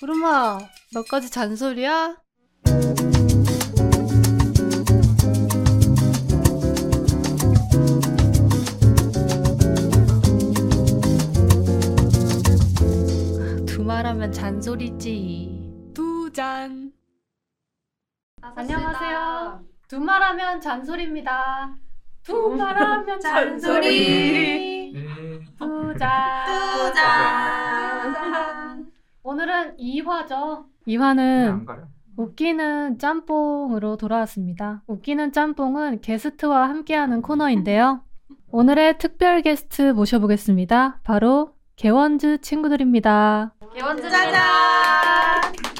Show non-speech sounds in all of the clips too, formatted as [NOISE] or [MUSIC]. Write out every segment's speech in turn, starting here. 구름아, 너까지 잔소리야? 두 말하면 잔소리지. 두 잔. 안녕하세요. 두 말하면 잔소리입니다. 두 말하면 잔소리. 잔소리. 부자. 오늘은 2화죠. 2화는 안 가요? 웃기는 짬뽕으로 돌아왔습니다. 웃기는 짬뽕은 게스트와 함께하는 코너인데요. 오늘의 특별 게스트 모셔보겠습니다. 바로 개원즈 친구들입니다. 개원주 짜잔!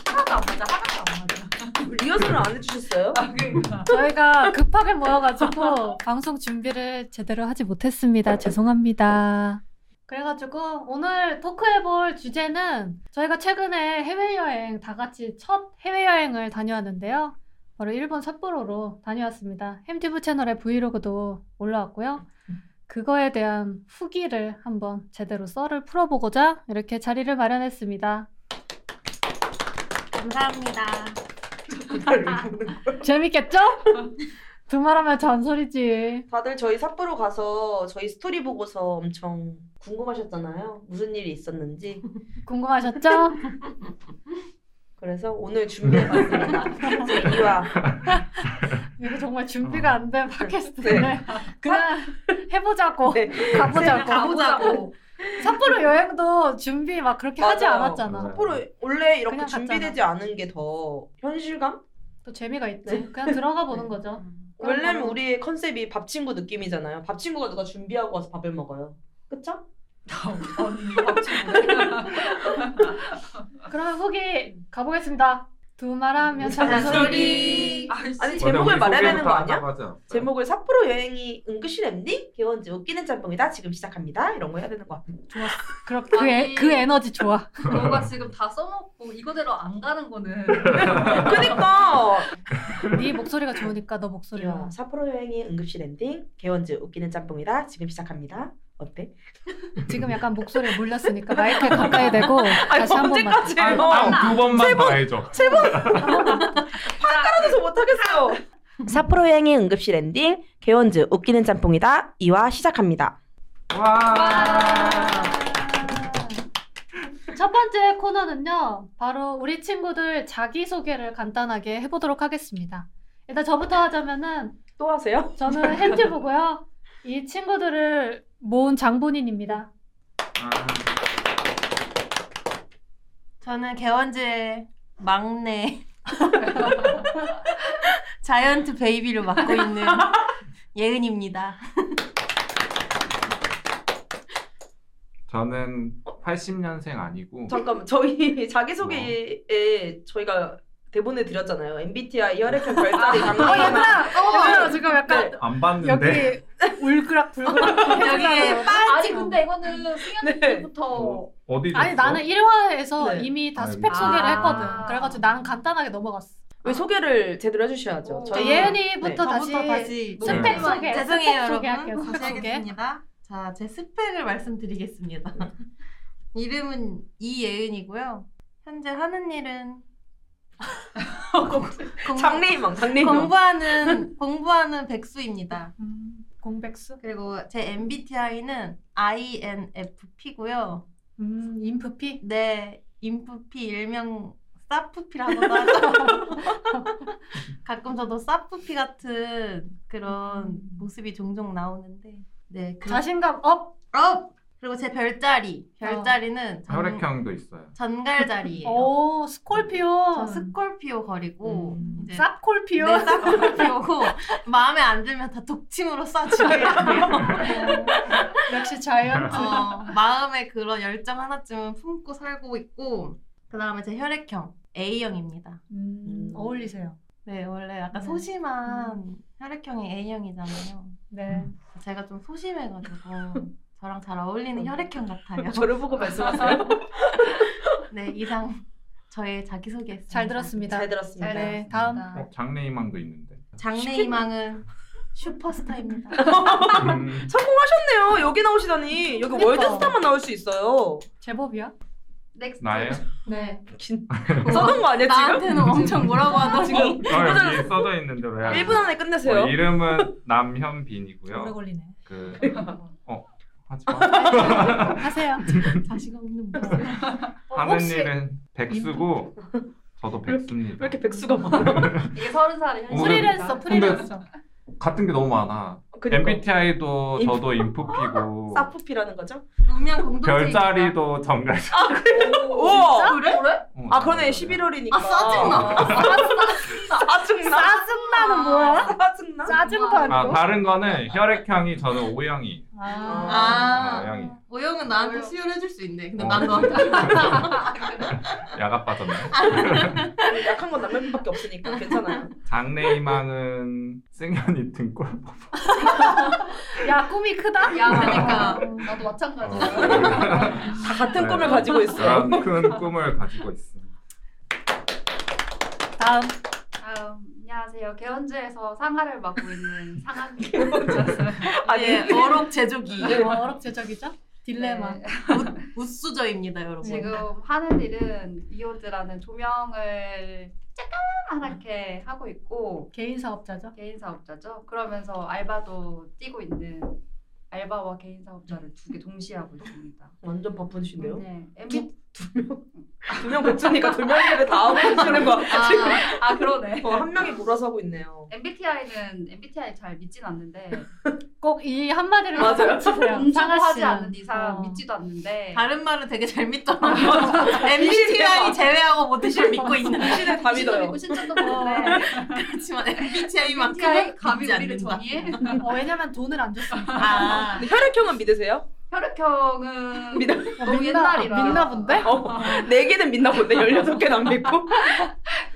하나도 안 맞아. 하나도 안 맞아. 리허설을 안 해주셨어요? 아, 그러니까. 저희가 급하게 모여가지고 [LAUGHS] 방송 준비를 제대로 하지 못했습니다. 죄송합니다. 그래가지고 오늘 토크해볼 주제는 저희가 최근에 해외여행 다 같이 첫 해외여행을 다녀왔는데요. 바로 일본 삿포로로 다녀왔습니다. 햄튜브 채널에 브이로그도 올라왔고요. 그거에 대한 후기를 한번 제대로 썰을 풀어보고자 이렇게 자리를 마련했습니다. 감사합니다. [LAUGHS] 재밌겠죠? 두 말하면 잔소리지. 다들 저희 삿포로 가서 저희 스토리 보고서 엄청 궁금하셨잖아요. 무슨 일이 있었는지. 궁금하셨죠? 그래서 오늘 준비해봤습니다. 제 2화. 이거 정말 준비가 안 된 팟캐스트네. 어. 네. [LAUGHS] 그냥 해보자고 네. 어, 가보자고. 가보자고. [LAUGHS] 삿포로 여행도 준비 막 그렇게 하지 맞아요. 않았잖아. 맞아요. 삿포로 원래 이렇게 그냥 준비되지 않은 게 더 현실감? 또 재미가 있지. 네. 그냥 들어가 보는 거죠. 음. 그런 원래는 거는- 우리의 컨셉이 밥 친구 느낌이잖아요. 밥 친구가 누가 준비하고 와서 밥을 먹어요. 그쵸? 언니 밥 친구. 음. 그러면 후기 가보겠습니다. 두 음. 말하면 잔소리. 잔소리. 아니, [LAUGHS] 제- 아니, 제목을 원래 우리 말해야 되는 소개부터 거 아니야? 하자고 하자. 제목을 삿포로 여행이 은근히 랩니? 개원지 웃기는 짬뽕이다. 지금 시작합니다. 이런 거 해야 되는 것 같아요. 좋았어. 그럼 그, 아니. 에, 그 에너지 좋아. 너가 지금 다 써먹고 이거대로 안 가는 [LAUGHS] 거는. 그니까! 네 목소리가 좋으니까 너 목소리가. 이야, 사포로 여행이 응급실 엔딩 개원즈 웃기는 짬뽕이다 지금 시작합니다 어때? 지금 약간 목소리에 물렸으니까 마이크에 가까이 [LAUGHS] 대고 다시 한 번만. 언제까지요? 아, 땅두 번만 더 해줘. 따라서 못하겠어요 [LAUGHS] 사포로 여행이 응급실 엔딩 개원즈 웃기는 짬뽕이다 2화 시작합니다 아. 와. 첫 번째 코너는요, 바로 우리 친구들 자기소개를 간단하게 해보도록 하겠습니다. 일단 저부터 하자면은, 또 하세요? 저는 햄튜브고요. 이 친구들을 모은 장본인입니다. 아, 저는 개원즈의 막내 [LAUGHS] 자이언트 베이비를 맡고 있는 예은입니다. 저는 80년생 아니고 [LAUGHS] 잠깐만 저희 자기소개에 저희가 대본을 드렸잖아요 MBTI [LAUGHS] 혈액형 별자리 어, 강남 얘들아! 어, 얘 지금 약간 네. 안 봤는데. [LAUGHS] 여기 울그락불그락. 여기에 빨 아니 근데 이거는 승현 네. 때부터 어, 어디 아니, 됐어? 나는 1화에서 네. 이미 다 아, 스펙 이미- 소개를 아. 했거든. 그래가지고 나는 간단하게 넘어갔어. 왜 소개를 제대로 해주셔야죠 오. 저희- 어. 예은이부터 네, 다시, 저부터 다시 스펙 녹음을- 소개, 스펙 죄송해요 소개할게요, 여러분. 스펙 소개. 소개하겠습니다. 자, 제 스펙을 [LAUGHS] 말씀드리겠습니다. 이름은 이예은이고요. 현재 하는 일은 네. 공부- 장래희망 장래희망 [LAUGHS] [LAUGHS] 공부하는 공부하는 백수입니다. 음, 공백수? 그리고 제 MBTI는 INFP고요. 음, 인프피? 네, 인프피 일명 사프피라고도 하죠. [LAUGHS] 가끔 저도 사프피 같은 그런 음. 모습이 종종 나오는데, 네, 그 자신감 업! 업! 그리고 제 별자리, 별자리는 전- 어. 혈액형도 있어요. 전갈자리예요. 오, 스콜피오. 저 스콜피오 거리고 음. 이제 쌉콜피오. 네, 사프피오고 마음에 안 들면 다 독침으로 쏴주고요. [LAUGHS] 네. 역시 [LAUGHS] 자이언트. 음, 어, 마음에 그런 열정 하나쯤은 품고 살고 있고, 그 다음에 제 혈액형 A형입니다. 음, 어울리세요. 네, 원래 약간 네. 음. 소심한 혈액형이 A형이잖아요. 네. 제가 좀 소심해가지고 저랑 잘 어울리는 혈액형 [LAUGHS] 같아요. 저를 보고 말씀하세요 네, 이상 저의 자기소개였습니다. 잘 들었습니다. 잘 들었습니다 네, 다음. 어, 장래희망도 있는데. 장래희망은 슈퍼스타입니다. 아, 음, 성공하셨네요. 여기 나오시다니. 여기 그러니까. 월드스타만 나올 수 있어요. [LAUGHS] 제법이야? 넥스트. 나예요? 네. 진... 써놓은 거 아니야 지금? 나한테는 엄청 뭐라고 하더니 지금 어, 여기 써져 있는데 왜? 안 1분 써요? 안에 어, 끝내세요. 이름은 남현빈이고요. 걸리네. 그 [LAUGHS] 어, 하지 마. 하세요. 자신감 있는 모습. 어, 하는 일은 백수고 저도 백수입니다. 왜 이렇게 백수가 많아? 이게 서른 살의 현실. 프리랜서, 프리랜서. 같은 게 너무 많아. MBTI도 저도 [LAUGHS] 인프피고 사프피라는 거죠? 운명 공동체. 별자리도 정갈자. 우와! 그래? 그래? 아 그러네 11월이니까. 아 짜증나. 짜증나. 짜증나는 뭐야? [LAUGHS] 짜증나. 짜증도 아 아니고. 다른 거는 혈액형이 저는 O형이. 아. O형이. 어, 오영은 나한테 오영. 수혈해줄 수 있네. 근데 어. 난 너한테. 야가 빠졌네. 아, 약한 건 남편밖에 없으니까 괜찮아요. 장래희망은 승현이 등골. 야, 꿈이 크다? 음. 야 그러니까. 나도 마찬가지야. 어, 다 같은 네. 꿈을 가지고 있어요. 그런 큰 꿈을 가지고 있어. 다음. 다음 안녕하세요. 개헌즈에서 상하를 맡고 [LAUGHS] 있는 네. 상한입니다. 예. 아니 어록 제조기 뭐 어록 제적이죠? 딜레마. 네. 우수저입니다 여러분. 네. 지금 하는 일은 이오드라는 조명을 조그맣게 하고 있고 개인 사업자죠? 개인 사업자죠. 그러면서 알바도 뛰고 있는 알바와 개인 사업자를 두 개 동시에 하고 있습니다. 완전 바쁘신데요? 네. MB... 두명 고치니까 두 명의 일을 다 하고 계시는 거. 아, 아 그러네. 어, 한 명이 몰아서 하고 있네요. MBTI는 MBTI 잘 믿진 않는데 꼭 이 한마디를 붙이세요. 맞아요. 상하 공정하지 씨는. 음, 않는 이상 어. 믿지도 않는데 다른 말은 되게 잘 [LAUGHS] 믿더라고요. 네. MBTI 제외하고 모태실 믿고 있는. 시대 다 믿어요. 믿고 아, 신청도 보는데 그렇지만 MBTI만큼은 MBTI 감히 우리를 정의해? 어, 왜냐면 돈을 안 줬으니까. 아, 근데 혈액형은 믿으세요? 혈액형은 믿어. 너무 옛날이라. 믿나 본데? 어, 네 개는 믿나 본데 16개는 안 믿고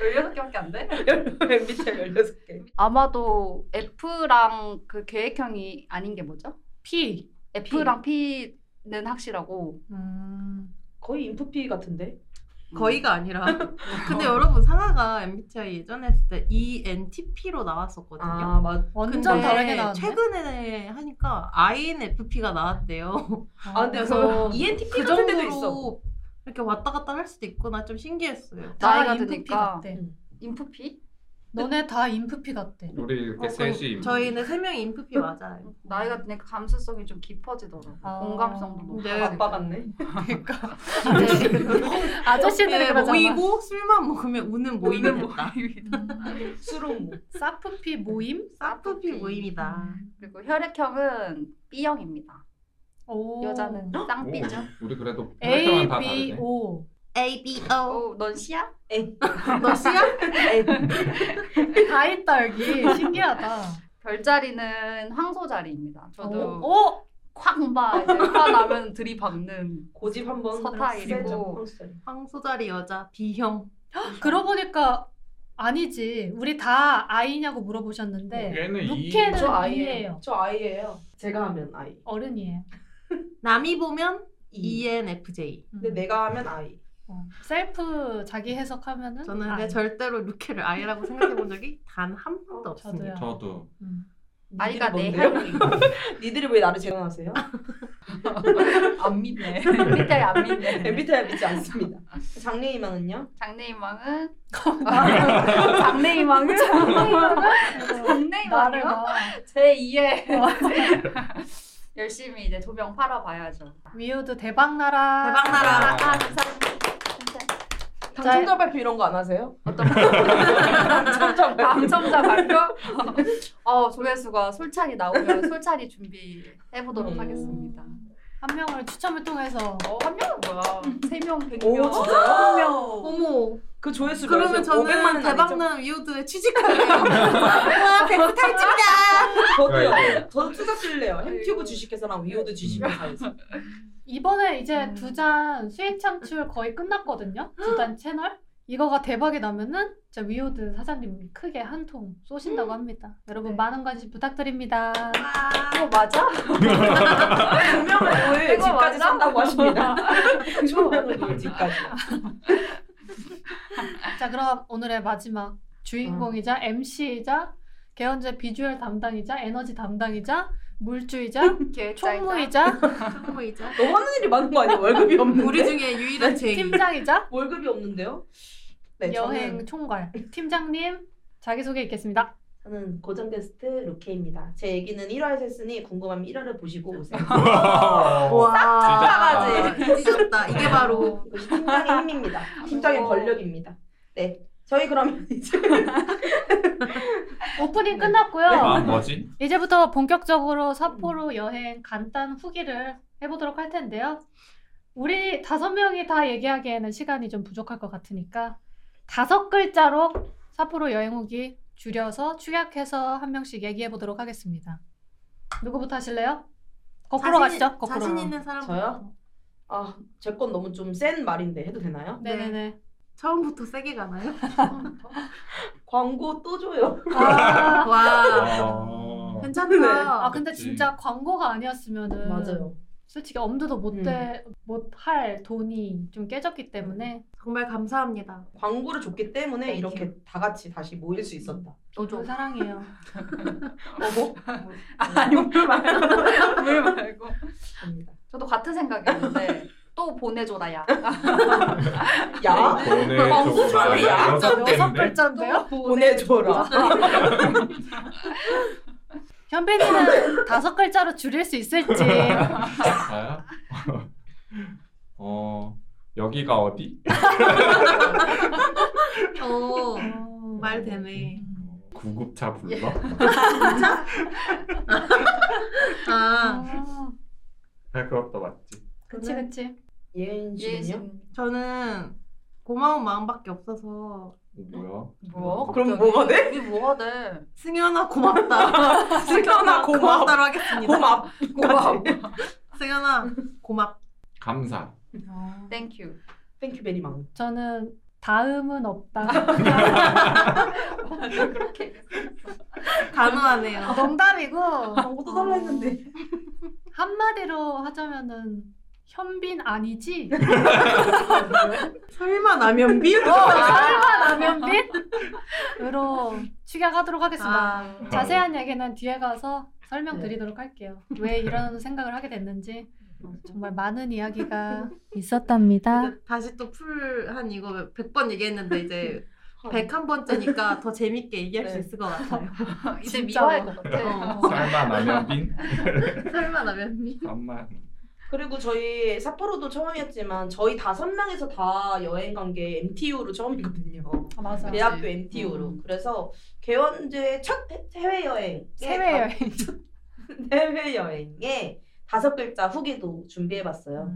16개밖에 안 돼? MBTI 16개. 아마도 F랑 그 계획형이 아닌 게 뭐죠? P. F랑 P는 확실하고 음. 거의 인프피 같은데? 음. 거의가 아니라. 근데 어. 여러분 상아가 MBTI 예전에 했을 때 E ENTP로 나왔었거든요. 아, 맞. 완전 근데 다르게 나왔네. 최근에 하니까 [LAUGHS] INFP가 나왔대요. 아, 근데 그래서 그래서 ENTP 그 같은 데도 있어. 정도로 이렇게 왔다 갔다 할 수도 있구나 좀 신기했어요. 다 나이가 인프피 드니까. 같대. 네. 인프피? 너네 다 인프피 같대. 우리 이렇게 어, 셋이 그럼 저희는 세 명이 인프피 맞아요. 나이가 드니까 감수성이 좀 깊어지더라고 아. 공감성도 네. 높아지고 아, 네. 아빠 같네. 그러니까 [LAUGHS] 아저씨들이 그러잖아. 모이고 술만 먹으면 우는 모임이 됐다. [LAUGHS] 뭐. 수롱. 사프피 모임? 사프피 모임이다. 음. 그리고 혈액형은 B형입니다 오. 여자는 쌍삐죠 오, 우리 그래도 A, 혈액형은 다 B, 다르네. O. A B 어, O 오, 넌 C야? 너 씨야? 네. 다 있다 여기. 신기하다. 별자리는 황소 자리입니다 저도 오, 오! 쾅봐 이제 화 나면 들이박는 고집 한번 서타일이고. 그렇죠. 황소자리 여자 B형 그러고 보니까 아니지. 우리 다 아이냐고 물어보셨는데 얘는 이 루케는 저 아이예요. 아이예요. 저 아이예요. 제가 하면 아이. 어른이에요. 남이 보면 E. E ENFJ 음. 근데 내가 하면 아이. 어, 셀프 자기 해석하면은 저는 근데 아이. 절대로 루케를 아이라고 생각해 본 적이 단 한 번도 없습니다. 저도요. 저도 음. 아이가 네. 내 니들이 뭔데요? [LAUGHS] 혈액형이고 니들이 왜 나를 [LAUGHS] 재단하세요? 안 믿네 MBTI 안 믿네 MBTI 믿지 [LAUGHS] 않습니다. 장래희망은요? 장래희망은 나를 장래희망은 나를 장래희망이요? 봐. 제 2의 열심히 이제 조명 팔아 봐야죠. 위우드 대박 나라. 대박 나라 아, 아 감사합니다. 진짜 당첨자 발표 이런 거 안 하세요? 어떤 당첨자 발표. 당첨자 발표? 어 조회수가 솔찬이 나오면 솔찬이 준비해 보도록 음. 하겠습니다. 한 명을 추첨을 통해서 어한 명은 뭐야? 세명 백 오 명. 진짜요? 어머 그 조회수 그러면 저는 대박난 위우드에 취직할래요. 와 백수 탈출이다. 저도요. [LAUGHS] 네, 네. 저도 투자 쓸래요. 햄튜브 아이고. 주식회사랑 위오드 [LAUGHS] 주식회사에서. 이번에 이제 음. 두 잔 수익 창출 거의 끝났거든요. 두 잔 채널. 이거가 대박이 나면은 진짜 위오드 사장님이 크게 한 통 쏘신다고 합니다. 여러분 네. 많은 관심 부탁드립니다. 이거 맞아? 조명을 왜 이거 집까지 맞아? 산다고 [LAUGHS] 하십니다. 조명을 왜 집까지. 자 그럼 오늘의 마지막 주인공이자 MC이자 개헌제 비주얼 담당이자 에너지 담당이자 [LAUGHS] 물주이자 총무이자 총무이자 너무 하는 일이 많은 거 아니야? 월급이 없는데. 우리 중에 유일한 제이. [LAUGHS] 팀장이자 월급이 없는데요? 네, 여행 저는, 총괄 팀장님 자기소개 있겠습니다. 저는 고정 게스트 로케입니다. 제 얘기는 1화에서 했으니 궁금하면 1화를 보시고 [LAUGHS] 오세요. 진짜. 아, 찢었다. 이게 바로 이것이 팀장의 힘입니다. 팀장의 어. 권력입니다. 네. 저희 그러면 [LAUGHS] 이제 오프닝 네. 끝났고요. 아 뭐지? 이제부터 음. 본격적으로 사포로 여행 간단 후기를 해보도록 할 텐데요. 우리 다섯 명이 다 얘기하기에는 시간이 좀 부족할 것 같으니까 다섯 글자로 사포로 여행 후기 줄여서 축약해서 한 명씩 얘기해 보도록 하겠습니다. 누구부터 하실래요? 거꾸로 자신- 가시죠. 어, 거꾸로. 자신 있는 사람 저요? 아, 제 건 너무 좀 센 말인데 해도 되나요? [LAUGHS] 네네네. 처음부터 세게 가나요? [LAUGHS] 광고 또 줘요. 아, 와 어... 네. 괜찮다. 아, 근데 그치. 진짜 광고가 아니었으면은 솔직히 엄두도 음. 못못할 돈이 좀 깨졌기 때문에 정말 감사합니다. 광고를 줬기 때문에 땡큐. 이렇게 다 같이 다시 모일 수 있었다. 어, 너무 사랑해요. [LAUGHS] 어머? 아니, 물 말고. [LAUGHS] 물 말고. 저도 같은 생각이었는데 또 보내줘라 야. [LAUGHS] 야? 보내 광고 줄이야? 여섯 여섯 개인데. 글자인데요? 보내줘라. 현빈이는 다섯 글자로 줄일 수 있을지. 네. 저요? 어 여기가 어디? 어, 어, 말 되네. 구급차 불러? 아, 아, 그것도 맞지. 그치 그치. 네. 예은 씨는요? 예진 저는 고마운 마음밖에 없어서 뭐야? 어, 뭐? 그럼 뭐가 돼? 이게 뭐가 돼? 승현아 [LAUGHS] 고맙다. 승현아 고맙. 고맙다로 하겠습니다. 고맙. 고마워. 승현아 고맙. 감사. 어. 네. 땡큐. 땡큐 베리 망. 저는 다음은 없다. 맞아 그렇게. 단호하네요. 농담이고 광고도 달라 했는데. 아, 한마디로 하자면은 현빈 아니지? 설마 남연비? 아, 설마 남현빈?으로 축약하도록 하겠습니다. 아, 자세한 얘기는 뒤에 가서 설명드리도록 할게요. 왜 이런 생각을 하게 됐는지 정말 많은 이야기가 있었답니다. 근데 다시 또 풀 한 이거 100번 얘기했는데 이제 어, 101번째니까 더 재밌게 얘기할 수 네. 있을 것 같아요. 이제 진짜. 미워할 것 같아. 어, 설마 남현빈? [LAUGHS] 설마 남연비? 엄마. 네. 그리고 저희 삿포로도 처음이었지만 저희 다섯 명에서 다 여행 간 게 MTU로 처음이거든요. 아, 맞아. 그래요? 대학교 MTU로. 음. 그래서 개원제 첫 해외 여행. 예, 해외 여행. 해외 여행에 다섯 글자 후기도 준비해봤어요.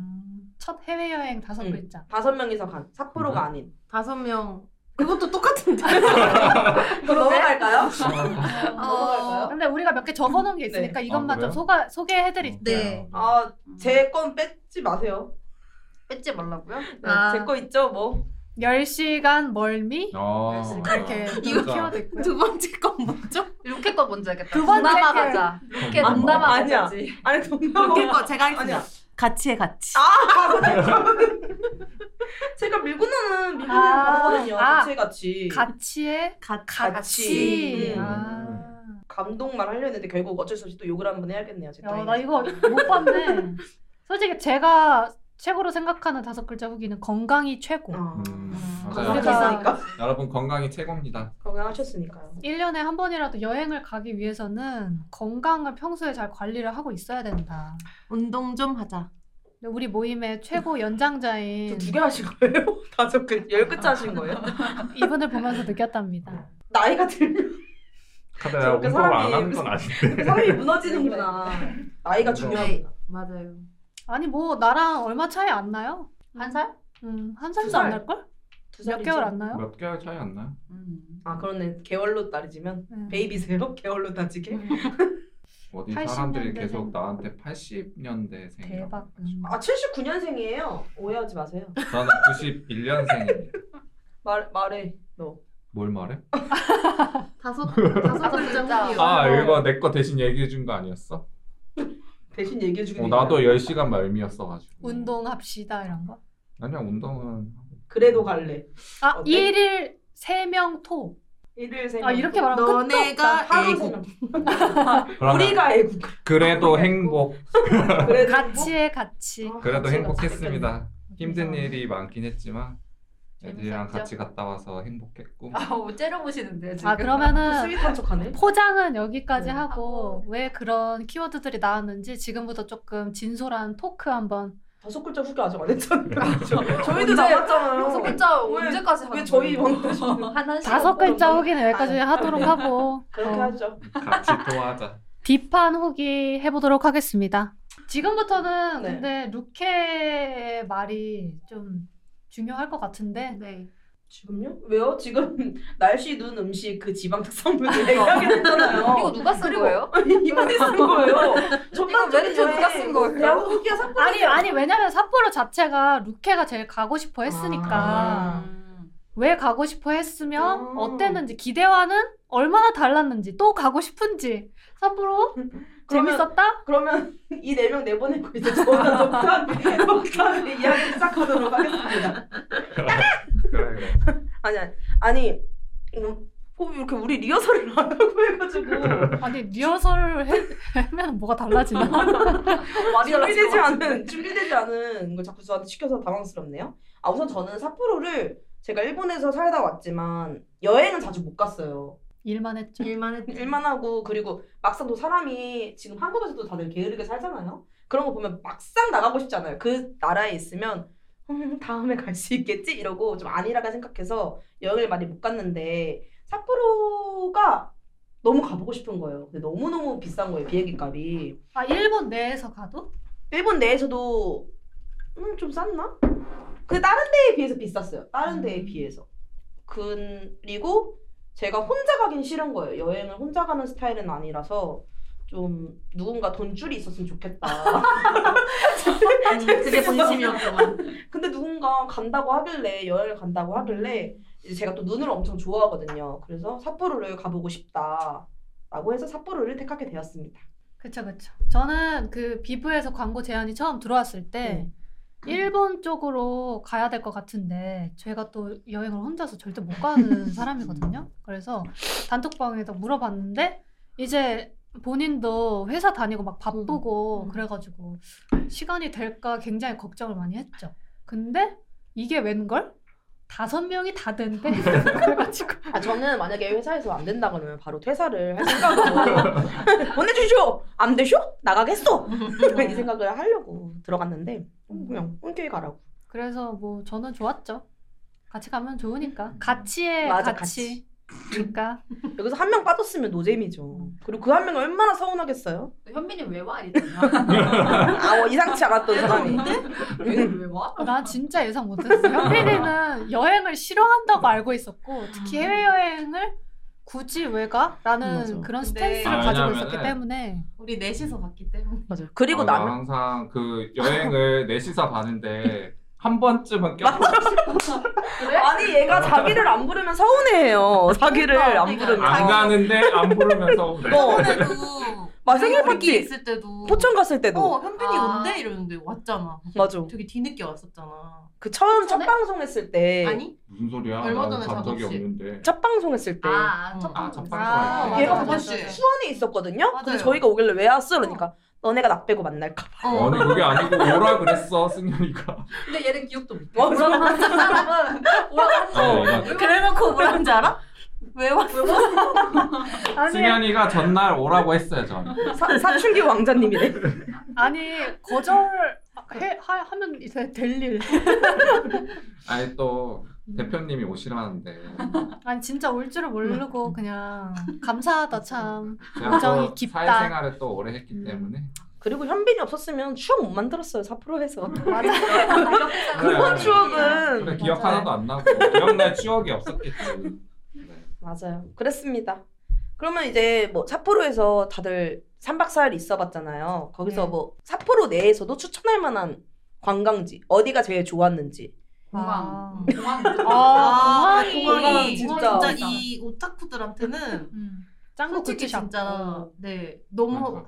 첫 해외 여행 다섯 음. 글자. 다섯 명이서 간 삿포로가 아닌. 다섯 명. 그것도 [LAUGHS] 똑같은데. 그럼 넘어갈까요? 아. 어, 근데 우리가 몇 개 적어놓은 게 있으니까 네. 이것만 아, 좀 그래요? 소가, 어, 소개해드릴게요. 네. 아, 제 건 뺏지 마세요. 뺏지 말라고요? 네, 아. 제 거 있죠, 뭐. 10시간 멀미? 어. 아. 이렇게 이거 키워도 있고요. 두 번째 건 뭐죠? 루케 거 먼저 하겠다. 두 번째 동남아 게. 가자. 루케 아, 동남아 아니야. 가자지. 아니, 동남아. 이렇게 거 제가 하겠습니다. 아니야. 같이 해 같이. 제가 밀고나는 밀고나는 아. 거거든요. 아. 같이 같이. 가치의 같이. 가치. 같이. 음. 아. 감동만 하려 했는데 결국 어쩔 수 없이 또 욕을 한 번 해야겠네요. 제 어. 야, 따위는. 나 이거 못 봤네. 솔직히 제가 최고로 생각하는 다섯 글자 후기는 건강이 최고. 어. 음, 맞아요. 우리가- [LAUGHS] 건강했으니까. 여러분 건강이 최고입니다. 건강하셨으니까요. 1년에 한 번이라도 여행을 가기 위해서는 건강을 평소에 잘 관리를 하고 있어야 된다. 운동 좀 하자. 근데 우리 모임의 최고 연장자인 두 개 하신 거예요? [LAUGHS] 다섯 글, 열 글자 하신 거예요? 이분을 보면서 느꼈답니다. 나이가 [LAUGHS] 들면 카드 내가 그 저렇게 운동을 안 사람이 하는 건 [LAUGHS] 아닌데. 사람이 무너지는구나. 네. 나이가 중요하구나. 맞아요. 아니 뭐 나랑 얼마 차이 안 나요? 한 살? 음, 한 살도 두 안 살. 날걸? 두 몇 살이죠? 개월 안 나요? 몇 개월 차이 안 나? 음. 아 그렇네. 개월로 따지면 네. 베이비세요? [LAUGHS] 개월로 따지게? 어디 80 사람들이 년대 계속 생. 나한테 80년대생이라고. 대박. 아 79년생이에요. 오해하지 마세요. 저는 91년생입니다. 말 말해 너. 뭘 말해? 다섯 다섯 글자. 글자 후기요. 아 이거 내 거 대신 얘기해 준 거 아니었어? 대신 얘기해 주기. 어, 나도 10시간 말미였어 가지고. 운동합시다 이런 거. 아니야 운동은 그래도 갈래. 아 어때? 일일 세명 토. 이들 세 아, 이렇게 말하면 끝도 너네가 없다. 하루 애국. 그러면 우리가 애국. 그래도 행복. 그래도 아, 같이의 같이. 그래도 같이 행복했습니다. 힘든 그래서 일이 많긴 했지만 애들이랑 재밌었죠? 같이 갔다 와서 행복했고 아, 뭐 째려보시는데 지금. 아 그러면은 스윗한 척하네. 포장은 여기까지 네. 하고 왜 그런 키워드들이 나왔는지 지금부터 조금 진솔한 토크 한번. 다섯 글자 후기 아직 안 했잖아요. 그렇죠. [LAUGHS] 저희도 언제- 나왔잖아요. 다섯 글자 어. 왜- 언제까지 하는 왜 저희 거예요? 이번 주는 한 시간 다섯 글자 정도? 후기는 여기까지 아, 하도록 하고. 그렇게 어, 하죠. 같이 도와자. 비판 후기 해보도록 하겠습니다. 지금부터는 네. 근데 루케의 말이 좀 중요할 것 같은데 네. 지금요? 왜요? 지금 [LAUGHS] 날씨, 눈, 음식 그 지방 특성분들 얘기하긴 했잖아요. 이거 누가 쓴 거예요? 그렇죠. [LAUGHS] 이분이 쓴 거예요. 전반적인 매니저 누가 쓴 거예요? 대한민국 후기가 사 아니 아니 왜냐면 삿포로 자체가 루케가 제일 가고 싶어 음. 했으니까 아. 왜 가고 싶어 했으며 음. 어땠는지 기대와는 얼마나 달랐는지 또 가고 싶은지 삿포로 [LAUGHS] 그러면- 재밌었다? 그러면 이 네 명 내보내고 이제 저는 [LAUGHS] 독탄 독탄 이야기 시작하도록 하겠습니다. 그래, 그래. 아니 아니 아니 음, 어, 이렇게 우리 리허설을 안 하고 해가지고 아니 리허설을 해- 하면 뭐가 [LAUGHS] 달라지나? 말이 준비되지 않은 준비되지 않은 걸 자꾸 저한테 시켜서 당황스럽네요. 아 우선 저는 삿포로를 제가 일본에서 살다 왔지만 여행은 자주 못 갔어요. 일만 했죠. 일만 했지. 일만 하고 그리고 막상 또 사람이 지금 한국에서도 다들 게으르게 살잖아요. 그런 거 보면 막상 나가고 싶잖아요. 그 나라에 있으면 음, 다음에 갈 수 있겠지 이러고 좀 아니라고 생각해서 여행을 많이 못 갔는데 삿포로가 너무 가보고 싶은 거예요. 근데 너무 너무 비싼 거예요 비행기 값이. 아 일본 내에서 가도? 일본 내에서도 음, 좀 쌌나? 근데 다른 데에 비해서 비쌌어요. 다른 음. 데에 비해서. 그리고 제가 혼자 가긴 싫은 거예요. 여행을 혼자 가는 스타일은 아니라서 좀 누군가 돈줄이 있었으면 [LAUGHS] 좋겠다. 음. [LAUGHS] 그게 본심이었구만. 근데 누군가 간다고 하길래 여행을 음. 간다고 하길래 이제 제가 또 눈을 엄청 좋아하거든요. 그래서 삿포로를 가보고 싶다라고 해서 삿포로를 택하게 되었습니다. 그쵸 그쵸. 저는 그 비브에서 광고 제안이 처음 들어왔을 때 네. 일본 쪽으로 가야 될 것 같은데 제가 또 여행을 혼자서 절대 못 가는 [LAUGHS] 사람이거든요. 그래서 단톡방에다 물어봤는데 이제 본인도 회사 다니고 막 바쁘고 음. 그래가지고 시간이 될까 굉장히 걱정을 많이 했죠. 근데 이게 웬걸? 다섯 명이 다 [LAUGHS] 된대. 그래가지고 아, 저는 만약에 회사에서 안 된다 그러면 바로 퇴사를 할 [LAUGHS] 생각으로 보내주시오! 안 되쇼? 나가겠어! 이 생각을 하려고 들어갔는데 그냥 흔쾌히 가라고 그래서 뭐 저는 좋았죠. 같이 가면 좋으니까 같이의 음. 맞아, 같이. 그러니까 여기서 한 명 빠졌으면 노잼이죠 그리고 그 한 명이 얼마나 서운하겠어요? 현민이 왜 와? 이랬잖아. 아 이상치 않았던 사람이 얘는 왜 와? 나 진짜 예상 못했어. 현빈이는 여행을 음. 싫어한다고 알고 있었고 특히 해외 여행을 굳이 왜 가? 맞아. 라는 그런 근데- 스탠스를 아, 가지고 왜냐면은- 있었기 때문에 우리 넷이서 갔기 때문에. 맞아요 그리고 어, 나 나는 항상 그 여행을 넷이서 가는데 한 번쯤은 껴보고 아니 얘가 자기를 안 부르면 서운해해요 자기를 그러니까, 안 부르면 그러니까. 안 가는데 안 [LAUGHS] 부르면서 오네. 어. [LAUGHS] 저번에도 막 생일 우리끼리 파티 있을 때도 포천 갔을 때도 어 현빈이 아. 온대 이러는데 왔잖아. 맞아 되게 뒤늦게 왔었잖아. 그 처음 첫 전에? 방송 했을 때첫 어, 아니 무슨 소리야? 얼마 나는 전에 간 적이 작업실. 없는데. 방송 했을 때 아, 어. 첫 아, 방송. 첫 아, 방송. 맞아, 얘가 맞아, 봤을 맞아. 때. 수원에 있었거든요 근데 맞아요. 저희가 오길래 왜 왔어? 그러니까 너네가 나 빼고 만날까 봐 어. 아니 그게 아니고 오라 그랬어 승현이가. 근데 얘는 기억도 못 해. 맞아. 오라고 한 사람은 오라고 아, 한 얘가- 사람. 그래놓고 뭐라는 줄 알아? 왜 왔어? 아니 승현이가 전날 [LAUGHS] 오라고 했어요 전. 사, 사춘기 왕자님이래 아니 거절 해 하, 하면 이제 될 일. 아니 또 대표님이 오시라는데 아니 진짜 올 줄을 모르고 [LAUGHS] 그냥 감사하다 참. 제가 우정이 또 깊다. 사회생활을 또 오래 했기 음. 때문에 그리고 현빈이 없었으면 추억 못 만들었어요 4%에서 맞아. [LAUGHS] 그런 네. 추억은 그래, 기억 맞아요. 하나도 안 나고 기억날 추억이 없었겠지. 네. 맞아요 그랬습니다 그러면 이제 뭐 삿포로에서 다들 3박 4일 있어봤잖아요 거기서 네. 뭐 삿포로 내에서도 추천할 만한 관광지 어디가 제일 좋았는지 와. 공항. 공항. 아, 공항이- 아, 공항이 진짜. 진짜, 이 오타쿠들한테는 음. 짱구 어. 솔직히 구찌샵. 진짜 네 너무 맞아.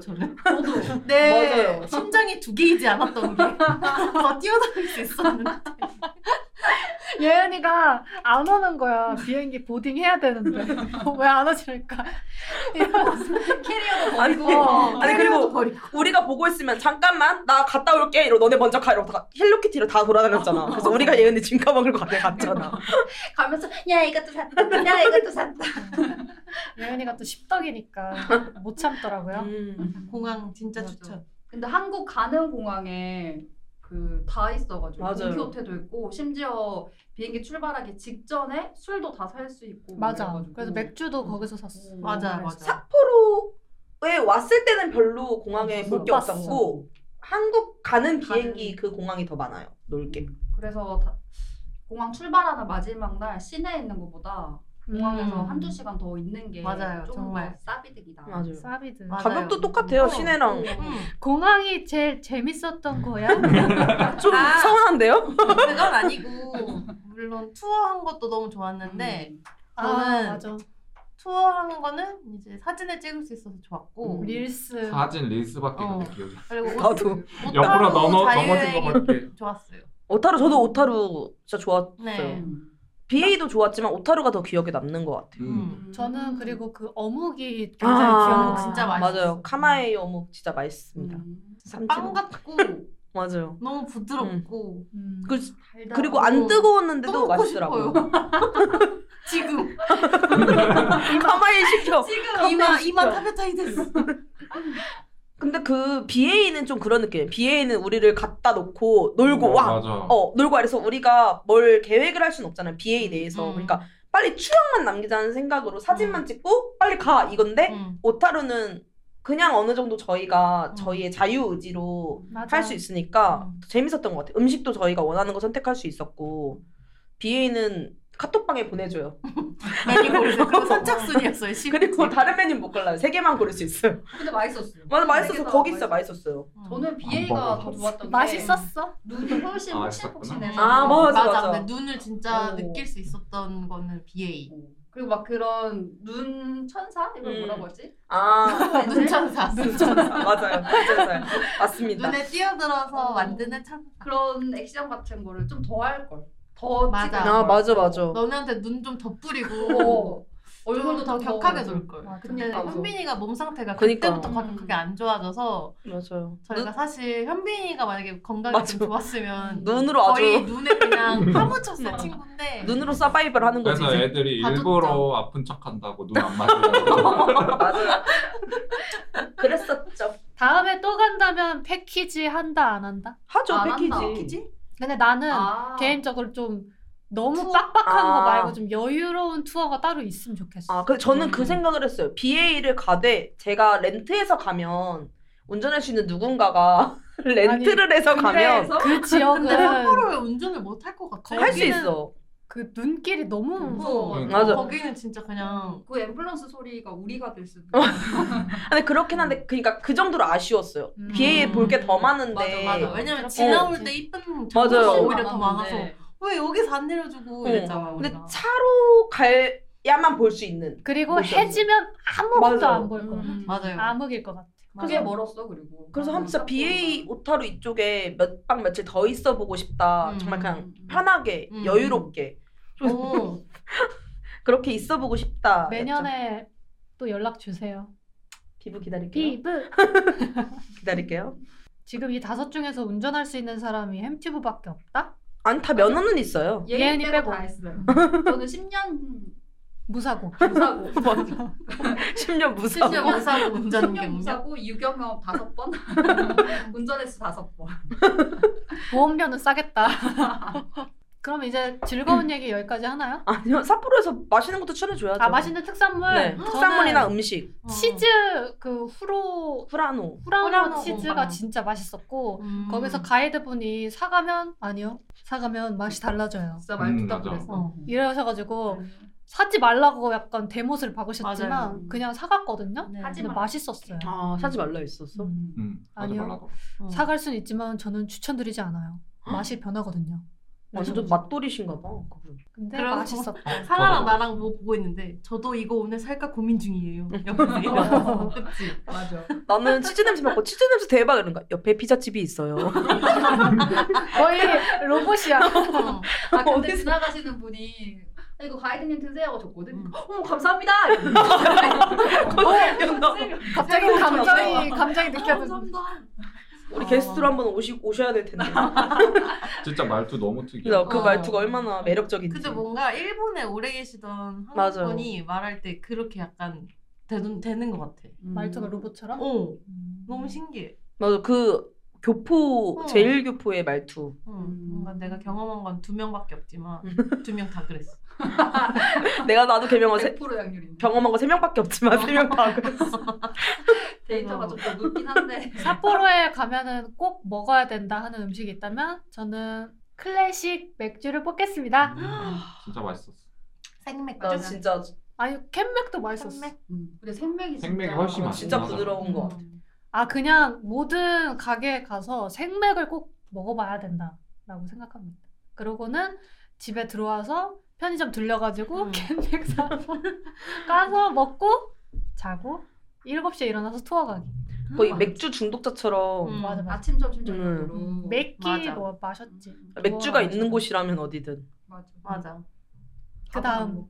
[LAUGHS] 저는. 네 맞아요. 심장이 두 개이지 않았던 게 더 뛰어다닐 수 있었는데 예은이가 안 오는 거야. 비행기 보딩 해야 되는데 [LAUGHS] 어, 왜 안 오실까? [LAUGHS] 이러면서 [LAUGHS] 캐리어도 아니, 버리고 어. 아니 그리고 우리가 보고 있으면 잠깐만 나 갔다 올게 이러고 너네 먼저 가 이러고 다 헬로키티로 다 돌아다녔잖아. 그래서 [LAUGHS] 우리가 얘네 짐 가방을 가게 갔잖아. 가면서 야 이것도 샀다 야 이것도 샀다 [LAUGHS] 예은이가 또 십덕이니까 못 참더라고요. 음. 공항 진짜 맞아. 추천. 근데 한국 가는 공항에 그 다 있어가지고 맞아요. 동키호테도 있고 심지어 비행기 출발하기 직전에 술도 다 살 수 있고 뭐 맞아. 그래가지고. 그래서 맥주도 거기서 샀어. 오, 맞아, 그래서. 맞아. 네. 삿포로에 왔을 때는 별로 공항에 볼 게 못 봤어. 없었고 한국 가는 비행기 그 공항이 더 많아요. 놀게. 그래서 다- 공항 출발하는 마지막 날 시내에 있는 것보다 공항에서 음. 한두 시간 더 있는 게 맞아요, 좀 정말. 더 싸비득이다. 사비드. 맞아. 네. 가격도 똑같아요. 어. 시내랑 음, 공항이 제일 재밌었던 거야. 좀 아. 서운한데요? [LAUGHS] 그건 아니고 물론 투어한 것도 너무 좋았는데 음. 음. 저는 맞아. 투어하는 거는 이제 사진을 찍을 수 있어서 좋았고 음. 릴스. 사진 릴스밖에 어. 어. 기억이 안 그리고 옷- 나도. 옷도 옆으로 하고 넘어 넘어진 자유여행이 거밖에 좋았어요. 오타루 저도 오타루 진짜 좋았어요. 네. 음. BA도 좋았지만 오타루가 더 기억에 남는 것 같아요. 음. 저는 그리고 그 어묵이 굉장히 아, 기억나요. 진짜 맛있- 맞아요. 카마의 어묵 진짜 맛있습니다. 음. 빵 삼치는. 같고 맞아요. 너무 부드럽고 음. 그, 달달하고 그리고 안 또 뜨거웠는데도 먹고 맛있더라고요. [LAUGHS] 싶어요. [LAUGHS] 지금 카마에 시켜. 지금 이마 이마 타베타이 됐어. 근데 그 BA는 좀 그런 느낌이에요. BA는 우리를 갖다 놓고 놀고 어, 와. 맞아. 어, 놀고 와. 그래서 우리가 뭘 계획을 할 수는 없잖아요. BA 내에서. 음. 그러니까 빨리 추억만 남기자는 생각으로 사진만 찍고 빨리 가. 이건데 음. 오타루는 그냥 어느 정도 저희가 음. 저희의 자유의지로 맞아. 할 수 있으니까 음. 재밌었던 것 같아요. 음식도 저희가 원하는 거 선택할 수 있었고 BA는 카톡방에 [LAUGHS] 보내줘요. 메리골드 그리고 선착순이었어요. 시 그리고 다른 메뉴 못 골라요. 세 개만 고를 수 있어요. 음. 근데 맛있었어요. 맞아 맛있었어. 되게 거기 다 진짜 맛있었어요. 저는 먹어. 비에이가 더 좋았던 게 맛있었어? 눈이 훨씬 아, 폭신폭신해서 아, 맞아. 뭐 맞아. 근데 눈을 진짜 오. 느낄 수 있었던 거는 BA. 그리고 막 그런 눈 천사 이걸 음. 뭐라고 하지? 아 [LAUGHS] 눈천사. 맞아요. 맞아요. 맞습니다. 눈에 뛰어들어서 어. 만드는 참. 그런 액션 같은 거를 좀 더 할 걸. 더 맞아. 찍을 아 걸. 맞아 맞아. 너네한테 눈 좀 덧부리고 어. 얼굴도 더더 격하게 놀 걸. 맞아. 근데 맞아. 현빈이가 몸 상태가 그 그니까. 때부터 가격하게 안 좋아져서 맞아요. 저희가 사실 현빈이가 만약에 건강이 맞아. 좀 좋았으면 눈으로 아주- 거의 눈에 그냥 파묻혔을 친구인데 눈, 으로 서바이벌 하는 거지. 그래서 이제. 애들이 다 일부러 아픈 척한다고 눈 [LAUGHS] 안 맞으려고. [LAUGHS] 맞아요. 그랬었죠. 다음에 또 간다면 패키지 한다 안 한다? 하죠 아, 안 패키지. 한다. 근데 나는 아. 개인적으로 좀 너무 투어? 빡빡한 거 아. 말고 좀 여유로운 투어가 따로 있으면 좋겠어. 아, 근데 저는 음. 그 생각을 했어요. BA를 가되 제가 렌트해서 가면 운전할 수 있는 누군가가 [LAUGHS] 렌트를 해서 가면 군대에서? 그 지역은 근데 삿포로에 운전을 못 네. 할 것 같아. 할 수 거기는 있어. 그 눈길이 너무 음. 무서워. 무서워. 맞아. 거기는 진짜 그냥 그 앰뷸런스 소리가 우리가 될 수도 근데 그렇긴 한데 그니까 그 정도로 아쉬웠어요. 음. BA에 볼 게 더 많은데 음. 맞아. 왜냐면 네. 그렇게 지나올 해야지. 때 이쁜 맞아요. 장소가 훨씬 오히려 더 많아서 왜 여기서 안 내려주고 어. 이랬잖아. 근데 우리가. 차로 가야만 볼 수 있는 그리고 못 잡는 해지면 아무것도 맞아. 안 보일 거야. 음, 맞아요. 암흑일 것 같아. 그게 뭐- 멀었어 그리고 그러니까. 음, 그래서 한 한 진짜 BA 오타루 이쪽에 몇 박 며칠 더 있어 보고 싶다. 음. 정말 그냥 음. 편하게 음. 여유롭게 어. 그렇게 있어 보고 싶다. 매년에 또 연락 주세요. 피부 그렇죠? 기다릴게요. 비브. 기다릴게요. 지금 이 다섯 중에서 운전할 수 있는 사람이 햄튜브밖에 없다? 아니 다 면허는 있어요. [LAUGHS] 예은이 예은이 빼고 빼고. 다 했어요. 저는 10년 무사고. 무사고 10년 무사. 실제 원사로 운전 10년 경력. 무사고 유경험 다섯 번 운전했어 다섯 번. 보험료는 싸겠다. [LAUGHS] 그럼 이제 즐거운 얘기 여기까지 하나요? 아니요 삿포로에서 맛있는 것도 추천해줘야죠. 아 맛있는 특산물. 네, 저는 어. 특산물이나 음식 어. 치즈 그 후로 후라노. 후라노 후라노 치즈가 공방. 진짜 맛있었고 음. 거기서 가이드분이 사가면 아니요 사가면 맛이 달라져요. 진짜 말 듣다 음, 맞아. 그랬어. 어. 이러셔가지고 사지 말라고 약간 대못을 박으셨지만 맞아요. 그냥 사갔거든요. 네. 근데 하지만 맛있었어요. 아 사지 말라 했었어. 음. 음, 하지 아니요. 말라고. 어. 사갈 순 있지만 저는 추천드리지 않아요. 맛이 변하거든요. 완전 맞돌이신가 봐. 그분. 근데 그럼 맛있었다. 사나랑 나랑 뭐 보고 있는데 저도 이거 오늘 살까 고민 중이에요. 음. [LAUGHS] 옆에서 그치? 맞아. 나는 치즈 냄새 맡고 치즈 냄새 대박 이런 거야. 옆에 피자집이 있어요. [LAUGHS] 거의 로봇이야. 어. 아 근데 어디서? 지나가시는 분이 아, 이거 가이드님 드세요 하고 줬거든. 음. 어머 감사합니다. 어, 어. 갑자기 감정이 감정이 느껴져. 우리 어. 게스트로 한번 오시, 오셔야 될 텐데. 진짜 말투 너무 그래서 특이해. 그 어. 말투가 얼마나 매력적인지. 근데 뭐. 뭔가 일본에 오래 계시던 맞아요. 한국분이 말할 때 그렇게 약간 되는, 되는 것 같아. 음. 말투가 로봇처럼? 어, 음. 너무 신기해. 맞아 그 교포 어. 제일 교포의 말투. 어, 음. 뭔가 내가 경험한 건 두 명밖에 없지만 두 명 다 그랬어. 내가 나도 개명한 세, 100% 확률이 경험한 거 세 명밖에 없지만 세 명 다 그랬어. 데이터가 좀더 높긴 한데 삿포로에 가면은 꼭 먹어야 된다 하는 음식이 있다면 저는 클래식 맥주를 뽑겠습니다. 음, 진짜 맛있었어. 생맥주. 나 진짜 아니 캔맥도 맛있었어. 캔맥? 음. 근데 생맥이 진짜 음. 생맥이 훨씬 어, 맛있어. 진짜 부드러운 거. 같아. 아 그냥 모든 가게에 가서 생맥을 꼭 먹어봐야 된다라고 생각합니다. 그러고는 집에 들어와서 편의점 들려가지고 음. 캔맥 사서 [LAUGHS] 까서 먹고 자고 7시에 일어나서 투어 가기. 거의 맥주 중독자처럼 음. 맞아 맞아. 아침 점심 저녁 음. 으로 맥기 맞아. 음. 뭐 마셨지. 맥주가 우와, 있는 맛있다. 곳이라면 어디든. 맞아. 맞아. 그 다음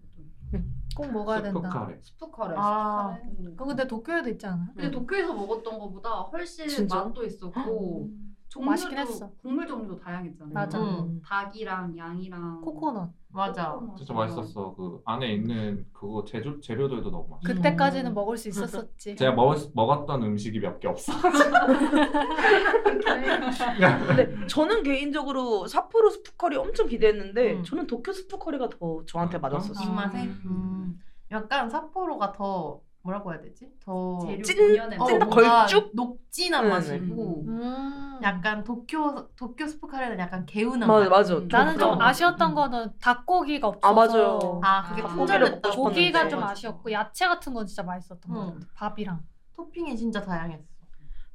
꼭 먹어야 된다. 스프카레. 스프커를. 아, 그거 근데 도쿄에도 있지 않아? 근데 도쿄에서 먹었던 거보다 훨씬 진짜? 맛도 있었고 종류도 맛있긴 했어. 국물 종류도 다양했잖아. 맞아. 음. 닭이랑 양이랑 코코넛. 음. 맞아. 음. 진짜 맛있었어. 그 안에 있는 그거 재료 재료들도 너무 맛있어. 그때까지는 먹을 수 있었었지. 제가 먹, 먹었던 음식이 몇 개 없어. 네. 근데 저는 개인적으로 삿포로 스프커리 엄청 기대했는데 음. 저는 도쿄 스프커리가 더 저한테 맞았었어요. 입맛에. 음. 약간 삿포로가 더 뭐라고 해야 되지? 더 재료 찐- 본연의 찐 어, 맛. 찐득 걸- 뭔가 걸쭉? 녹진한 네, 맛이 네. 있고 음. 약간 도쿄 도쿄 스프카레는 약간 개운한 맞아 맛. 맞아. 음. 나는 좀 그런 거. 아쉬웠던 거는 닭고기가 없어서 아, 맞아요. 아 그게 아, 고기를 품절됐다. 네, 먹고 싶었는데. 고기가 좀 맞아. 아쉬웠고 야채 같은 건 진짜 맛있었던 것 음. 같아. 밥이랑. 토핑이 진짜 다양했어.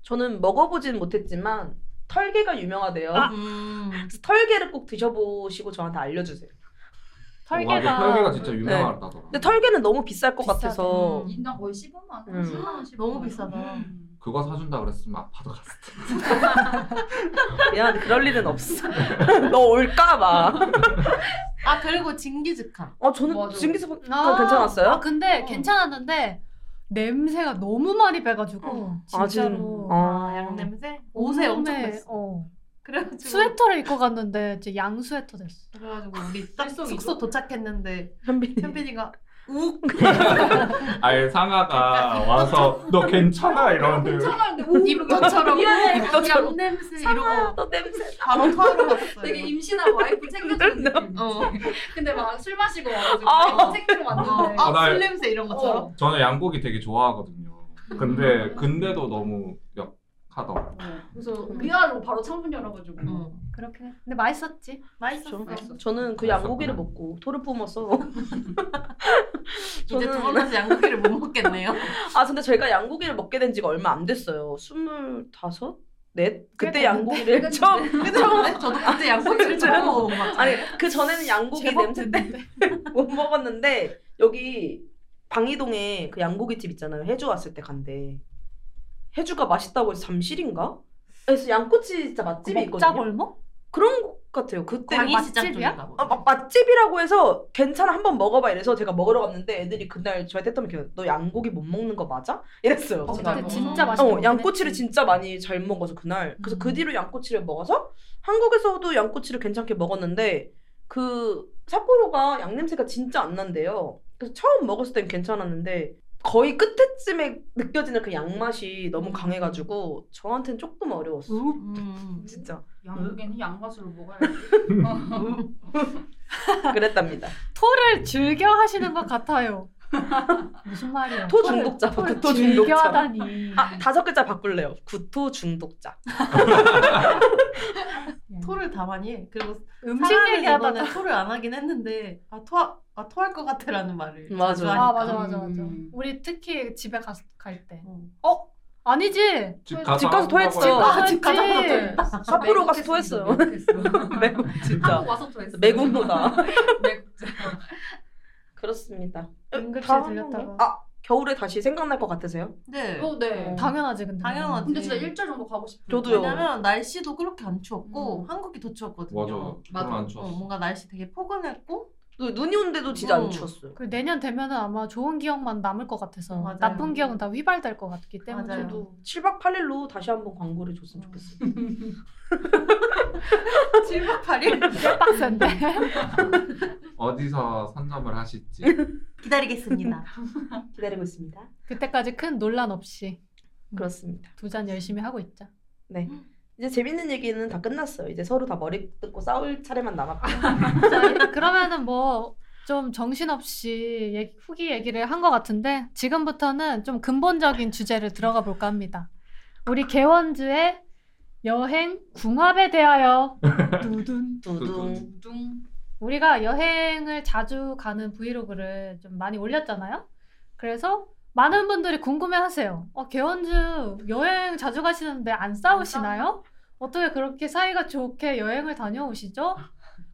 저는 먹어보진 못했지만 털개가 유명하대요. 음. 그래서 털개를 꼭 드셔보시고 저한테 알려주세요. 털개가 맞아, 털개가 뭐 진짜 유명하다더라. 근데 털개는 너무 비쌀 것 비싸대. 같아서 음. 인당 거의 15만 원, 음. 10만 원, 음. 15만 너무 비싸다. 그거 사준다 그랬으면 아파도 갔을 텐데. 미안한데 그럴 일은 없어. [LAUGHS] 너 올까봐. 아 그리고 징기즈칸. 아 저는 맞아. 징기스칸 아, 괜찮았어요? 아 근데 어. 괜찮았는데 냄새가 너무 많이 배가지고 진짜로 아, 진- 아. 아 양 냄새? 옷에 엄청 온몸에, 뺐어. 어. 그래가지고 스웨터를 입고 갔는데 이제 양 스웨터 됐어. 그래가지고 우리 아, 딱 일석이조? 숙소 도착했는데 현빈이. 현빈이가 욱 아예 상아가 와서 너 괜찮아 이러는데 괜찮았는데 입도처럼 미안해. 입도처럼 냄새 아, 이러고 너 냄새. 바로 토하러 갔어요. 되게 임신한 와이프 [LAUGHS] 챙겨주는 느낌. 어. 근데 막 술 마시고 와가지고 네. 아. 와이프 챙기러 왔는데 아, 나- 아술 냄새 이런 것처럼. 어. 저는 양고기 되게 좋아하거든요. 근데 근데도 너무 역하더라. 어, 그래서 미안하고 바로 창문 열어가지고 음. 어. 그렇긴 해. 근데 맛있었지. 맛있었어. 맛있었어. 저는 그 양고기를 먹고 토를 뿜어서. [LAUGHS] 이제 저는- 저번에서 양고기를 못 먹겠네요. 아 근데 제가 양고기를 먹게 된 지가 얼마 안 됐어요. 스물다섯? 넷? 그때 됐는데? 양고기를 처음 [LAUGHS] 근데 저도 그때 양고기를 처음 먹어본 것 같아요. 아니 그 전에는 양고기 제법 냄새 때문에 못 먹었는데 여기 방이동에 그 양고기 집 있잖아요. 해주 왔을 때 간대. 해주가 맛있다고 해서 잠실인가? 그래서 양꼬치 진짜 맛집이 있거든요. 먹자골목? 그런 것 같아요. 그때 광희 광희 시장 맛집이야? 쪽인가 보다. 아, 막 맛집이라고 해서 괜찮아 한번 먹어봐 이래서 제가 먹으러 갔는데 애들이 그날 저한테 했던 게너 양고기 못 먹는 거 맞아? 이랬어요. 어, 제가. 근데 먹자골목. 진짜 어, 맛있어. 어, 양꼬치를 진짜 많이 잘 먹어서 그날. 그래서 음. 그 뒤로 양꼬치를 먹어서 한국에서도 양꼬치를 괜찮게 먹었는데 그 삿포로가 양 냄새가 진짜 안 난대요. 그래서 처음 먹었을 땐 괜찮았는데 거의 끝에쯤에 느껴지는 그 양 맛이 너무 강해가지고 저한텐 조금 어려웠어. 음. 진짜 양고기는 양맛으로 먹어야지 그랬답니다. 토를 즐겨 하시는 것 같아요. 무슨 말이야? 토 토를- 중독자, 토를 토 즐겨 중독자. 하다니. 아 다섯 글자 바꿀래요. 구토 중독자. 토를 다 많이 해. 그리고 예. 음식 사람은 얘기하다가 이번에 토를 안 하긴 했는데 아, 토, 아 토할 것 같아라는 말을 맞아. 자주 하니까. 음. 아 맞아 맞아 맞아. 음. 우리 특히 집에 갈 때. 음. 어? 아니지. 집 가서 집 가서 한다고 뭐 토했어. 해요. 아, 집 가서 삿포로 가서 토했어요. [LAUGHS] 매국 진짜 한국 와서 토했어. 매국노다. [LAUGHS] 매국자. [LAUGHS] 그렇습니다. 응급실 다음 들렸다가. 한번. 아 겨울에 다시 생각날 것 같으세요? 네. 어, 네. 당연하지 근데. 당연하지. 근데 진짜 일절 정도 가고 싶어요. 저도요. 왜냐면 날씨도 그렇게 안 추웠고 음. 한국이 더 추웠거든요. 맞아. 맞아. 맞아. 안 어, 좋았어. 뭔가 날씨 되게 [LAUGHS] 포근했고 또 눈이 온데도 진짜 음. 안 추웠어요. 그 내년 되면은 아마 좋은 기억만 남을 것 같아서 맞아요. 나쁜 기억은 다 휘발될 것 같기 때문에 맞아요. 저도 7박 8일로 다시 한번 광고를 줬으면 좋겠어요. 7박 8일 빡센데 [LAUGHS] 어디서 선점을 하실지. 기다리겠습니다. 기다리고 있습니다. 그때까지 큰 논란 없이 그렇습니다. 두 잔 열심히 하고 있자. 이제 재밌는 얘기는 다 끝났어요. 이제 서로 다 머리 뜯고 싸울 차례만 남았고. 자, 그러니까 그러면은 뭐 좀 정신없이 얘기- 후기 얘기를 한 것 같은데 지금부터는 좀 근본적인 주제를 들어가 볼까 합니다. 우리 개원즈의 여행 궁합에 대하여 두둔. 두둥. 둥. 우리가 여행을 자주 가는 브이로그를 좀 많이 올렸잖아요. 그래서 많은 분들이 궁금해하세요. 어, 개원즈 여행 자주 가시는데 안 싸우시나요? 어떻게 그렇게 사이가 좋게 여행을 다녀오시죠?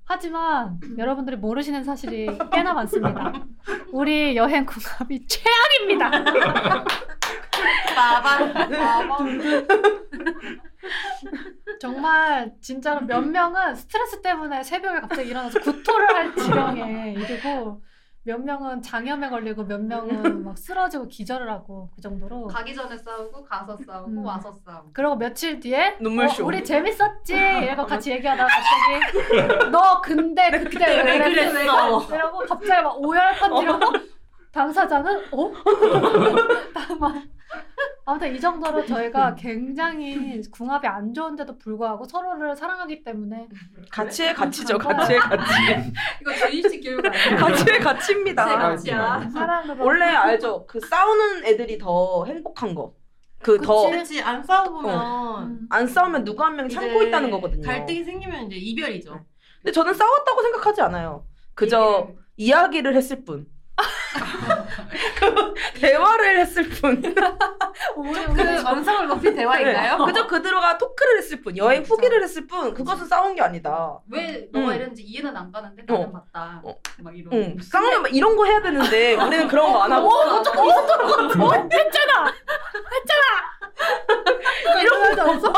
하지만 여러분들이 모르시는 사실이 꽤나 많습니다. 우리 여행 궁합이 최악입니다. 마방 마방 정말 진짜로 몇 명은 스트레스 때문에 새벽에 갑자기 일어나서 구토를 할 지경에 이르고 몇 명은 장염에 걸리고 몇 명은 막 쓰러지고 기절을 하고 그 어. 정도로 가기 전에 싸우고 가서 싸우고 음. 와서 싸우고. 그러고 며칠 뒤에 눈물쇼. 어, 우리 재밌었지 이러고 같이 얘기하다가 갑자기 너 근데 그때 왜, 왜 그랬어? 그랬어? 이러고 갑자기 막 오열 건지려고 당사자는 어? [LAUGHS] 다만 아무튼 이 정도로 저희가 굉장히 궁합이 안 좋은데도 불구하고 서로를 사랑하기 때문에 같이의 [LAUGHS] 가치죠. 같이의 가치. 이거 주입식 교육 아니에요? 같이의 제가 가치입니다. 같이야. 사랑으로 [LAUGHS] 원래 알죠. 그 싸우는 애들이 더 행복한 거. 그 더 안 그렇지 안 싸우면 음, 싸우면 누구 한 명 참고 이제 있다는 거거든요. 갈등이 생기면 이제 이별이죠. 근데 저는 싸웠다고 생각하지 않아요. [LAUGHS] 그저 이야기를 했을 뿐. 그 대화를 했을 뿐. 그 전성을 높인 대화인가요? 네. 그저 그들과 토크를 했을 뿐. 여행 그쵸. 후기를 했을 뿐. 그것은 싸운 게 아니다. 왜 너가 음. 이랬는지 이해는 안 가는데 나는 어. 봤다. 어. 막 이런. 응. 싸우면 막 이런 거 해야 되는데 우리는 그런 거 안 하고. 어? 어, 뭐? 아, 이런 거 없어.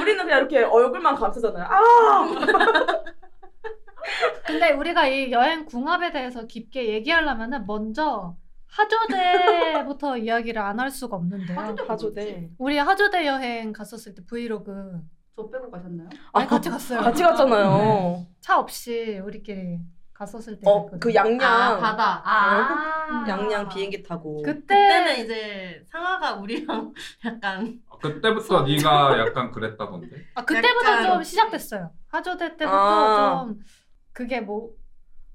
우리는 그냥 이렇게 얼굴만 감싸잖아요. 아! 근데 우리가 이 여행 궁합에 대해서 깊게 얘기하려면은 먼저 하조대부터 이야기를 안 할 수가 없는데요. 하조대? 가조대. 우리 하조대 여행 갔었을 때 브이로그 저 빼고 가셨나요? 아니 같이 갔어요. 같이 갔잖아요. 차 없이 우리끼리 갔었을 때. 어, 네, 그랬거든요. 그 양양. 아 바다 아 아. 어. 양양 비행기 타고. 그때 그때는 이제 상아가 우리랑 [LAUGHS] 약간 그때부터 네가 약간 그랬다던데. 아, 그때부터 약간- 좀 시작됐어요. 하조대 때부터 아. 좀 그게 뭐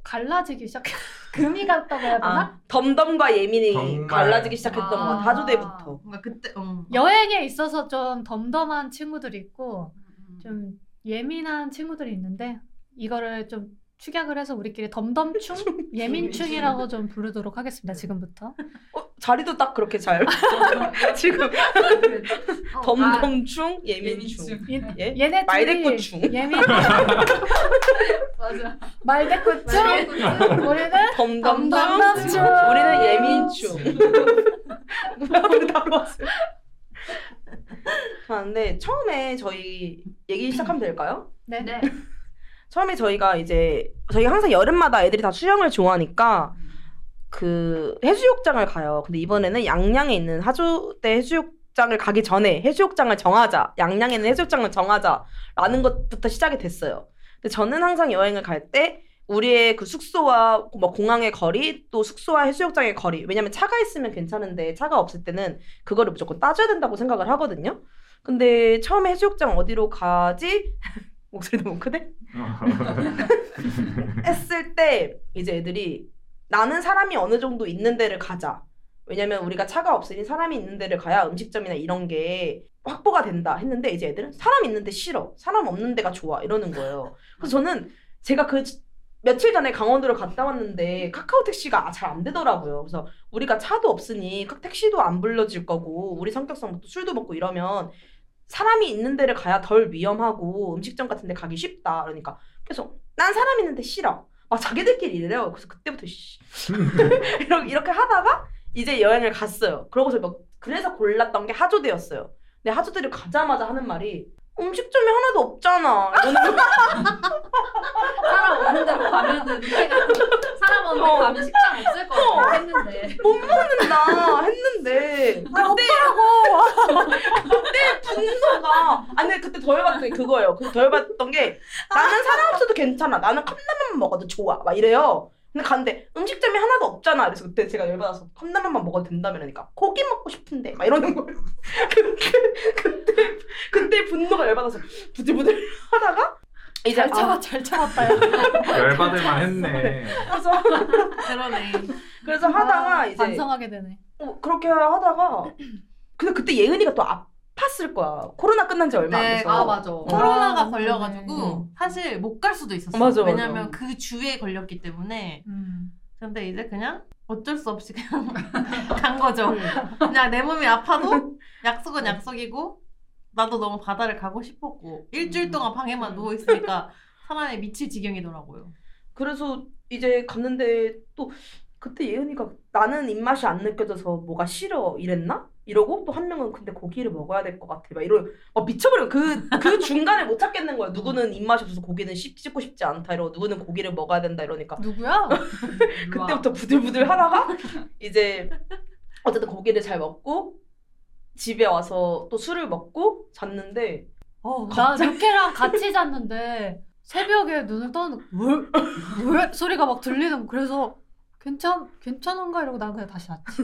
갈라지기 시작해. [LAUGHS] 금이 갔다고 해야 되나? 아, 덤덤과 예민이 정말. 갈라지기 시작했던 아. 것 같아. 하조대부터. 뭔가 그때 음. 여행에 있어서 좀 덤덤한 친구들이 있고 음. 좀 예민한 친구들이 있는데 이거를 좀 축약을 해서 우리끼리 [LAUGHS] 덤덤충, 예민충이라고 좀 부르도록 하겠습니다. 지금부터. 어, 자리도 딱 그렇게 잘. 지금 어, 아, 덤덤충, 예민충. 예민충. 예? 얘네 말대꾸충. 둘이 예민 맞아. 말대꾸충 아, 우리는 덤덤충. 덤덤충. 우리는 [LAUGHS] 어. 네. 예민충. 우리 다 왔어요. 아, 근데 처음에 저희 얘기 시작하면 될까요? 네. 네. 처음에 저희가 이제 저희 항상 여름마다 애들이 다 수영을 좋아하니까 그 해수욕장을 가요. 근데 이번에는 양양에 있는 하조대 해수욕장을 가기 전에 해수욕장을 정하자. 양양에 있는 해수욕장을 정하자라는 것부터 시작이 됐어요. 근데 저는 항상 여행을 갈 때 우리의 그 숙소와 뭐 공항의 거리 또 숙소와 해수욕장의 거리 왜냐면 차가 있으면 괜찮은데 차가 없을 때는 그거를 무조건 따져야 된다고 생각을 하거든요. 근데 처음에 해수욕장 어디로 가지? [LAUGHS] 목소리 너무 크네? 했을 때 이제 애들이 나는 사람이 어느 정도 있는 데를 가자. 왜냐면 우리가 차가 없으니 사람이 있는 데를 가야 음식점이나 이런 게 확보가 된다 했는데 이제 애들은 사람 있는 데 싫어. 사람 없는 데가 좋아. 이러는 거예요. 그래서 저는 제가 그 며칠 전에 강원도를 갔다 왔는데 카카오 택시가 아, 잘 안 되더라고요. 그래서 우리가 차도 없으니 택시도 안 불러질 거고 우리 성격상 또 술도 먹고 이러면 사람이 있는 데를 가야 덜 위험하고 음식점 같은 데 가기 쉽다. 그러니까 그래서 난 사람 있는데 싫어. 막 자기들끼리 이래요. 그래서 그때부터 씨. [LAUGHS] 이렇게, 이렇게 하다가 이제 여행을 갔어요. 그러고서 막 그래서 골랐던 게 하조대였어요. 근데 하조대를 가자마자 하는 말이 음식점이 하나도 없잖아. 이러는 거예요. 사람 없는 데로 가면은 내가 사람 없는 데 어. 가면 식당 없을 거 같아 했는데 못 먹는다 했는데 그때 그때 분노가 아니 근데 그때 더 열받던 게 그거예요. 그더 열받던 게 나는 사람 없어도 괜찮아. 나는 컵라면만 먹어도 좋아. 막 이래요. 근데 갔는데 음식점이 하나도 없잖아. 그래서 그때 제가 열받아서 컵라면만 먹어도 된다면 그러니까 고기 먹고 싶은데 막 이러는 거예요. [LAUGHS] 그때 그때 그때 분노가 열받아서 부들부들 하다가 이제 잘 아, 참아 잘 참았다. 야. 열받을만 했네. 그래서 그러네. 그래서 아, 하다가 이제 반성하게 되네. 어, 그렇게 [CLEARS THROAT] 하다가 근데 그때 예은이가 또 아팠을 거야. 코로나 끝난 지 얼마 안 네, 돼서. 아 맞아 코로나가 아, 걸려가지고 사실 못 갈 수도 있었어. 맞아, 맞아. 왜냐면 그 주에 걸렸기 때문에. 음. 근데 이제 그냥 어쩔 수 없이 그냥 [LAUGHS] 간 거죠. 그냥 내 몸이 아파도 약속은 약속이고 나도 너무 바다를 가고 음. 싶었고 일주일 동안 방에만 누워 있으니까 사람이 미칠 지경이더라고요. 그래서 이제 갔는데 또 그때 예은이가 나는 입맛이 안 느껴져서 뭐가 싫어 이랬나? 이러고 또 한 명은 근데 고기를 먹어야 될 것 같아 막 이러 막 미쳐버려 그그 중간을 못 찾겠는 거야 누구는 입맛이 없어서 고기는 씹, 씹고 싶지 않다 이러고 누구는 고기를 먹어야 된다 이러니까 누구야? 그때부터 부들부들 하다가 이제 어쨌든 고기를 잘 먹고 집에 와서 또 술을 먹고 잤는데 어, 나 루케랑 같이 잤는데 새벽에 눈을 떠는 왜 소리가 막 들리는 거. 그래서 괜찮 괜찮은가 이러고 난 그냥 다시 잤지.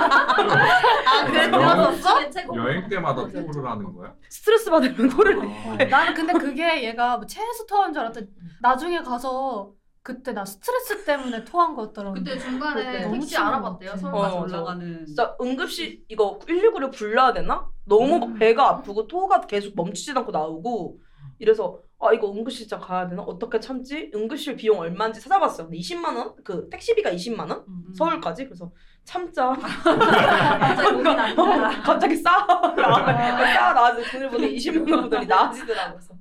아 그래 들었었어? 여행 때마다 토를 하는 거야? 스트레스 받으면 [LAUGHS] 토를 내. 아. 나는 근데 그게 얘가 뭐 체에서 토한 줄 알았더니 나중에 가서 그때 나 스트레스 때문에 토한 거였더라고. 그때 중간에 어, 너무 택시 심한 것 알아봤대요 같아. 서울까지 어, 맞아. 올라가는 진짜 응급실 이거 119를 불러야 되나? 너무 막 배가 아프고 토가 계속 멈추지 않고 나오고 이래서 아 이거 응급실 진짜 가야 되나? 어떻게 참지? 응급실 비용 얼마인지 찾아봤어요. 근데 20만 원? 그 택시비가 20만 원? 음. 서울까지? 그래서 참자. 갑자기 [LAUGHS] 고민 안 된다 어, 갑자기 싸. [LAUGHS] 싸 나와서 그 돈을 보니 20만 원 [LAUGHS] 보더니 나아지더라고. 그래서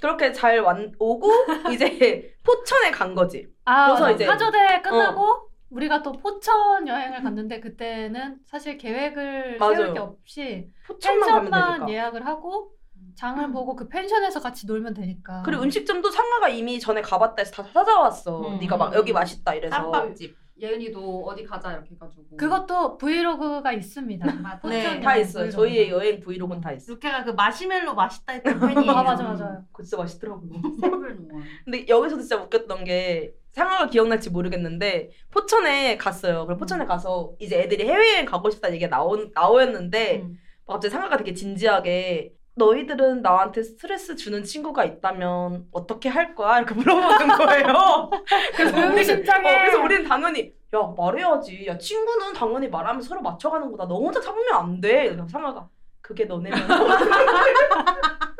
그렇게 잘 완, [LAUGHS] 오고 이제 포천에 간 거지. 아, 그래서 맞아. 이제- 어. 하조대 끝나고 우리가 또 포천 여행을 갔는데 그때는 사실 계획을 맞아요. 세울 게 없이 포천만 가면 되니까. 펜션만 예약을 하고 음. 장을 보고 그 펜션에서 같이 놀면 되니까. 그리고 음식점도 상가가 이미 전에 가봤다 해서 다 찾아왔어. 음. 네가 막 여기 맛있다 이래서. 짬밥집. 그 예은이도 어디 가자 이렇게 해가지고 그것도 브이로그가 음. 있습니다. 맞아. 네, 포천 다 여행 있어요. 브이로그. 저희의 여행 브이로그는 다 있어요. 루케가 그 마시멜로 맛있다 했던 [LAUGHS] 팬이에요. 아 [LAUGHS] 맞아 맞아요. 그거 진짜 맛있더라고요. 생물 농원 근데 여기서도 진짜 웃겼던 게 상황을 기억날지 모르겠는데 포천에 갔어요. 그리고 포천에 가서 이제 애들이 해외여행 가고 싶다는 얘기가 나온, 나오였는데 음. 막 갑자기 상가가 되게 진지하게 너희들은 나한테 스트레스 주는 친구가 있다면 어떻게 할 거야? 이렇게 물어보는 [LAUGHS] 거예요. 그래서 너무 우리는- 심장해. 어, 그래서 우리는 당연히 야 말해야지. 야 친구는 당연히 말하면 서로 맞춰가는 거다. 너 혼자 참으면 안 돼. 그래서 상아가 그게 너네면 [LAUGHS]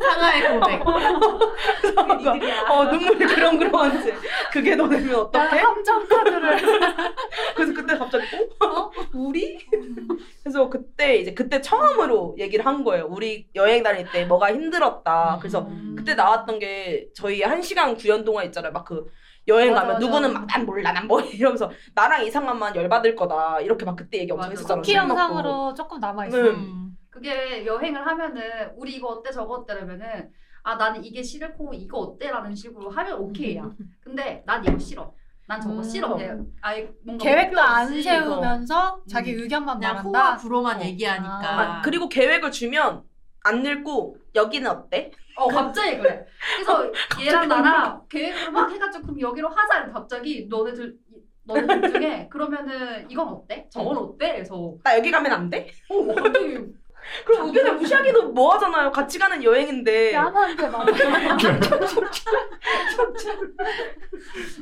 상하의 고백. 상아가 어 눈물이 그렁그렁한 채 그게 너네면 아, 어떡해? 함정 카드를 그래서 그때 갑자기 어? 우리? 그래서 그때 이제 그때 처음으로 얘기를 한 거예요. 우리 여행 다닐 때 뭐가 힘들었다. 그래서 그때 나왔던 게 저희 한 시간 구연 동안 있잖아요. 막 그 여행 맞아, 가면 맞아. 누구는 막 난 몰라 난 뭐 이러면서 나랑 이상한만 열받을 거다 이렇게 막 그때 얘기 엄청 맞아. 했었잖아요. 쿠키 술 먹고. 영상으로 조금 남아 있어. 네. 요 음. 그게 여행을 하면은 우리 이거 어때 저거 어때라면은 아 나는 이게 싫고 이거 어때라는 식으로 하면 오케이야. 근데 난 이거 싫어. 난 저거 음. 싫어. 그냥 아예 뭔가 계획도 목표 안 없이 세우면서 자기 음. 의견만 그냥 호화 말한다. 부로만 어. 얘기하니까. 아, 그리고 계획을 주면 안 읽고 여기는 어때? 어 갑자기 그래. 그래서 얘랑 나랑 계획으로 막 해가지고 그럼 여기로 하자. 이러면 갑자기 너네들 너네들 중에 그러면은 이건 어때? 저건 어때? 그래서 어 나 여기 가면 안 돼? 갑자기 그럼 의견을 [LAUGHS] 무시하기도 뭐하잖아요. 같이 가는 여행인데. 야한테 막. [LAUGHS]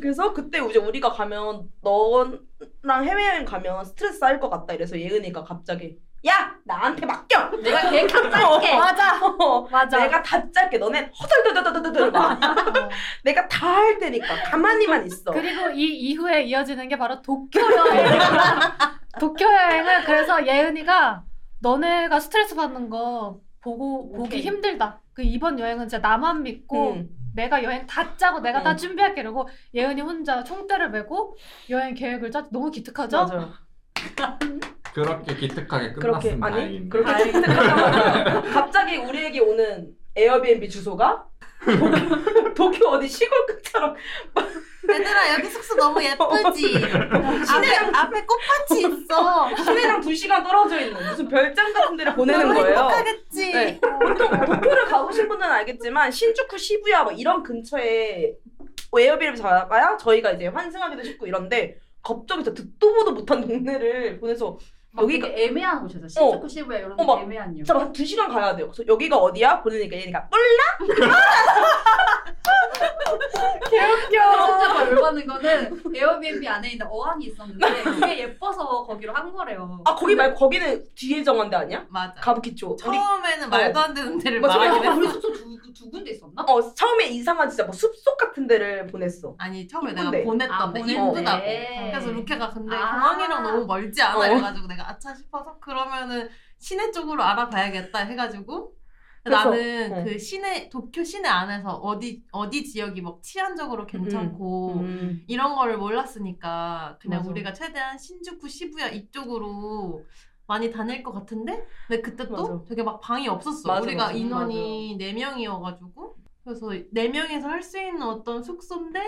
그래서 그때 이제 우리가 가면 너랑 해외여행 가면 스트레스 쌓일 것 같다 이래서 예은이가 갑자기 야 나한테 [LAUGHS] 맡겨 어, 내가 계획 다 짤게. [LAUGHS] 맞아 어, 맞아. 내가 다 짤게 너네 허덜덜덜덜덜 막 어. 내가 다 할 테니까 가만히만 있어. 그리고 이 이후에 이어지는 게 바로 도쿄 여행. [LAUGHS] 도쿄 여행을 그래서 예은이가 너네가 스트레스 받는 거 보고 보기 오케이. 힘들다. 그 이번 여행은 진짜 나만 믿고 음. 내가 여행 다 짜고 내가 음. 다 준비할게 이러고 예은이 혼자 총대를 메고 여행 계획을 짜 너무 기특하죠? 맞아요. 아, 그렇게 기특하게 그렇게 끝났으면 아니 다행인데. 그렇게 생각하면 [LAUGHS] 갑자기 우리에게 오는 에어비앤비 주소가 도쿄, [LAUGHS] 도쿄 어디 시골 끝처럼 얘들아 여기 숙소 너무 [LAUGHS] 어. 예쁘지? 앞에, 앞에 꽃밭이 있어. 시내랑 두 시간 떨어져 있는 무슨 별장 같은 데를 보내는 너무 거예요. 행복하겠지? 네. 보통 도쿄를 가보신 분들은 알겠지만 신주쿠, 시부야 뭐 이런 근처에 에어비를 잡아야 저희가 이제 환승하기도 쉽고 이런데 갑자기 진짜 듣도 보도 못한 동네를 보내서 여기가 여기가 애매한 곳에서 신주쿠 시부야 이런 어, 막 애매한 유. 진짜 한두 시간 가야 돼요. 그래서 여기가 어디야? 보내니까 얘네가 몰라. 개웃겨. 진짜 열받는 거는 에어비앤비 안에 있는 어항이 있었는데 그게 예뻐서 거기로 한 거래요. 아 거기 말고 거기는 뒤에 정한 데 아니야? 맞아. 가부키초. 뭐 우리 처음에는 말도 안 되는 데를 맞아, 말하긴 우리 했어. 숙소 두, 두 군데 있었나? 어 처음에 이상한 진짜 뭐 숲속 같던 데를 보냈어. 아니 뭐 처음에 이쁜데. 내가 보냈던데 아, 보냈네. 이쁘다고. 그래서 루케가 근데 아. 공항이랑 너무 멀지 않아 어. 이래가지고 내가 아차 싶어서 그러면은 시내 쪽으로 알아봐야겠다 해가지고 그래서, 나는 어. 그 시내 도쿄 시내 안에서 어디 어디 지역이 막 치안적으로 괜찮고 음. 이런 거를 몰랐으니까 그냥 맞아. 우리가 최대한 신주쿠 시부야 이쪽으로 많이 다닐 것 같은데 근데 그때 또 맞아. 되게 막 방이 없었어 맞아, 우리가 맞아, 인원이 네 4명이어가지고 그래서 4명에서 할 수 있는 어떤 숙소인데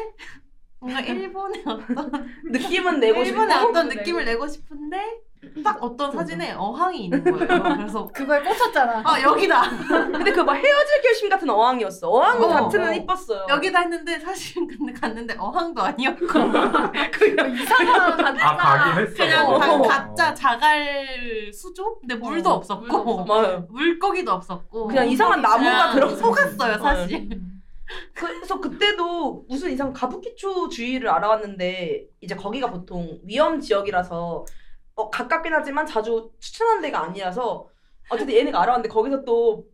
[LAUGHS] 뭔가 일본의 어떤 느낌은 내고 싶고 일본의 어떤 내고 느낌을 내고 싶은데 딱 어떤 사진에 어항이 있는 거예요 그래서 그걸 꽂혔잖아. [LAUGHS] 아 [LAUGHS] 여기다 근데 그 막 헤어질 결심 같은 어항이었어. 어항 어. 자체는 이뻤어요. [LAUGHS] 여기다 했는데 사실 근데 갔는데 어항도 아니었고 이상한 아 가긴 했어. 그냥 어. 다 각자 자갈 수조? 근데 물도 어, 물도 없었고 없었고. 맞아요. 물고기도 없었고 그냥 이상한 나무가 그냥 들어서 속았어요 사실 그래서 그때도 무슨 이상 가부키초 주위를 알아왔는데 이제 거기가 보통 위험 지역이라서 어, 가깝긴 하지만 자주 추천하는 데가 아니라서 어쨌든 예은이가 알아왔는데 거기서 또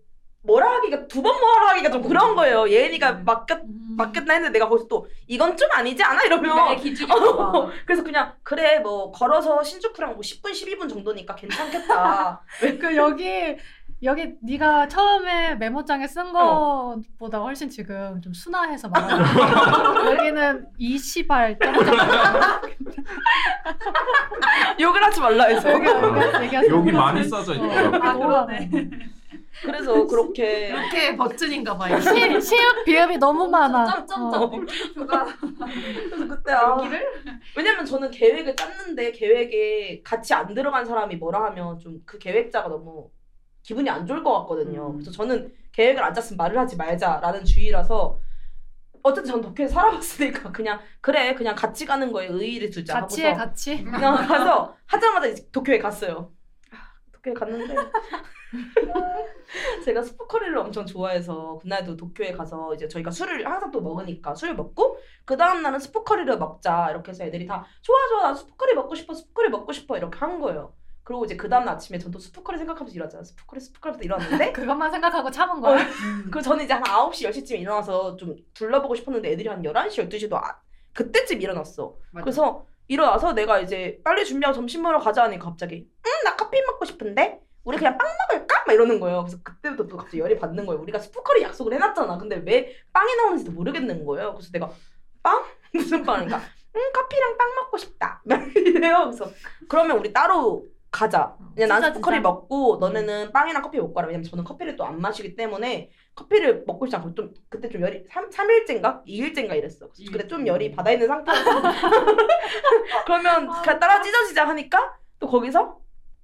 뭐라 하기가 두 번 뭐라 하기가 좀 그런 거예요. 예은이가 음. 맞겠, 맞겠나 했는데 내가 거기서 또 이건 좀 아니지 않아? 내 네, 이러면 기준이 어, 봐. 그래서 그냥 그래 뭐 걸어서 신주쿠랑 뭐 10분 12분 정도니까 괜찮겠다. 그 여기 여기 네가 처음에 메모장에 쓴 어. 것보다 훨씬 지금 좀 순화해서 말하는 [LAUGHS] 여기는 이시발 [LAUGHS] [LAUGHS] 욕을 하지 말라 해서. 여기 많이 써져 있더라고. 아, 그러네. 그래서 그렇게 이렇게 버튼인가 [LAUGHS] 봐요 시, 시읍 비읍이 너무 많아. 점점점 그 어. 느낌표가 그래서 그때 아, 여기를 왜냐면 저는 계획을 짰는데 계획에 같이 안 들어간 사람이 뭐라 하면 좀 그 계획자가 너무 기분이 안 좋을 것 같거든요. 음. 그래서 저는 계획을 안 짰으면 말을 하지 말자라는 주의라서 어쨌든 전 도쿄에 살아봤으니까 그냥 그래 그냥 같이 가는 거에 의의를 두자 같이해 하고서 같이. 그냥 어, 가서 하자마자 이제 도쿄에 갔어요. 아, 도쿄에 갔는데 제가 스프커리를 엄청 좋아해서 그날도 도쿄에 가서 이제 저희가 술을 항상 또 먹으니까 술 먹고 그 다음 날은 스프커리를 먹자 이렇게 해서 애들이 다 좋아 좋아 나 스프커리 먹고 싶어 스프커리 먹고 싶어 이렇게 한 거예요. 그리고 이제 그 다음 날 아침에 전 또 스프커리 생각하면서 일어났잖아요. 스프커리 스프커리부터 일어났는데 그것만 생각하고 참은 거야. [LAUGHS] 그 저는 이제 한 9시 10시쯤 일어나서 좀 둘러보고 싶었는데 애들이 한 11시 12시도 아, 그때쯤 일어났어. 그래서 일어나서 내가 이제 빨리 준비하고 점심 먹으러 가자 하니까 갑자기 응 나 커피 먹고 싶은데 우리 그냥 빵 먹을까? 막 이러는 거예요. 그래서 그때부터 또 갑자기 열이 받는 거예요. 우리가 스프커리 약속을 해놨잖아. 근데 왜 빵이 나오는지도 모르겠는 거예요. 그래서 내가 빵? [LAUGHS] 무슨 빵인가? 그러니까, 응 커피랑 빵 먹고 싶다. [LAUGHS] 막 이래요. 그래서 그러면 우리 따로 가자. 음. 그냥 난 진짜, 스프커리 진짜. 먹고 너네는 빵이랑 커피 먹고 가라. 왜냐면 저는 커피를 또 안 마시기 때문에 커피를 먹고 싶지 않고 좀 그때 좀 열이 3, 삼일째인가이일째인가 이랬어. 그래서 그때 좀 음. 열이 받아 있는 [LAUGHS] 상태에서 그러면 아, 그냥 따라 찢어지자 하니까 또 거기서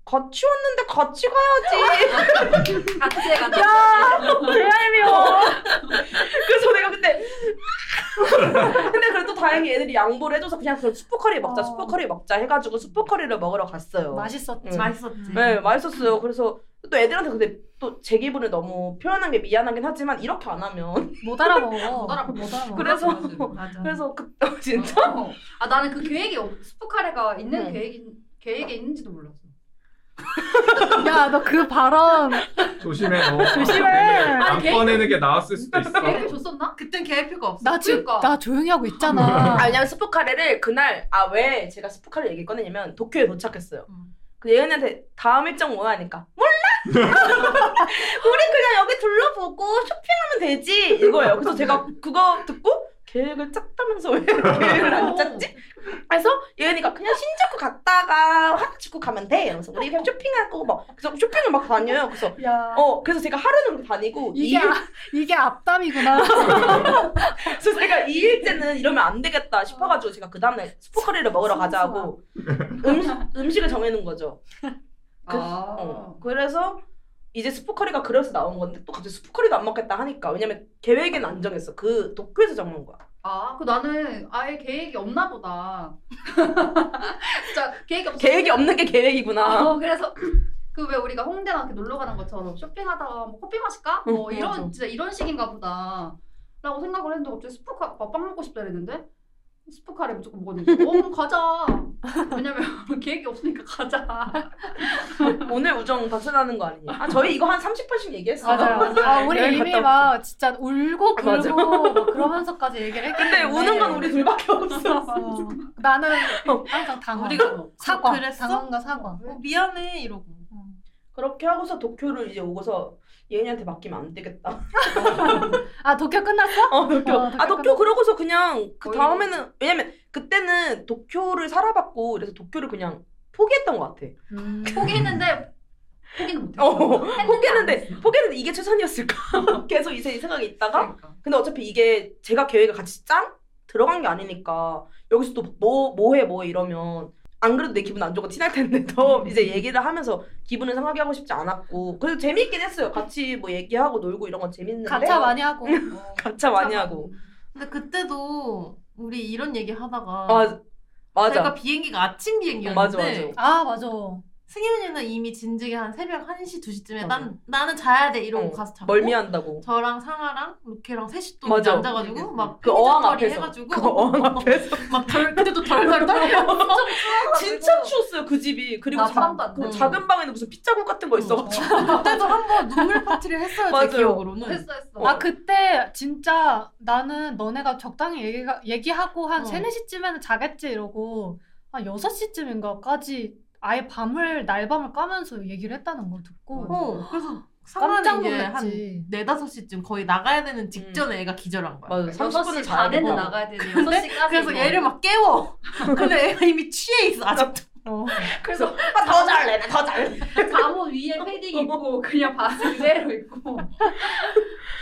같이 왔는데 같이 가야지. 같이 해 같이. 아, 불얄미워. [LAUGHS] 그래서 내가 그때 [LAUGHS] 근데 그래도 다행히 애들이 양보를 해줘서 그냥 그럼 스프커리 먹자 어. 스프커리 먹자 해가지고 스프커리를 먹으러 갔어요. 맛있었지. 응. 맛있었지 네, 맛있었어요. 그래서 또 애들한테 근데 또 제 기분을 너무 표현한 게 미안하긴 하지만 이렇게 안 하면 못 알아먹어. 못 알아먹어. 못 알아먹어. 그래서 맞아. 그래서 그 어, 진짜 어. 아 나는 그 계획이 없- 스포카레가 있는 응. 계획인 계획에 있는지도 몰랐어. 야, 너 그 발언 조심해 너. 조심해. 안 아니, 그러니까 꺼내는 게 나았을 수도 있어. 계획을 줬었나? 그땐 계획표가 없어. 나 지금 그러니까. 나 조용히 하고 있잖아. 아, 왜냐면 스포카레를 그날 아 왜 제가 스포카레 얘기 꺼내냐면 도쿄에 도착했어요. 음. 그 예은이한테 다음 일정 뭐야 하니까 몰라. [LAUGHS] 우리 그냥 여기 둘러보고 쇼핑하면 되지 이거예요. 그래서 제가 그거 듣고 계획을 짰다면서 왜 계획을 안 짰지? 그래서 예은이가 그냥 신주쿠 갔다가 하카주쿠 가면 돼. 이러면서 우리 그냥 쇼핑하고 막 그래서 쇼핑을 막 다녀요. 그래서 야. 어 그래서 제가 하루는 다니고 이게 이일- 아- 이게 앞담이구나. 그래서 제가 2일째는 이러면 안 되겠다 싶어가지고 제가 그 다음날 스포카리를 먹으러 가자고 음식, 음식을 정해놓은 거죠. 그- 아. 어. 그래서 이제 스포카리가 그래서 나온 건데 또 갑자기 스포카리도 안 먹겠다 하니까 왜냐면 계획엔 안 정했어. 그 도쿄에서 정한 거야. 아, 그 나는 아예 계획이 없나 보다. [LAUGHS] 진짜 계획이 없어. 계획이 없는 게 아. 계획이구나. 어, 그래서 그 왜 우리가 홍대나 이렇게 놀러 가는 것처럼 쇼핑하다가 뭐 커피 마실까? 뭐 응, 이런 맞아. 진짜 이런 식인가 보다. 라고 생각을 했는데 갑자기 스포카 막빵 먹고 싶다 그랬는데 스포카를 무조건 먹었는데 [LAUGHS] 어 그럼 가자. 왜냐면 [LAUGHS] 계획이 없으니까 가자. [LAUGHS] 오늘 우정 다쳐나는 거 아니냐. 아, 저희 이거 한 30분씩 얘기했어요. 맞아요. 아, 여행 우리 이미 갔다 막 진짜 울고 맞아. 굴고 막 그러면서까지 얘기를 했기 [LAUGHS] 근데 때문에. 우는 건 우리 [LAUGHS] 둘밖에 없어. 어, 나는 어. 항상 당황. 우리가 사과. 그랬어? 당황과 사과. 어, 미안해 이러고. 어. 그렇게 하고서 도쿄를 이제 오고서 예은이한테 맡기면 안 되겠다. [LAUGHS] 아 도쿄 끝났어? 어, 도쿄. 어, 아, 도쿄 그러고서 그냥 그 거의- 다음에는 왜냐면 그때는 도쿄를 살아봤고 그래서 도쿄를 그냥 포기했던 것 같아. 음. 포기했는데 포기는 못했어. 어, 포기했는데 포기했는데 이게 최선이었을까? [LAUGHS] 계속 이제 이 생각이 있다가 그러니까. 근데 어차피 이게 제가 계획을 같이 짠 들어간 게 아니니까 여기서 또 뭐 뭐해 뭐 이러면 안 그래도 내 기분 안 좋고 티날 텐데 [LAUGHS] 더 이제 얘기를 하면서 기분을 상하게 하고 싶지 않았고 그래도 재밌긴 했어요. 같이 뭐 얘기하고 놀고 이런 건 재밌는데 가차 많이 하고. 어. 가차 많이 하고 근데 그때도 우리 이런 얘기 하다가 아 제가 맞아 어, 비행기가 아침 비행기였는데 맞아 맞아 아 맞아. 승희 언니는 이미 진즉에 한 새벽 1시 2시쯤에 맞아. 난, 나는 자야 돼 이러고 어, 가서 자고 멀미한다고 저랑 상아랑 루케랑 셋이 또 맞아. 앉아가지고 막 그 어항 편의점 거리 앞에서. 해가지고 그 어항 앞에서 막 덜, 그때 또 덜덜 떨려 아, 진짜 추웠어요 그 집이 그리고 나 자- 바람도 안 그 나고. 작은 방에는 무슨 핏자국 같은 거 있어가지고 [LAUGHS] 그때도 한 번 눈물 파티를 했어요 맞아요. 제 기억으로는 했어 했어. 아 그때 진짜 나는 너네가 적당히 얘기가, 얘기하고 한 어. 세네 시쯤에는 자겠지 이러고 한 여섯 시쯤인가까지 아예 밤을 날밤을 까면서 얘기를 했다는 걸 듣고 어, 그래서 깜짝 상아는 이제 한 놀랐지. 4, 5시쯤 거의 나가야 되는 직전에 애가 기절한 거야 음. 맞아 30분은 30분은 자야 반에는 되고 나가야 되니 6시까지 뭐. 그래서 얘를 [LAUGHS] 막 깨워 근데 애가 이미 취해 있어 아직 어. 그래서 아, 더 잘래 나더 잘래 [LAUGHS] 잠옷 위에 어. 패딩 입고 그냥 바지 그대로 입고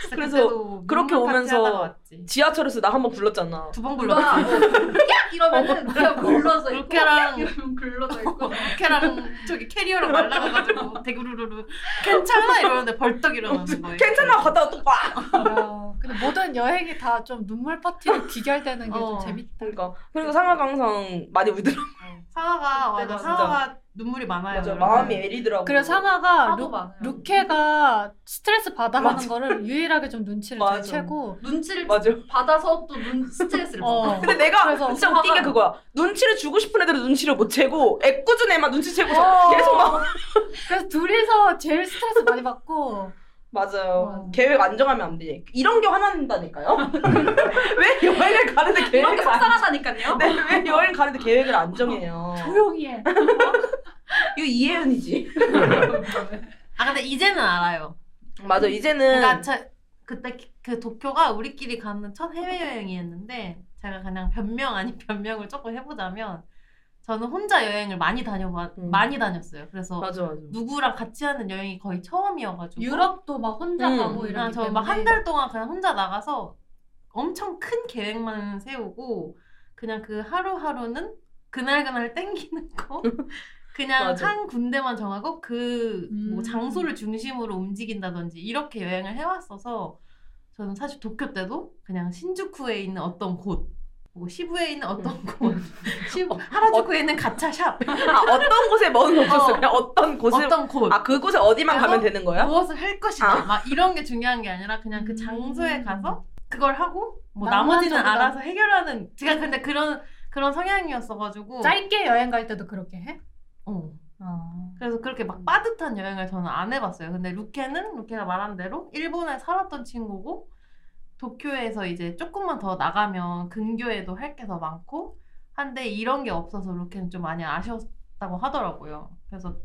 그래서 그때도 그렇게 눈물 파티 오면서 하다가 왔지. 지하철에서 나 한 번 불렀잖아 두번 누가 [LAUGHS] 불렀지 깍 어, 이러면은 어, 그냥 굴러서 있고 루케랑- [LAUGHS] 깍 이러면 굴러서 있고 걔랑 저기 캐리어로 날라가가지고 대구르르르 괜찮아 이러는데 벌떡 [LAUGHS] 일어나는 거예요. 괜찮아 갔다가 또와 야, 근데 모든 여행이 다 좀 눈물 파티로 귀결되는 게 좀 어. 재밌다. 그러니까 그리고 상아가 항상 많이 울더라 상아가 그때가 맞아 진짜. 상아가 눈물이 많아요. 맞아 여러분. 마음이 애리더라고 그래서 상아가 하도 루, 많아요 루케가 스트레스 받아 맞아. 하는 거를 유일하게 좀 눈치를 맞아. 잘 채고 눈치를 맞아 받아서 또 눈 스트레스를 어. 받아 근데 내가 그래서 진짜 웃긴 게 화가- 그거야 눈치를 주고 싶은 애들은 눈치를 못 채고 애꿎은 애만 눈치 채고서 어. 계속 막 그래서 둘이서 제일 스트레스 많이 받고 맞아요 어. 계획 안 정하면 안돼 이런 게 화난다니까요 [LAUGHS] 왜 여행을 가는데 이렇게 계획을 안 속상하다니까요 네, 왜 여행 가는데 계획을 안 정해요? 조용히 해. 이거 [LAUGHS] 이혜연이지. 아 근데 이제는 알아요. 맞아, 이제는 그러니까 저, 그때 그 도쿄가 우리끼리 가는 첫 해외 여행이었는데 제가 그냥 변명 아닌 [LAUGHS] 변명을 조금 해보자면 저는 혼자 여행을 많이 다녀 음. 많이 다녔어요. 그래서 맞아, 맞아. 누구랑 같이 하는 여행이 거의 처음이어가지고 유럽도 막 혼자 음. 가고 뭐 아, 이러기 때문에 아, 저막 한 달 동안 그냥 혼자 나가서 엄청 큰 계획만 세우고 그냥 그 하루하루는 그날그날 땡기는 [LAUGHS] 거 그냥 맞아. 한 군데만 정하고 그 뭐 음. 장소를 중심으로 움직인다든지 이렇게 여행을 해왔어서 저는 사실 도쿄 때도 그냥 신주쿠에 있는 어떤 곳 뭐 시부에 있는 어떤 음. 곳, [LAUGHS] 시부, 뭐 어, 하라주쿠에 있는 가차샵 아, 어떤 곳에 먼 없었어. 어. 그냥 어떤 곳에 어떤 곳 아, 그곳에 어디만 가서 가면 되는 거야? 무엇을 할 것이냐 아. 막 이런 게 중요한 게 아니라 그냥 그 음. 장소에 가서 그걸 하고 뭐 나머지는 낭만적이다. 알아서 해결하는 제가 근데 그런 그런 성향이었어가지고 짧게 여행 갈 때도 그렇게 해? 어. 어. 그래서 그렇게 막 빠듯한 여행을 저는 안 해봤어요. 근데 루케는 루케가 말한 대로 일본에 살았던 친구고 도쿄에서 이제 조금만 더 나가면 근교에도 할 게 더 많고 한데 이런 게 없어서 루케는 좀 많이 아쉬웠다고 하더라고요. 그래서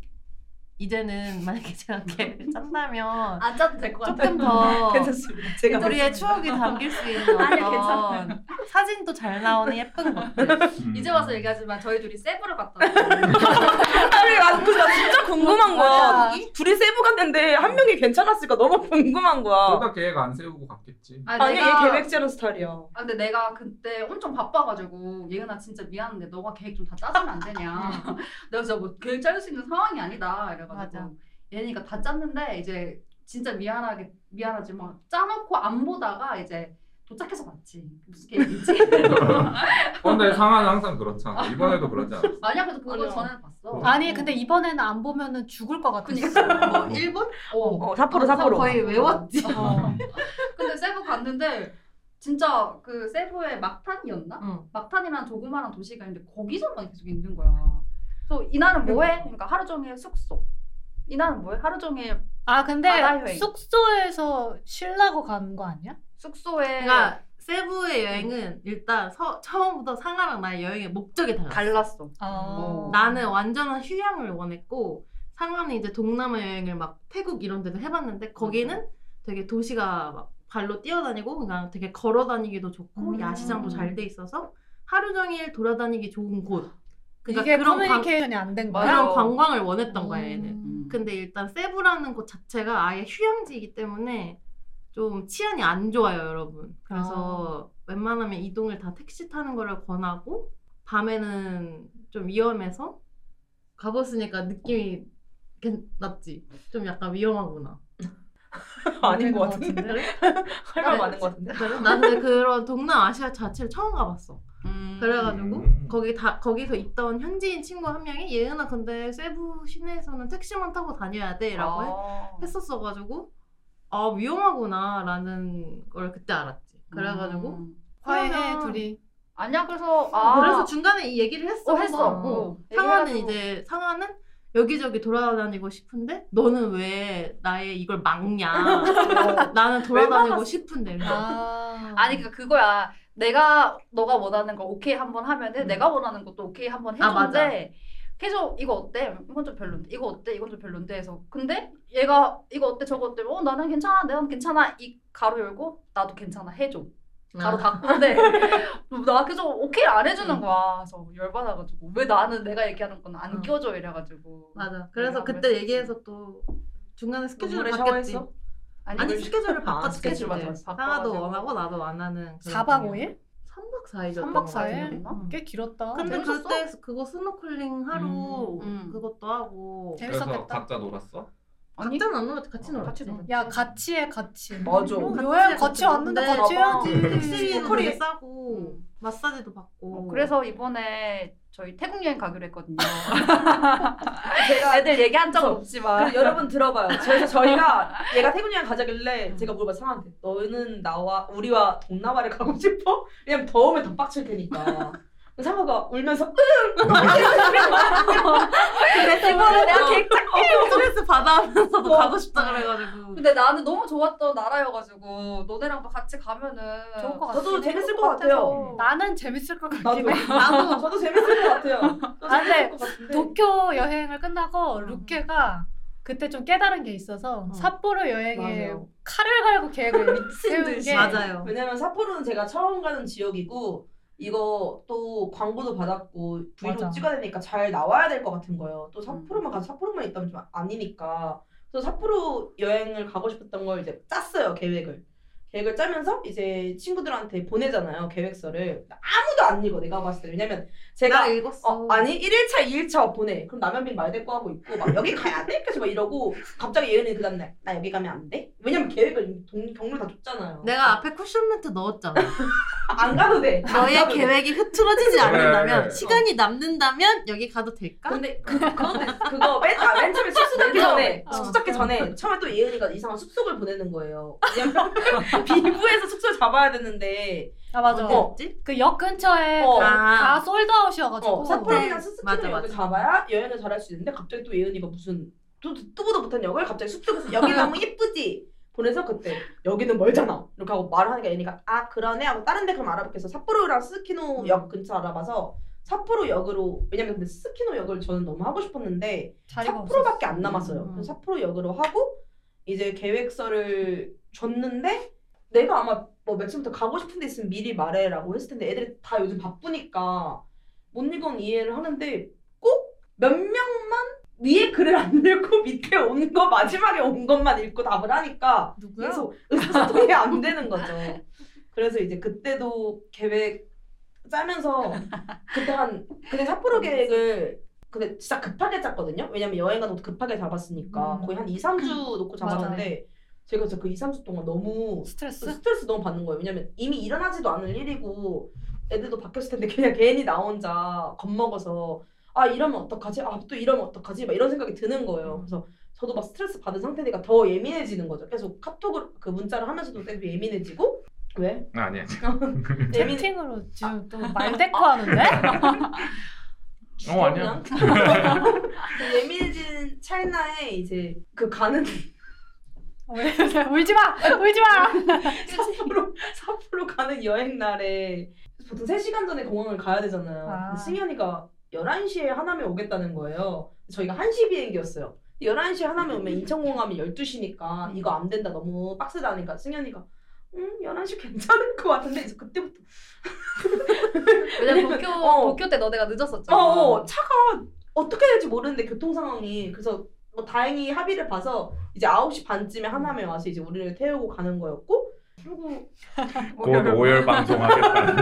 이제는 [LAUGHS] 만약에 제가 [LAUGHS] 계획을 짠다면 안 짜도 될 것 같아요. 조금 더 괜찮습니다. 제가 우리의 추억이 담길 수 있는 네, 아니, 어떤 사진도 잘 나오는 예쁜 것들 음. 이제 와서 얘기하지만 저희 둘이 [LAUGHS] 세부를 갔다 왔어요. 아니 나, 그나 진짜 궁금한 거야. 둘이 세부 갔는데 한 명이 괜찮았을까 너무 궁금한 거야. 둘다 계획 안 세우고 갔겠지. 아니 얘 계획 제로 스타일이야. 아, 근데 내가 그때 엄청 바빠가지고 예은아 진짜 미안한데 너가 계획 좀 다 짜주면 안 되냐 [LAUGHS] 내가 진짜 뭐 계획 짤 수 있는 상황이 아니다 이래가지고 맞아. 예은이가 다 짰는데 이제 진짜 미안하게 미안하지만 뭐 짜놓고 안 보다가 이제 도착해서 봤지 무슨 계획이지 [LAUGHS] [LAUGHS] 어, 근데 상한은 항상 그렇잖아. 이번에도 그러지 않았어. 만약 그래도 보고 아니야. 전에는 봤어 아니 근데 이번에는 안 보면은 죽을 것 같아. 그니까 일본 어. 어 사포로 사포로. 거의 외웠지 어. [LAUGHS] 근데 세부 갔는데 진짜 그 세부의 막탄이었나? 응. 막탄이라는 조그마한 도시가 있는데 거기서만 계속 있는 거야. 그래서 이날은 뭐해? 그러니까 하루 종일 숙소. 이날은 뭐해? 하루 종일 아 바다 근데 여행. 숙소에서 쉬려고 간 거 아니야? 숙소에 그러니까 세부의 여행은 일단 서- 처음부터 상아랑 나의 여행의 목적이 달랐어. 달랐어. 음. 어. 아. 나는 완전한 휴양을 원했고 상아는 이제 동남아 여행을 막 태국 이런 데도 해봤는데 거기는 되게 도시가 막 발로 뛰어다니고 그냥 되게 걸어 다니기도 좋고 음. 야시장도 잘 돼 있어서 하루 종일 돌아다니기 좋은 곳. 이게 그러니까 그런 광, 커뮤니케이션이 안 된 거야? 그런 관광을 원했던 거야 얘는. 음. 근데 일단 세부라는 곳 자체가 아예 휴양지이기 때문에 좀 치안이 안 좋아요, 여러분. 그래서 웬만하면 이동을 다 택시 타는 거를 권하고 밤에는 좀 위험해서 가봤으니까 느낌이 괜- 낫지. 좀 약간 위험하구나. [LAUGHS] 아닌 그런 것 같은데. [LAUGHS] 할 말 많은 것 같은데. 난 근데 그런 동남아시아 자체를 처음 가봤어. 음. 그래가지고 음. 거기 다 거기서 있던 현지인 친구 한 명이 예은아 근데 세부 시내에서는 택시만 타고 다녀야 돼라고 해. 아. 했었어가지고 아 위험하구나라는 걸 그때 알았지. 그래가지고 음. 화해해 그러면- 둘이. 아니야 그래서 아 그래서 중간에 이 얘기를 했어. 어, 했어. 한번. 어. 상아는 얘기해가지고. 이제 상아는 여기저기 돌아다니고 싶은데 너는 왜 나의 이걸 막냐? 어, 나는 돌아다니고 싶은데. 아. 아니 그러니까 그거야. 내가 너가 원하는 거 오케이 한번 하면은 내가 원하는 것도 오케이 한번 아, 맞아. 해줬는데 계속 이거 어때? 이건 좀 별론데. 이거 어때? 이건 좀 별론데 해서 근데 얘가 이거 어때? 저거 어때? 어 나는 괜찮아. 내가 괜찮아. 이 가로 열고 나도 괜찮아. 음. 해줘. 가로 닫고 [LAUGHS] 근데 나 계속 오케이 안 해주는 거야. 그래서 열받아가지고 왜 나는 내가 얘기하는 건 안 응. 껴줘 이래가지고 맞아. 그래서 내가 그때 그랬었지. 얘기해서 또 중간에 스케줄을 눈물에 바뀌었지. 샤워했어? 아니, 아니 뭘- 스케줄을 바꿨지. 스케줄 맞아, 그때. 맞아. 상아도 바꿔가지고. 원하고 나도 원하는. 4박 5일? 3박 4일이었던 삼박 것 사일? 같은데. 응. 꽤 길었다. 음. 근데 재밌었어? 그때 그거 스노클링 하루 음. 음. 그것도 하고 그래서 재밌었겠다. 각자 놀았어? 아니 각자는 안 놀았지 어, 같이 같이 놀았지 놀았지. 야 같이 해 같이. 맞아. 어, 음. 같이 여행 해, 같이 같이 왔는데 근데 네, 음. 같이 봐봐. 해야지. 그 음. 택시 콜이- 되게 싸고 어, 음. 마사지도 받고 그래서 어. 이번에 저희 태국 여행 가기로 [LAUGHS] 했거든요. 제가 애들 얘기한 적은 그래서- 없지만 그리고 아, 여러분 들어봐요. 그래서 저희가 얘가 태국 여행 가자길래 제가 물어봐 상한테 너는 나와 우리와 동남아를 가고 싶어? 왜냐면 더우면 더 빡칠 테니까. 상아가 울면서 으응! 그래서 이번에 내가 계획 어, 스트레스 받아하면서도 가고 싶다 그래가지고 근데 나는 너무 좋았던 나라여가지고 너네랑 같이 가면은 좋을 것 같아. 저도 재밌을 것 같아요. 나는 재밌을 것 같긴 나도 해. 나도 "어, 저도 재밌을 것 같아요. 저도 아, 근데 재밌을 것 같은데. 도쿄 여행을 끝나고 루케가 그때 좀 깨달은 게 있어서 음. 삿포로 여행에 맞아요. 칼을 갈고 계획을 미친 세운 듯이. 게 맞아요 왜냐면 삿포로는 제가 처음 가는 지역이고 이거 또 광고도 받았고 브이로그 맞아. 찍어야 되니까 잘 나와야 될 것 같은 거예요. 또 음. 삿포로만 가서 삿포로만 있다면 좀 아니니까. 그래서 삿포로 여행을 가고 싶었던 걸 이제 짰어요 계획을. 계획을 짜면서 이제 친구들한테 보내잖아요 계획서를 아무도 안 읽어 내가 봤을 때 왜냐면 제가 내가 그러니까 읽었어 어, 아니 1일차, 2일차 보내. 그럼 남현빈 말 대꾸 하고 있고 막 여기 가야 돼? 계속 막 이러고 갑자기 예은이 그 다음날 나 여기 가면 안 돼? 왜냐면 계획을 이미 동, 경로 다 줬잖아요. 내가 앞에 쿠션 멘트 넣었잖아 안 가도 돼. 안 [LAUGHS] 너의 가도 돼. 계획이 흐트러지지 않는다면 네. 시간이 남는다면 여기 가도 될까? 근데 그, 그거 그거 맨, 아, 맨 처음에 숙소 잡기 전에 어. 숙소 잡기 전에 처음에 또 예은이가 이상한 숲속을 보내는 거예요. 왜냐면 [LAUGHS] 비부에서 숙소를 잡아야 되는데 아 맞아. 어디였지? 그 역 근처에 어. 그 아. 다 솔드아웃이어가지고 어, 사파리랑 네. 맞아, 스스키를 맞아. 역을 잡아야 여행을 잘할 수 있는데 갑자기 또 예은이가 무슨 또 듣보도 못한 역을 갑자기 숲속에서 여기 너무 예쁘지 보내서 그때 여기는 멀잖아 이렇게 하고 말을 하니까 예은이가 아 그러네 하고 다른 데 그럼 알아볼게 해서 삿포로랑 스키노 역 근처 알아봐서 삿포로 역으로 왜냐면 근데 스키노 역을 저는 너무 하고 싶었는데 자리가 없어. 4%밖에 안 남았어요. 음. 그래서 4% 역으로 하고 이제 계획서를 줬는데 내가 아마 뭐 며칠부터 가고 싶은 데 있으면 미리 말해라고 했을 텐데 애들이 다 요즘 바쁘니까 못 읽은 이해를 하는데 꼭 몇 명만 위에 글을 안 [LAUGHS] 읽고 밑에 온 거 마지막에 온 것만 읽고 답을 하니까 누구야? 계속 의사소통이 안 되는 거죠. 그래서 이제 그때도 계획 짜면서 그때 한 근데 음. 삿포로 계획을 근데 진짜 급하게 짰거든요. 왜냐면 여행 가는 것도 급하게 잡았으니까 음. 거의 한 2, 3주 음. 놓고 잡았는데 제가 진짜 그 2, 3주 동안 너무 스트레스. 스트레스 너무 받는 거예요. 왜냐면 이미 일어나지도 않을 일이고 애들도 바뀌었을 텐데 그냥 괜히 나 혼자 겁먹어서 아 이러면 어떡하지? 아 또 이러면 어떡하지? 막 이런 생각이 드는 거예요. 그래서 저도 막 스트레스 받은 상태니까 더 예민해지는 거죠. 계속 카톡을 그 문자를 하면서도 계속 예민해지고 왜? 아, 아니 아니. 음. 예민 채팅으로 지금 또 말 대꾸하는데? 어 아니야. 그 [LAUGHS] 예민해진 찰나에 이제 그 가는 왜 이러세요? 울지 마! 울지 마! 삿포로 삿포로 가는 여행 날에 보통 3시간 전에 공항을 가야 되잖아요. 아. 근데 승현이가 11시에 하남에 오겠다는 거예요. 저희가 1시 비행기였어요. 11시에 하남에 오면 인천공항이 12시니까 이거 안 된다. 너무 빡세다 하니까 승현이가 음, 11시 괜찮을 것 같은데 이제 그때부터 왜냐면 도쿄 어. 도쿄 때 너네가 늦었었잖아. 어, 어, 차가 어떻게 될지 모르는데 교통 상황이 그래서 뭐 다행히 합의를 봐서 이제 9시 반쯤에 하남에 와서 이제 우리를 태우고 가는 거였고 그리고 곧 오열 방송하겠다.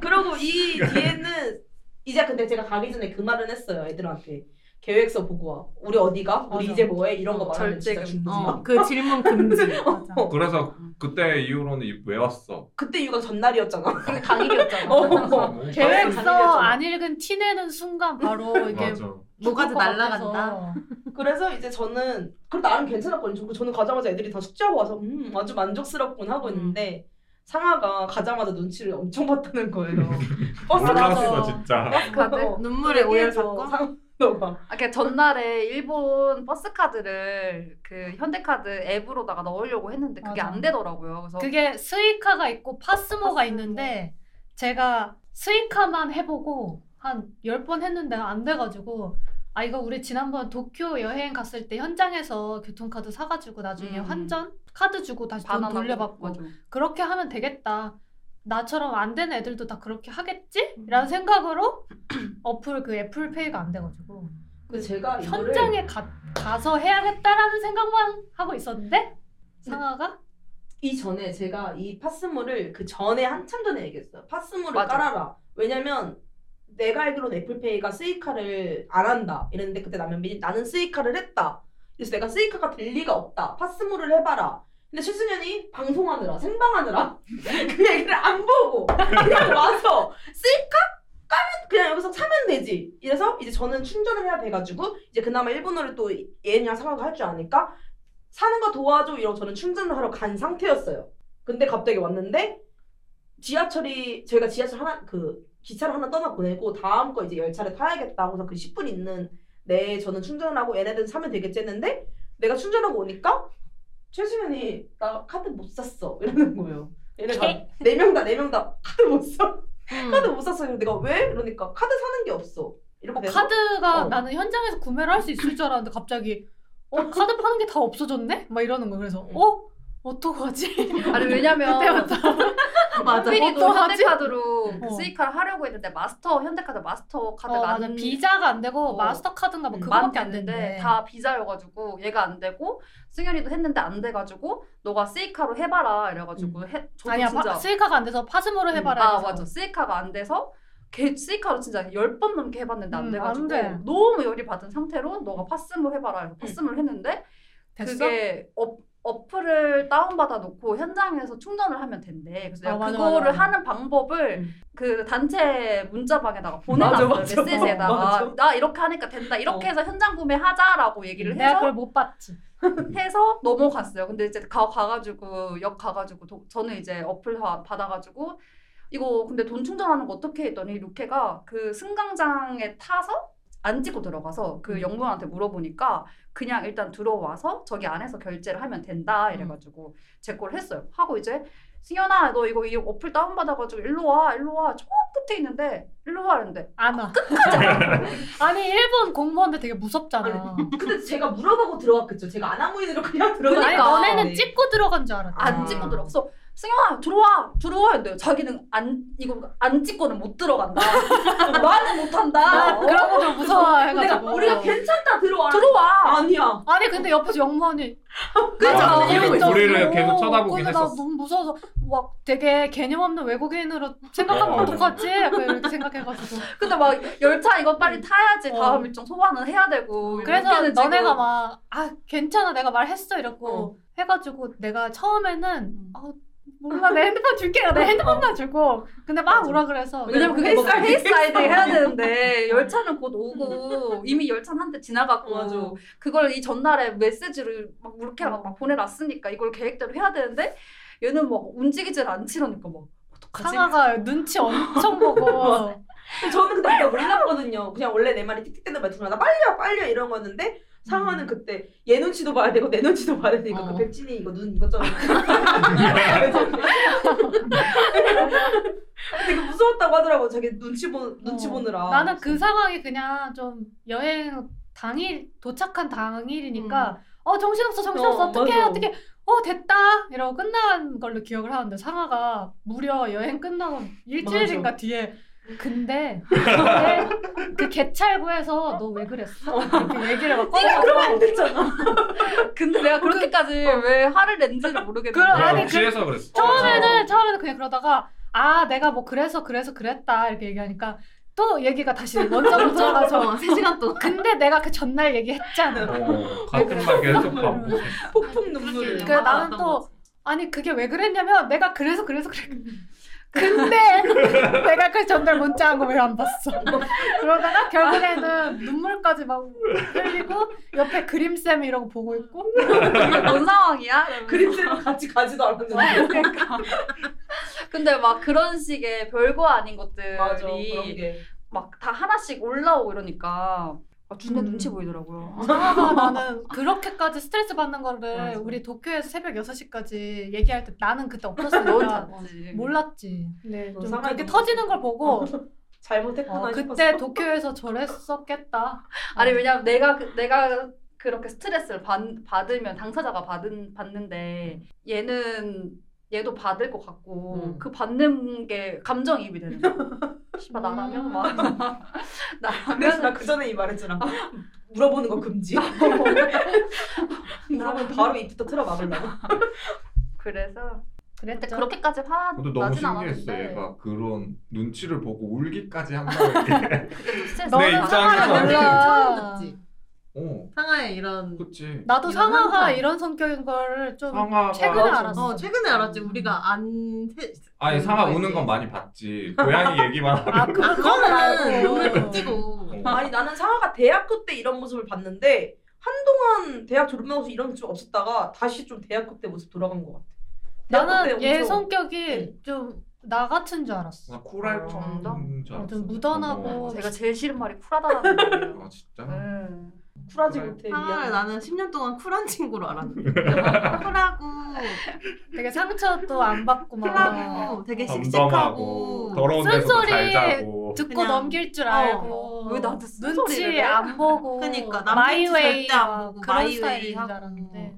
그러고 이 뒤에는 이제 근데 제가 가기 전에 그 말은 했어요 애들한테 계획서 보고 와 우리 어디가 우리 맞아. 이제 뭐해 이런 거 어, 말하면 진짜 절제금. 중지 어, 그 질문 [LAUGHS] 금지. 맞아. [LAUGHS] 그래서 그때 이후로는 이- 왜 왔어? [LAUGHS] 그때 육아 전날이었잖아 그게 [LAUGHS] [LAUGHS] 당일이었잖아. 어. 계획서 당연하죠. 안 읽은 티 내는 순간 바로 이게 맞아. 뭐가지 죽을 것 같아서. 날라간다. 그래서 이제 저는 그럼 나름 괜찮았거든요 그리고 저는 가자마자 애들이 다 숙제하고 와서 음 아주 만족스럽군 하고 있는데 상아가 가자마자 눈치를 엄청 봤다는 [LAUGHS] 거예요 버스 몰랐어 가서 진짜. 카드? 눈물의 오열 얘기해줘, 사건. 상아가 그 아, 그러니까 전날에 일본 버스 카드를 그 현대카드 앱으로다가 넣으려고 했는데 그게 맞아. 안 되더라고요. 그래서 그게 스이카가 있고 어. 파스모가 파스모. 있는데 제가 스이카만 해보고 한 10번 했는데 안 돼가지고 아 이거 우리 지난번 도쿄 여행 갔을 때 현장에서 교통카드 사가지고 나중에 음. 환전 카드 주고 다시 돈 바나나 돌려받고 맞아. 그렇게 하면 되겠다 나처럼 안 되는 애들도 다 그렇게 하겠지? 라는 생각으로 [CLEARS THROAT] 어플 그 애플페이가 안 돼가지고 근데 제가 아, 이거를 현장에 가, 가서 해야겠다라는 생각만 하고 있었는데 상아가 이 전에 제가 이 파스모를 그 전에 한참 전에 얘기했어요. 파스모를 맞아. 깔아라. 왜냐면 내가 알기로는 애플페이가 스이카를 안 한다. 이랬는데 그때 남현민이 나는 스이카를 했다. 그래서 내가 스이카가 될 리가 없다. 파스모를 해봐라. 근데 최승현이 방송하느라 생방하느라 [LAUGHS] 그 얘기를 안 보고 그냥 와서 스이카 까면 그냥 여기서 차면 되지. 이래서 이제 저는 충전을 해야 돼가지고 이제 그나마 일본어를 또 예은이랑 상황을 할 줄 아니까 사는 거 도와줘 이러고 저는 충전을 하러 간 상태였어요. 근데 갑자기 왔는데 지하철이 저희가 지하철 하나 그 기차를 하나 떠나 보내고 다음 거 이제 열차를 타야겠다고 해서 그 10분 있는 내 저는 충전을 하고 얘네들 사면 되겠지 했는데 내가 충전하고 오니까 최수면이 나 카드 못 샀어 이러는 거예요. 얘네가 네명다네 명 다 카드 못 사. 음. 카드 못 샀어. 그래서 내가 왜? 이러니까 카드 사는 게 없어. 이렇게 돼서 뭐 카드가 어. 나는 현장에서 구매를 할 수 있을 줄 알았는데 갑자기 어 카드 파는 게 다 없어졌네? 막 이러는 거예요. 음. 그래서 어? [LAUGHS] 어떡하지? 아니 왜냐면 그때부터 맞아. 미리 또 어떡하지? 현대카드로 그 어. 스이카를 하려고 했는데 마스터 현대카드 마스터 어, 카드가 맞아. 안 비자가 안 되고 어. 마스터카드인가 뭐 음, 그거밖에 안 안 됐는데 되는데 다 비자여가지고 얘가 안 되고 승현이도 했는데 안 돼가지고 너가 스이카로 해봐라 이래가지고 해 음. 저도 아니야 진짜 파, 스이카가 안 돼서 파스모로 해봐라 아 해서. 맞아 스이카가 안 돼서 걔 스이카로 진짜 10번 넘게 해봤는데 안 음, 돼가지고 안 돼. 음. 너무 열이 받은 상태로 너가 파스모 해봐라 해서 파스모를 했는데 됐어? 그게 어, 어플을 다운받아 놓고 현장에서 충전을 하면 된대 그래서 아, 내가 맞아, 그거를 맞아. 하는 방법을 음. 그 단체 문자방에다가 보내놨어요 맞아, 맞아. [LAUGHS] 메시지에다가 맞아. 나 이렇게 하니까 된다 이렇게 어. 음, 해서 현장 구매하자라고 얘기를 내가 해서 그걸 못 봤지. 해서 넘어갔어요. 근데 이제 가, 가가지고 역 가가지고 도- 저는 이제 어플 화- 받아가지고 이거 근데 돈 충전하는 거 어떻게 했더니 루케가 그 승강장에 타서 안 찍고 들어가서 그 영문한테 물어보니까 그냥 일단 들어와서 저기 안에서 결제를 하면 된다 이래가지고 제 걸 했어요. 하고 이제 승현아 너 이거 이 어플 다운받아가지고 일로 와 일로 와 저 끝에 있는데 일로 와 이랬는데 안 와. [LAUGHS] 아니 일본 공무원들 되게 무섭잖아. 근데 제가 물어보고 들어왔겠죠. 제가 안 아무 일로 그냥 들어가. 아니 그러니까. 너네는 찍고 들어간 줄 알았다. 안 아. 찍고 들어가서 승현아 들어와 들어와 했는데 자기는 안 이거 안 찍고는 못 들어간다 [LAUGHS] 말은 못한다 어? 그런 거 좀 내가 무서워해가지고. 우리가 괜찮다 들어와. 들어와 아니야. 아니 근데 옆에서 [LAUGHS] 영무원이 아, 이러고 우리- 있잖아. 우리를 오, 계속 쳐다보긴 근데 나 했었어. 너무 무서워서 막 되게 개념 없는 외국인으로 생각하면 어. 어떡하지? 약간 이렇게 생각해가지고. 근데 막 열차 이거 빨리 타야지 어. 다음 일정 소화는 해야 되고 그래서 뭐 이렇게는 너네가 지금 막 아 괜찮아 내가 말했어 이러고 해가지고 내가 처음에는 아 몰라 내 핸드폰 줄게 내 핸드폰만 주고 근데 막 맞아. 오라 그래서 왜냐면 그게 뭐 헬스할 때 페이스사이드 해야 되는데 열차는 곧 [LAUGHS] 오고 이미 열차는 한 대 지나갔고 어. 맞아. 그걸 이 전날에 메시지를 막 이렇게 막 보내놨으니까 이걸 계획대로 해야 되는데 얘는 막 움직이질 않지라니까 막 어떡하지? 상아가 눈치 엄청 보고 저는 근데 그때 몰랐거든요. 그냥 원래 내 말이 틱틱대는 말투가 나 빨려 빨려 이런 거였는데 음. 상화는 그때 얘 눈치도 봐야 되고 내 눈치도 봐야 되니까 어. 그 백진이 이거 눈 [LAUGHS] 이것저것. 되게 그 무서웠다고 하더라고. 자기 눈치 보 눈치 어. 보느라. 나는 그 상황이 그냥 좀 여행 당일 도착한 당일이니까 어 정신없어 정신없어 음. 어, 어, 떡해 맞아. 어떻게 어 됐다 이러고 끝난 걸로 기억을 하는데 상아가 무려 여행 끝나고 일주일인가 뒤에 근데 그때 그 개찰구에서 너 왜 그랬어? 이렇게 얘기를 막 [LAUGHS] 네가 꺼내고 그러면 안 됐잖아. 근데 내가 그렇게까지 왜 화를 낸지를 모르겠는데 그럼 아니, 그냥 그- 취해서 그랬어. 처음에는 처음에는 그냥 그러다가 아 내가 뭐 그래서 그래서 그랬다 이렇게 얘기하니까 또 얘기가 다시 [LAUGHS] 원점으로 돌아가서 어, 3시간 동안 근데 내가 그 전날 얘기했잖아 어, 같은 말 계속 반복. 폭풍 눈물. 그래, 그러니까 나는 맞았던 또- 거지. 아니 그게 왜 그랬냐면 내가 그래서 그래서 그랬 근데 내가 그 전날 문자 한 거 왜 안 봤어 그러다가 결국에는 눈물까지 막 흘리고 옆에 그림쌤 이러고 보고 있고 이게 뭔 상황이야? 이러면서. 그림쌤 같이 가지도 않았는데. 음. [LAUGHS] 어. 그러니까. 근데 막 그런 식의 별거 아닌 것들이 맞아. 그런 게. 막 다 하나씩 올라오고 이러니까 아, 준내 음. 눈치 [LAUGHS] 보이더라고요. 아, 나는 그렇게까지 스트레스 받는 거를 맞아. 우리 도쿄에서 새벽 6시까지 얘기할 때 나는 그때 넌 없었으니까 잤지. 몰랐지 네, 너 좀 상하이 그렇게 너무 터지는 걸 보고 잘못했구나 어, 싶었어. 그때 도쿄에서 저랬었겠다 어, 아니 왜냐면 내가 그- 내가 그렇게 스트레스를 받, 받으면 당사자가 받은 받는데 얘는 얘도 받을 것 같고 음. 그 받는 게 감정이입이 되는 거야. 씨발 나라면 막 그래서 나라면 나그 전에 이 말했잖아. 물어보는 거 금지. [LAUGHS] 물어보면 바로 입부터 틀어 막으려고. 그래서 근데 그랬죠 그렇게까지 화 근데 너무 나진 신기했어. 않았는데 얘가 그런 눈치를 보고 울기까지 한다는 게. 스트레스 내 너는 아, 상하가 입장에서. 몰라 처음 듣지. 어, 상하에 이런 그치. 나도 이런 상하가 현상. 이런 성격인 걸 좀 상아가 최근에 알았어. 어 최근에 알았지 우리가 안 세- 아니 상아 우는 건 많이 봤지. 고양이 얘기만 [LAUGHS] 아, 하면. 그- 그거는 [LAUGHS] 그거는 알고. 네. 눈을 못 띄고 어. [LAUGHS] 아니 나는 상아가 대학교 때 이런 모습을 봤는데 한동안 대학 졸업하고서 이런 모습 없었다가 다시 좀 대학교 때 모습 돌아간 것 같아. 대학교 나는 때 얘 엄청- 성격이 좀 나 같은 줄 알았어 나 코랄처럼 어, 좀 묻어나고. 제가 제일 싫은 말이 쿨하다라는 거예요. [LAUGHS] 아 진짜. 음. 쿨하지 못해. 상하를 미안. 나는 10년 동안 쿨한 친구로 알았는데 쿨하고 되게 상처도 안 받고 막 쿨하고 되게 덤덤하고 씩씩하고 더러운 데서도 쓴소리 잘 자고. 듣고 그냥- 어. 넘길 줄 알고 왜 나한테 쓴소리를 눈치 해? 안 보고 그러니까 남 마이웨이 눈치 절대 안 보고 그런 마이웨이 스타일인 줄 하고. 알았는데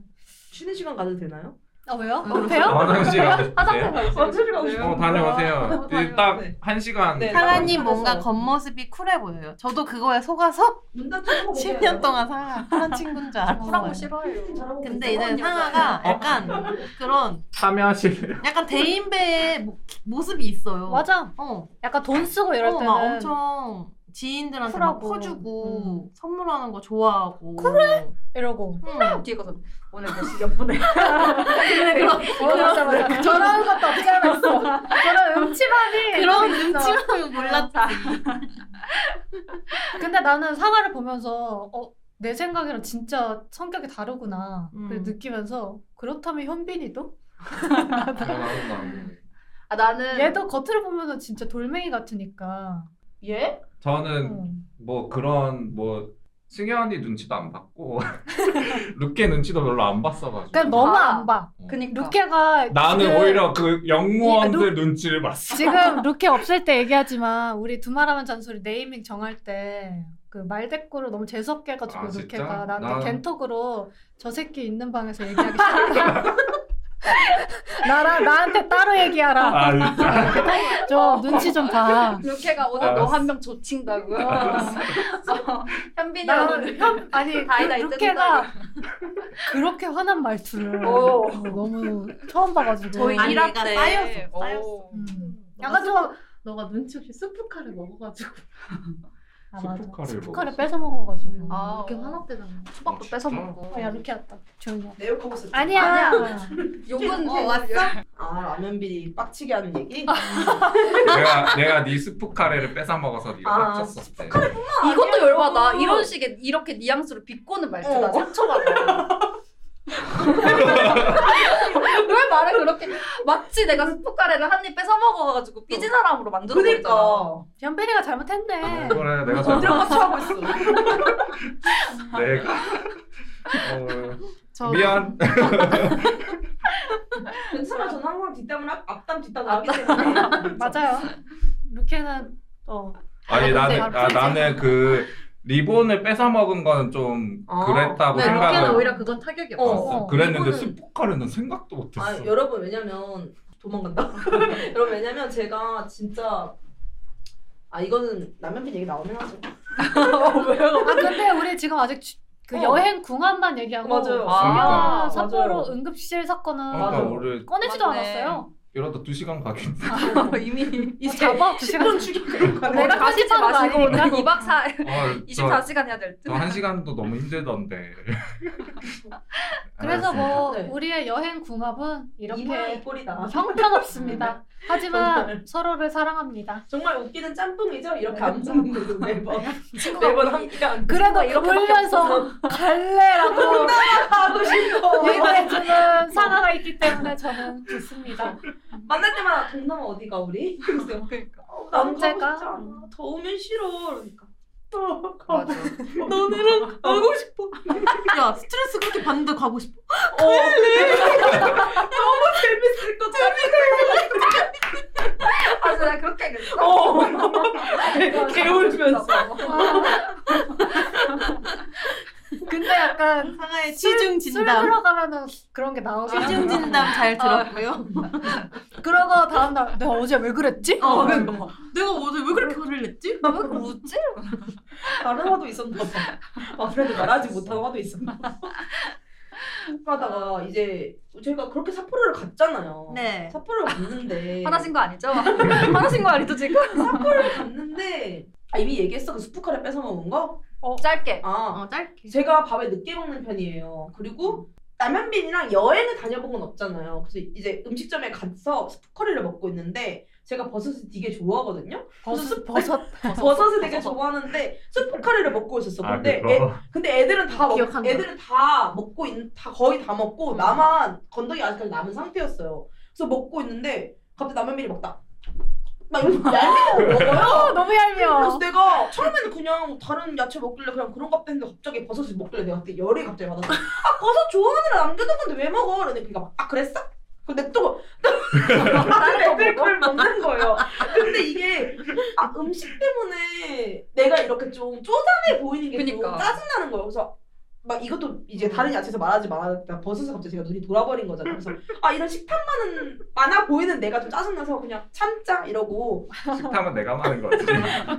쉬는 시간 가도 되나요? 아 왜요? 음. 못해요? 아, 화장실 화장실 가셨어요? 가고 화장실 가고 싶어요. 싶어요. 어 다녀오세요. 네. 네. 딱한 시간. 네. 상하님 뭔가 겉모습이 쿨해 보여요 저도 그거에 속아서 문단 좀 10년 동안 상하 어, 네. 쿨한 친구인 줄 쿨하고 알았어요 싫어해요. 근데 이제 상하가 약간 그런 참여하실. 약간 대인배의 모- 모습이 있어요 맞아 어 약간 돈 쓰고 이럴 어, 때는 막 엄청 지인들한테 막 쿨하고. 음. 퍼주고 선물하는 거 좋아하고 그래? [LAUGHS] 이러고 응. 뒤에 가서 오늘 몇 시몇 분에 그런, 맞아 저런 것도 없지 않았어 저런 음침함이 [LAUGHS] 그런 있어. 눈치만 몰랐다 근데 나는 상아를 보면서 어 내 생각이랑 진짜 성격이 다르구나. 음. 그걸 느끼면서 그렇다면 현빈이도? 결혼하는 안 돼. [LAUGHS] 아 나는 얘도 겉으로 보면은 진짜 돌멩이 같으니까. 얘? 저는 어. 뭐 그런 뭐 승현이 눈치도 안 봤고 [LAUGHS] 루케 눈치도 별로 안 봤어가지고 그러니까 너무 봐. 안 봐. 그니까 루케가 나는 지금- 오히려 그 영무원들 이- 눈치를 봤어. 지금 루케 없을 때 얘기하지만 우리 두말하면 잔소리 네이밍 정할 때 그 말대꾸로 너무 재수없게 해가지고 아, 진짜? 루케가 나한테 나- 겐톡으로 저 새끼 있는 방에서 얘기하기 싫다 [LAUGHS] 나랑 나한테 따로 얘기하라 아 진짜. 좀 눈치 좀봐 루케가 오늘 너 알았어. 한 명 조친다고요. [LAUGHS] 어, 현빈이랑 오늘 아니 [LAUGHS] 그 다이다 이때도 루케가 [LAUGHS] 그렇게 화난 말투를 오. 어, 너무 처음 봐가지고 저희 아니, 일할 그러니까 때 쌓였어, 어. 쌓였어. 음, 너가 아, 약간 좀 너가 눈치 없이 스프카를 먹어가지고 아, 맞아. 스프카를 스프카를 먹었어. 뺏어 먹어가지고 아, 이렇게 어. 화났대잖아. 수박도 어, 뺏어 진짜? 먹고. 어, 야 루케 왔다 조용히 해 내욕하고 있었지. 아니야 욕은 어, 해요. 왔어? 아 라면비 빡치게 하는 얘기? 음, 내가 내가 네 스프카레를 뺏어 먹어서 네가 아, 빡쳤었대. 이것도 아니야. 열받아. 이런 식의 이렇게 뉘앙스로 비꼬는 말투 나 어. 상처받아. [LAUGHS] 왜 말을 그렇게 마치 내가 스프카레를 한 입 뺏어 먹어가지고 삐진 사람으로 만드는 거잖아. 그니까 현빈이가 잘못했네 그래 내가 어디로 잘못 그러니까. 빡치하고 있어. 내가 어, 미안. 괜찮아 저는 항상 뒷담을 앞- 앞담 뒷담 앞담. 하기 [LAUGHS] 때문에 맞아요. 루케는 어 네, 아니 아, 나는 근데 아, 바로 나는 그 리본을 뺏어 먹은 거는 좀 아, 그랬다고 근데 루키는 생각을 오히려 그건 타격이 어, 했어. 없어. 네, 어, 그랬는데 리본은- 스프카레는 생각도 못했어. 아 여러분 왜냐면 도망간다. [LAUGHS] 여러분 왜냐면 제가 진짜 아 이거는 라면비 얘기 나오면 하죠. [LAUGHS] 아 근데 우리 지금 아직 주- 그 어. 여행 궁합만 얘기하고 맞아요. 아, 아, 맞아요. 삿포로 응급실 사건은 그러니까 맞아. 아, 우리 꺼내지도 맞네. 않았어요. 이러다 두 시간 [LAUGHS] 가겠네. 어, [LAUGHS] 이미 이 잡아 두 시간 죽이고 어, 가네. 내가 다시 편집하는 거 마시고 아니니까. 2박 4일 어, 24시간 해야 될 듯. 저한 시간도 너무 힘들던데. 그래서 뭐 네. 우리의 여행 궁합은 이렇게 이마에 꼴이다. 형편없습니다. 하지만 서로를 사랑합니다. 정말 웃기는 짬뽕이죠? 이렇게 안 보는 거죠 매번 매번 친구가 함께 안 그래도 울면서 [LAUGHS] 갈래라고 하고 싶어 얘기해주는 상아가 있기 때문에 저는 좋습니다. 만날 때마다 동남아 어디가 우리? [LAUGHS] 그래서 그러니까. 어, 난 언제가? 가고 싶지 않아 더우면 싫어 그러니까 또 가고 맞아. 너네랑 가고 싶어 야 스트레스 그렇게 받는데 가고 싶어? 재밌을 거 재밌어 아, 진짜 그렇게 하겠어? 아, 개울면서 뭐. 아. [LAUGHS] 근데 약간 상하의 술- 취중 술 진담. 들어가면은 그런 게 나오긴 취중 하죠. 진담 잘 들었고요. [LAUGHS] 그러고 다음날 내가 어제 왜 그랬지? 어, 그러니까 내가 어제 왜 그렇게 화를 냈지? 아, 왜 그렇게 웃지? 다른 화도 있었나 봐 아무래도 말하지 못한 화도 있었나 봐 그러다가 이제 저희가 그렇게 삿포로를 갔잖아요 네. 삿포로를 [LAUGHS] 갔는데 화나신 거 아니죠? 화나신 거 아니죠, 지금? 삿포로를 갔는데 아 이미 얘기했어 그 스프카레 뺏어 먹은 거? 짧게. 아 어 짧게. 제가 밥을 늦게 먹는 편이에요. 그리고 라면빈이랑 여행을 다녀본 건 없잖아요. 그래서 이제 음식점에 가서 스프커리를 먹고 있는데 제가 버섯을 되게 좋아하거든요. 버섯 버섯 버섯을 되게 좋아하는데 스프커리를 먹고 있었어. 아 근데 애, 그거. 근데 애들은 다 먹, 기억한다. 음. 애들은 다 먹고 있, 다 거의 다 먹고 나만 건더기 아직까지 남은 상태였어요. 그래서 먹고 있는데 갑자기 라면빈이 먹다. 막 [LAUGHS] 이러면서 얄미워 먹어요. 너무 그래서 얄미워 내가 처음에는 그냥 다른 야채 먹길래 그냥 그런 것 했는데 갑자기 버섯을 먹길래 내가 그때 열이 갑자기 받았어. 아 버섯 좋아하느라 남겨둔 건데 왜 먹어? 그러는데 그니까 막아 그랬어? 근데 또 뭐, 다른 애들 걸 먹는 거예요. 근데 이게 아, 음식 때문에 내가 이렇게 좀 쪼잔해 보이는 게 그니까. 좀 짜증나는 거예요. 그래서 막 이것도 이제 다른 야채에서 말하지 말았다 버섯에서 갑자기 제가 눈이 돌아버린 거잖아요. 그래서 아 이런 식탐 많은 많아 보이는 내가 좀 짜증나서 그냥 참자 이러고 식탐은 내가 많은 거지.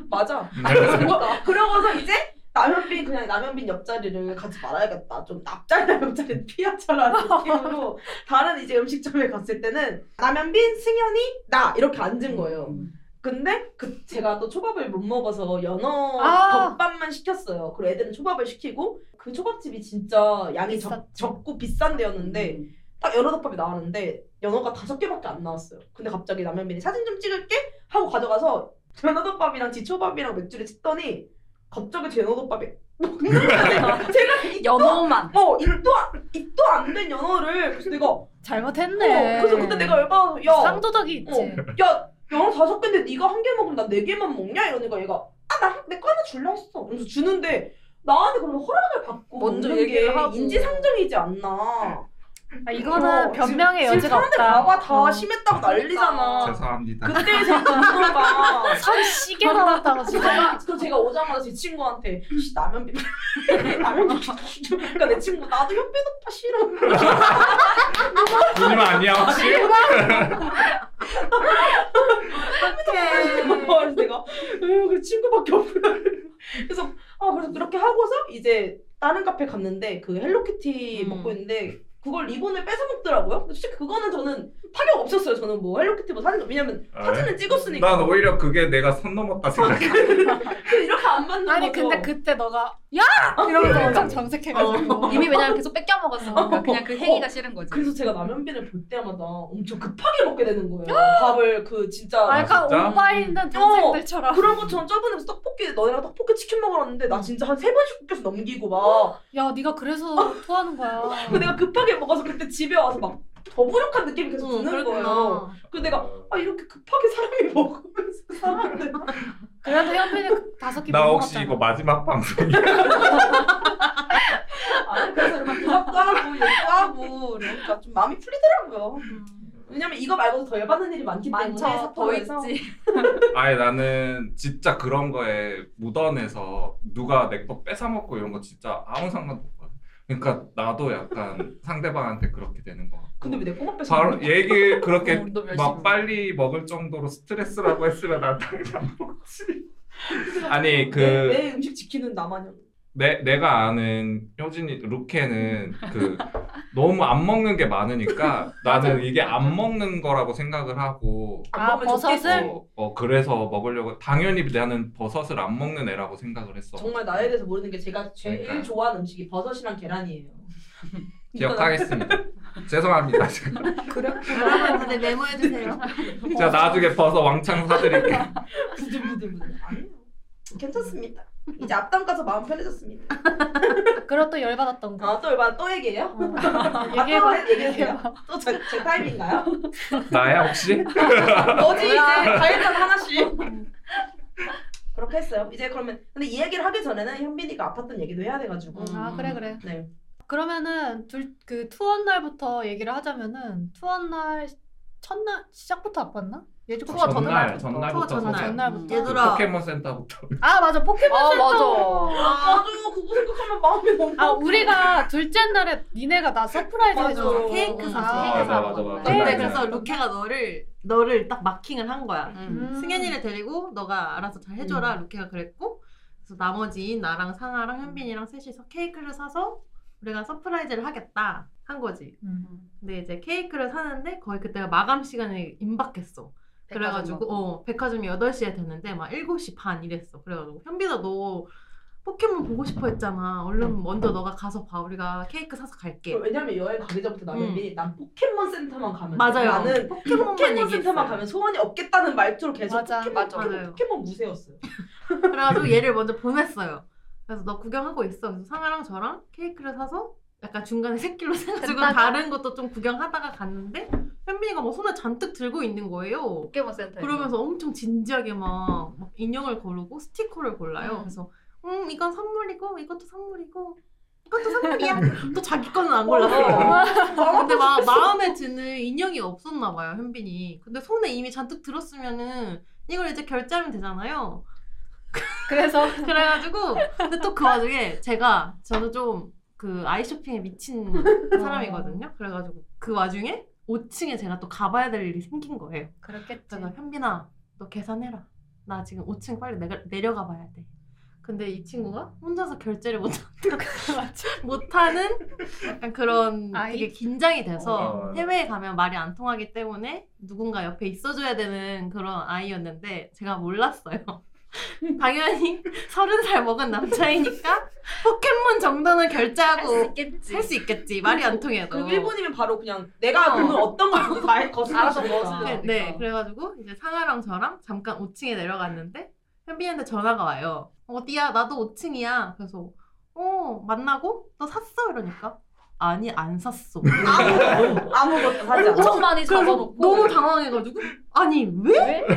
맞아. 그래서 그거- 그러고서 이제 남현빈 그냥 남현빈 옆자리를 가지 말아야겠다. 좀 납자리나 옆자리 [LAUGHS] 피하자라는 느낌으로 다른 이제 음식점에 갔을 때는 남현빈, 승현이, 나 이렇게 앉은 거예요. 근데 그 제가 또 초밥을 못 먹어서 연어 아. 덮밥만 시켰어요. 그리고 애들은 초밥을 시키고 그 초밥집이 진짜 양이 적, 비쌌지. 적고 비싼 데였는데 딱 연어 덮밥이 나왔는데 연어가 다섯 개밖에 안 나왔어요. 근데 갑자기 남현빈이 사진 좀 찍을게 하고 가져가서 연어 덮밥이랑 지초밥이랑 맥주를 찍더니 갑자기 제노덮밥이 [LAUGHS] 제가 이- 어. 연어만 어 입도 안- 입도 안 된 연어를 그래서 내가 어, 잘못했네. 그래서 그때 내가 열받아서 야 상도덕이 있지. 어, 야, 연어 다섯 개인데 네가 한 개 먹으면 나 네 개만 먹냐? 이러니까 얘가 아, 나내거 하나 줄라 했어. 그래서 주는데 나한테 그러면 허락을 받고 먼저 먹는 게 얘기를 하고. 인지상정이지 않나. 아, 이거는 어, 변명의 지금- 여지가 지금 없다. 사람들 봐봐 다 어. 심했다고 난리잖아. [LAUGHS] 죄송합니다. 어. 그때 제 [LAUGHS] 정도가 선 시계 나왔다고 그래서 진짜. 제가, 그래서 제가 오자마자 제 친구한테 씨, 라면 비 [LAUGHS] 라면 비 그러니까 내 친구 나도 혀 빼놓다 싫어. 누님 아니야 혹시? 네. 그래서 뭐 내가 에휴, 그 친구밖에 없구나. 그래서 아 그래서 그렇게 하고서 이제 다른 카페 갔는데 그 헬로키티 음. 먹고 있는데 그걸 리본을 뺏어 먹더라고요. 근데 솔직히 그거는 저는 타격 없었어요. 저는 뭐 헬로키티 뭐 사진 왜냐면 아, 사진은 찍었으니까. 난 오히려 그게 내가 선 넘었다 생각해. 근데 이렇게 안 [LAUGHS] 맞는 아니 거죠. 아, 근데 그때 너가 야 이러면서 어. 엄청 정색해가지고 이미 왜냐면 계속 뺏겨 먹었으니까 그냥 그 행위가 싫은 거지. 그래서 제가 라면비를 볼 때마다 엄청 급하게 먹게 되는 거예요. 밥을 그 진짜 어. 아, 약간 진짜? 오빠 있는 동생들처럼 그런 것처럼 저번에 떡볶이 너네랑 떡볶이 치킨 먹으러 왔는데 나 진짜 한 세 번씩 웃겨서 넘기고 막 야 네가 그래서 어. 토하는 거야 그 내가 급하게 먹어서 그때 집에 와서 막 더부룩한 느낌이 계속 드는 거예요. 어. 그래서 내가 어. 아 이렇게 급하게 사람이 [LAUGHS] 먹으면서 사람들 그래도 현빈이 다섯 개못 나 혹시 먹었잖아. 이거 마지막 방송이야? [LAUGHS] 아, 그래서 이렇게 대답도 하고 얘기도 하고 그러니까 좀 마음이 풀리더라고요. 왜냐면 이거 말고도 더 열받는 일이 많기 때문에 많죠. 더 사토에서. [LAUGHS] 있지. 아니 나는 진짜 그런 거에 무던해서 누가 내 거 뺏어 먹고 이런 거 진짜 아무 상관도 없거든. 그러니까 나도 약간 상대방한테 그렇게 되는 거. 같고. 근데 왜내 꼬마 뺏어? [LAUGHS] 바로 얘기 그렇게 운동 열심히 막 빨리 먹을 정도로 스트레스라고 했으면 난 당연히 안 먹지. 아니 내, 그 내 음식 지키는 나마녀. 내, 내가 아는 효진이 루케는 그 너무 안 먹는 게 많으니까 나는 이게 안 먹는 거라고 생각을 하고 안 아, 먹으면 버섯을? 좋겠어. 어, 어, 그래서 먹으려고 당연히 나는 버섯을 안 먹는 애라고 생각을 했어. 정말 나에 대해서 모르는 게 제가 제일 그러니까요. 좋아하는 음식이 버섯이랑 [LAUGHS] 계란이에요. 기억하겠습니다. [LAUGHS] 죄송합니다. 제가 여러분 근데 메모해 주세요. 제가 나중에 버섯 왕창 사드릴게요. 부들부들부들. 아니요. 괜찮습니다. 이제 앞담 가서 마음 편해졌습니다. 그리고 또 열받았던 거. 아, 또 얼마 또 얘기해요? 어. 아, 얘기해봐. 또 얘기해요. [LAUGHS] 또 제 타임인가요? 나야 혹시? 너지 이제 다 했잖아 하나씩. 그렇게 했어요. 이제 그러면 근데 이 얘기를 하기 전에는 현빈이가 아팠던 얘기도 해야 돼가지고. 음. 아 그래 그래. 네. 그러면은 둘 그 투원 날부터 얘기를 하자면은 투원 날 첫날 시작부터 아팠나? 얘도 투어 전날, 전날부터 아, 전날. 전날부터. 얘들아. 그 포켓몬 센터부터. 아 맞아 포켓몬 아, 센터. 맞아. 그거 생각하면 마음이 너무. 아 우리가 둘째 날에 니네가 나 서프라이즈 맞아. 해줘. 케이크 사서. 아, 케이크 맞아, 사러 맞아, 간 거야. 맞아. 근데 네. 그래서 루케가 너를 너를 딱 마킹을 한 거야. 음. 승현이를 데리고 너가 알아서 잘 음. 해줘라 루케가 그랬고 그래서 나머지 나랑 상아랑 현빈이랑 셋이서 케이크를 사서 우리가 서프라이즈를 하겠다 한 거지. 음. 근데 이제 케이크를 사는데 거의 그때가 마감 시간에 임박했어. 그래가지고 어 백화점이 8시에 됐는데 막 7시 반 이랬어. 그래가지고 현빈아 너 포켓몬 보고 싶어 했잖아. 얼른 먼저 너가 가서 봐. 우리가 케이크 사서 갈게. 왜냐면 여행 가기 전부터 나 음. 현빈이 난 포켓몬 센터만 가면 맞아요. 나는 포켓몬만 포켓몬 얘기했어요. 센터만 가면 소원이 없겠다는 말투로 계속 맞아. 포켓몬, 맞아. 포켓몬, 맞아요. 포켓몬 무세였어요. 그래가지고 얘를 먼저 보냈어요. 그래서 너 구경하고 있어. 그래서 상아랑 저랑 케이크를 사서 약간 중간에 새끼로 사가지고 됐다가. 다른 것도 좀 구경하다가 갔는데 현빈이가 막 손에 잔뜩 들고 있는 거예요. 포켓몬 센터. 그러면서 엄청 진지하게 막, 막 인형을 고르고 스티커를 골라요. 음. 그래서 음 이건 선물이고 이것도 선물이고 이것도 선물이야. 또 자기 거는 안 골랐어. 근데 막 마음에 드는 인형이 없었나 봐요 현빈이. 근데 손에 이미 잔뜩 들었으면은 이걸 이제 결제하면 되잖아요. [LAUGHS] 그래서 그래가지고 근데 또 그 와중에 제가 저는 좀 그 아이쇼핑에 미친 사람이거든요. 그래가지고 그 와중에 5층에 제가 또 가봐야 될 일이 생긴 거예요. 그렇겠지. 제가 현빈아 너 계산해라. 나 지금 5층 빨리 내가, 내려가 봐야 돼. 근데 이 친구가 혼자서 결제를 못, [LAUGHS] 못하는 약간 그런 아이? 되게 긴장이 돼서 어. 해외에 가면 말이 안 통하기 때문에 누군가 옆에 있어줘야 되는 그런 아이였는데 제가 몰랐어요. [LAUGHS] 당연히 서른 살 먹은 남자이니까 포켓몬 정도는 할수 결제하고 있겠지. 할 수 있겠지. 말이 안 통해도. 그 일본이면 바로 그냥 내가 어. 돈을 어떤 걸 주든 다 거슬러 알아서 거슬러. 어. 네, 그러니까. 그래가지고 이제 상아랑 저랑 잠깐 5층에 내려갔는데 현빈이한테 전화가 와요. 어디야? 나도 5층이야. 그래서 어 만나고 너 샀어? 이러니까 아니 안 샀어. 아무것도 사지 않아. 엄청 많이 그래서 잡아놓고 너무 당황해가지고 아니 왜? 왜?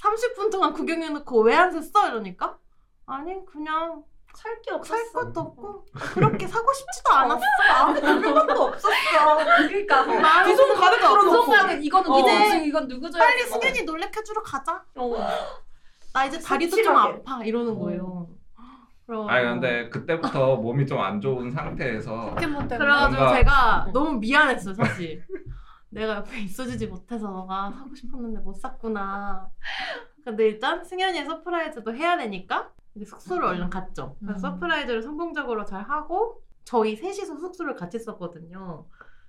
30분 동안 구경해놓고 왜 안 샀어? 이러니까 아니 그냥 살 게 살 없었어. 것도 없고 그렇게 사고 싶지도 않았어. [LAUGHS] 아무 물건도 없었어. 그러니까 마음이 두손 가득 없어. 구성상은 이거는 어. 누구 지금 이건 누구죠? 빨리 승현이 놀래켜주러 가자. 아, 나 이제 다리도 좀 솔직하게. 아파 이러는 거예요. 그럼 어. 아니 근데 그때부터 몸이 좀 안 좋은 상태에서 포켓몬 때문에. 그래가지고 뭔가- 제가 너무 미안했어요 사실. 내가 옆에 있어주지 못해서 너가 사고 싶었는데 못 샀구나. 근데 일단 승현이의 서프라이즈도 해야 되니까 이제 숙소를 얼른 갔죠. 그래서 음. 서프라이즈를 성공적으로 잘 하고 저희 셋이서 숙소를 같이 썼거든요.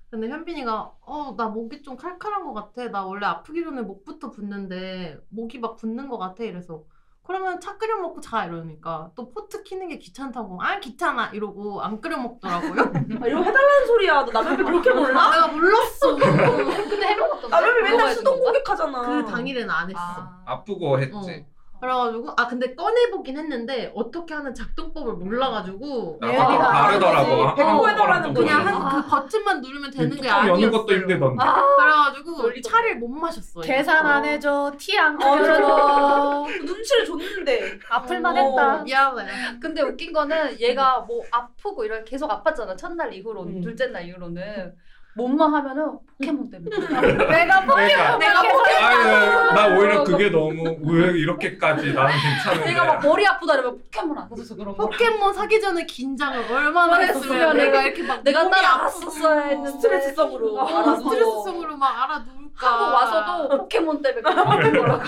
근데 현빈이가 어 나 목이 좀 칼칼한 것 같아. 나 원래 아프기 전에 목부터 붓는데 목이 막 붓는 것 같아. 이래서 그러면 차 끓여 먹고 자 이러니까 또 포트 키는 게 귀찮다고 아 귀찮아 이러고 안 [LAUGHS] 끓여 먹더라고요. 아, 이거 해달라는 소리야. 너 남편이 그렇게 몰라? 내가 [LAUGHS] 몰랐어. 근데 해먹었던데? 남편이 아, 맨날 먹어야 수동 되는가? 공격하잖아. 그 당일엔 안 했어. 아. 아프고 어. 했지. 그래가지고 아 근데 꺼내보긴 했는데 어떻게 하는 작동법을 몰라가지고 나도 내가 다르더라고. 알지. 백고해달라는 거지. 그냥 한 한 그 버튼만 누르면 되는 게 뚜껑 여는 아니었어요. 것도 힘들던데. 그래가지고 논리적으로. 차를 못 마셨어요. 계산 안 해줘, 티 안 어, 아. 걸어. 그 눈치를 줬는데. 아플만 어. 했다. 미안해. 근데 웃긴 거는 얘가 뭐 아프고 이런 계속 아팠잖아 첫날 이후로는 음. 둘째 날 이후로는 몸만 하면은 포켓몬 때문에 [LAUGHS] 아, 내가 뭐 포 그러니까 내가 아니, 나- 나 오히려 그게 너무 왜 이렇게까지 나는 괜찮은데. 내가 막 머리 아프다 이러면 포켓몬 안 사줘서 그런 어? 거 포켓몬 사기 전에 긴장을 얼마나 했으면 했으면 내가 이렇게 막 내가 몸이 따라 아프고 알았었어야 했는데 스트레스성으로. 아, 알아서. 스트레스성으로 막 알아누울까. 하고 와서도 포켓몬 때문에 그런 거라고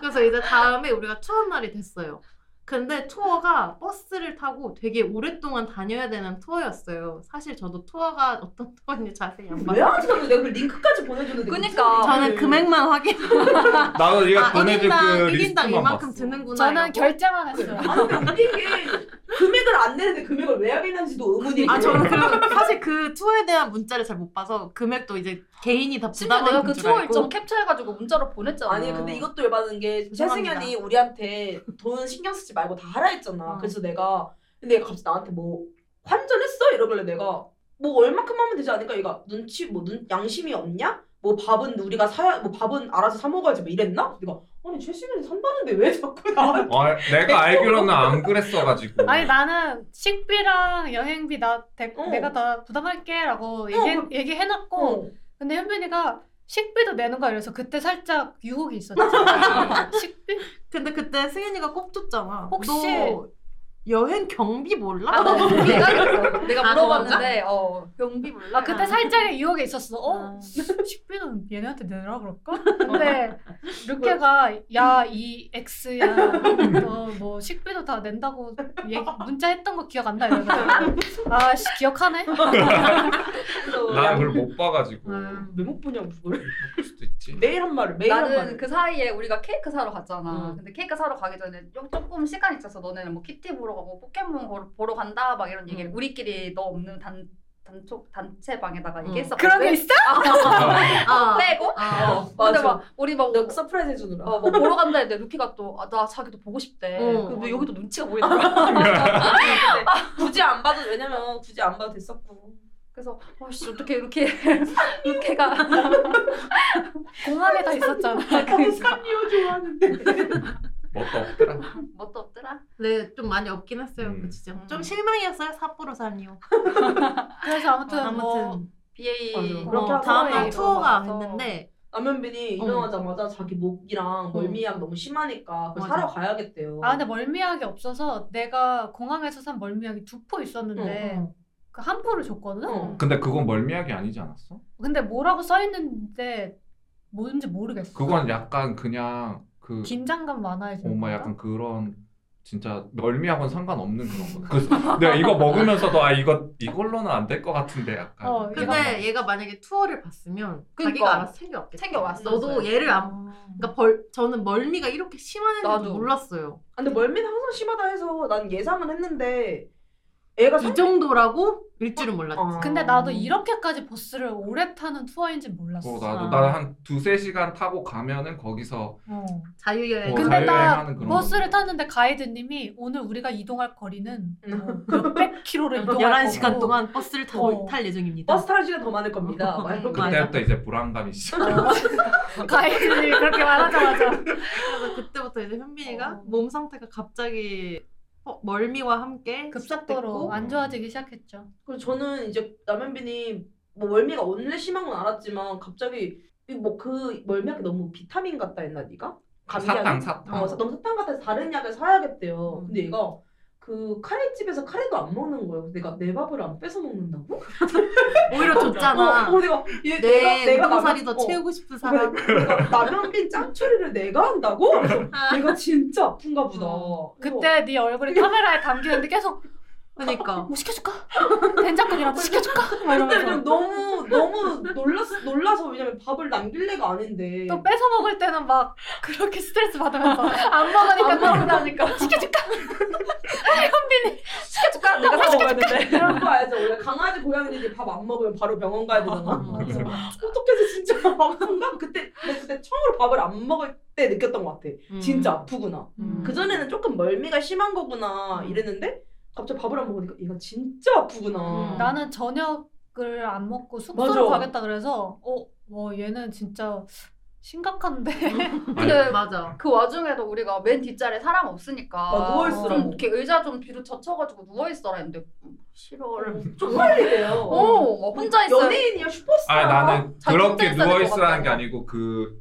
그래서 이제 다음에 우리가 투어 날이 됐어요. 근데 투어가 버스를 타고 되게 오랫동안 다녀야 되는 투어였어요. 사실 저도 투어가 어떤 투어인지 자세히 안 왜 봐요. 하지? 내가 그 링크까지 보내줬는데. 그니까. 아, 네. 저는 금액만 확인. 나도 네가 아, 보내줄 그 1인당, 1인당 리스트만 이만큼 봤어. 드는구나. 저는 이러고. 결제만 했어요. 아니 근데 이게 금액을 안 내는데 금액을 왜 하겠는지도 의문이. 아, 저는 그리고 사실 그 투어에 대한 문자를 잘 못 봐서 금액도 이제 개인이 다 심지어 내가 부담하는 그 줄 투어 알고. 일정 캡처해가지고 문자로 보냈잖아 아니 근데 이것도 열받는 게 죄송합니다. 최승현이 우리한테 돈 신경 쓰지 말고 다 하라 했잖아. 어. 그래서 내가 근데 얘가 갑자기 나한테 뭐 환전했어 이러길래 내가 뭐 얼마큼 하면 되지 않을까? 얘가 눈치 뭐 눈, 양심이 없냐? 뭐 밥은 우리가 사야 뭐 밥은 알아서 사 먹어야지 뭐 이랬나? 내가 아니 최승현이 산다는데 왜 자꾸 나? 아, 내가 알기로는 안 그랬어가지고. 아니 나는 식비랑 여행비 나 대- 어. 내가 다 부담할게라고 얘기 그- 얘기해놨고 어. 근데 현빈이가 식비도 내는 거야 이래서 그때 살짝 유혹이 [LAUGHS] 있었지 식비 근데 그때 승현이가 꼭 줬잖아. 혹시- 너 여행 경비 몰라? 아, 너 경비가 그랬어. 내가 아, 물어봤는데 어 경비 몰라 아 그때 살짝의 유혹이 있었어 어 식비는 얘네한테 내라 [LAUGHS] 그럴까 근데 루케가 야 이 X야 너뭐 식비도 다 낸다고 얘기, 문자 했던 거 기억 안 나 이러면서 아씨 기억하네 그래서 나 야, 그걸 못 봐가지고. 음. 왜 못 보냐고 그걸 그럴 수도 있지. [LAUGHS] 매일 한 말을 매일 한 나는 말을. 그 사이에 우리가 케이크 사러 갔잖아. 음. 근데 케이크 사러 가기 전에 좀- 조금 시간 있어서 너네는 뭐 키티 보러 가고 포켓몬 보러, 보러 간다 막 이런 얘기를 음. 우리끼리 너 없는 단 단톡 단체방에다가 음. 얘기했었거든. 그런 게 있어 아, 빼고. 아. 어, 근데 맞아. 막 우리 막 뭐, 너 서프라이즈 해주느라. 어, 뭐 보러 간다 했는데 루키가 또 아 나 자기도 보고 싶대. 어. 근데 여기도 눈치가 보이는 거야. [LAUGHS] 근데 굳이 안 봐도 왜냐면 굳이 안 봐도 됐었고. 그래서 아씨 어떻게 이렇게 [LAUGHS] 루키가 [LAUGHS] 공항에 다 있었잖아 나도 산리오 좋아하는데. 뭣도 뭐 없더라. 뭣도 없더라. 네, 좀 많이 없긴 했어요. 음. 그 진짜 음. 좀 실망이었어요. 삿포로 산이요. 그래서 아무튼, 뭐 아무튼 BA 맞아. 그런 그렇게 어, 하고 다음 날 얘기가 투어가 많아서. 했는데 남현빈이 어. 일어나자마자 자기 목이랑 멀미약 너무 심하니까 그걸 맞아. 사러 어. 가야겠대요. 아 근데 멀미약이 없어서 내가 공항에서 산 멀미약이 두 포 있었는데 응, 그 한 포를 줬거든. 응. 근데 그건 멀미약이 아니지 않았어? 근데 뭐라고 써 있는데 뭔지 모르겠어. 그건 약간 그냥 그 긴장감 완화해 주는 엄마 건가? 약간 그런 진짜 멀미하고는 상관없는 그런 거. 그래서 [LAUGHS] 내가 이거 먹으면서도 아 이거 이걸로는 안 될 것 같은데 약간. 어, 그런 근데 거. 얘가 만약에 투어를 봤으면 자기가 그러니까. 알아서 챙겨왔겠다. 챙겨왔어. 너도 얘를 아. 안 그러니까 벌, 저는 멀미가 이렇게 심한 애인지 나도. 몰랐어요. 근데 멀미는 항상 심하다 해서 난 예상은 했는데 애가 이 정도라고 일 줄은 몰랐지. 아, 어. 근데 나도 이렇게까지 버스를 오래 타는 투어인지 몰랐어. 어, 나도 나는 한 두세 시간 타고 가면은 거기서 어. 자유여행. 뭐 근데 나 자유여행하는 그런 버스를 거. 탔는데 가이드님이 오늘 우리가 이동할 거리는 뭐 몇백 [LAUGHS] 킬로를 이동할 11시간 거고. 동안 버스를 타고 어. 탈 예정입니다. 버스 타는 시간 더 많을 겁니다. 막 이런 거. 맞아. 그때부터 이제 불안감이 시작. [LAUGHS] 가이드님이 그렇게 말하자마자 그래서 그때부터 이제 현빈이가 어. 몸 상태가 갑자기 어, 멀미와 함께 급속도로 시작됐고 안 좋아지기 시작했죠. 그리고 저는 이제 남현빈이 뭐 멀미가 원래 심한 건 알았지만 갑자기 뭐 그 멀미약이 너무 비타민 같다 했나 네가? 사탕 사탕. 어, 너무 사탕 같아서 다른 약을 사야겠대요. 음. 근데 얘가 그 카레집에서 카레도 안 먹는 거예요. 그래서 내가 내 밥을 안 뺏어 먹는다고? 오히려 좋잖아. 어, 어, 내가 얘, 내 라면- 운동살이 더 어, 네, 채우고 싶은 사람. 그래, 내가 남현빈 짱추리를 내가 한다고? 그래서 얘가 진짜 아픈가 보다. 아. 어. 그때 네 얼굴이 카메라에 담기는데 계속 그러니까 [LAUGHS] 뭐 시켜줄까? 된장국이랑 시켜줄까? 막 근데 이러면서 그냥 너무 너무 놀랐 놀라서 왜냐면 밥을 남길 애가 아닌데 또 뺏어 먹을 때는 막 그렇게 스트레스 받으면서 안 먹으니까 안 먹는다니까 [LAUGHS] 시켜줄까? 현빈이 축하 내가 사 먹어야 되는데 이런 거 알죠 원래 강아지 고양이들이 밥 안 먹으면 바로 병원 가야 되잖아 [LAUGHS] 어. 그래서 어떻게 해서 진짜 막 순간 그때 근데 그때 처음으로 밥을 안 먹을 때 느꼈던 것 같아 음. 진짜 아프구나 음. 그 전에는 조금 멀미가 심한 거구나 이랬는데 갑자기 밥을 안 먹으니까 얘가 진짜 아프구나 음. 나는 저녁을 안 먹고 숙소로 맞아. 가겠다 그래서 어, 와 얘는 진짜 심각한데 근데 맞아. 그 와중에도 우리가 맨 뒷자리에 사람 없으니까 아, 누워있으라고. 좀 이렇게 의자 좀 뒤로 젖혀가지고 누워있어라 했는데 음, 싫어를 쪽팔리대요 어, 어, 혼자 있어요 연예인이야 슈퍼스타 아니 나는 자기 그렇게 스트레스 누워 받을 있으라는 것 게 아니고 그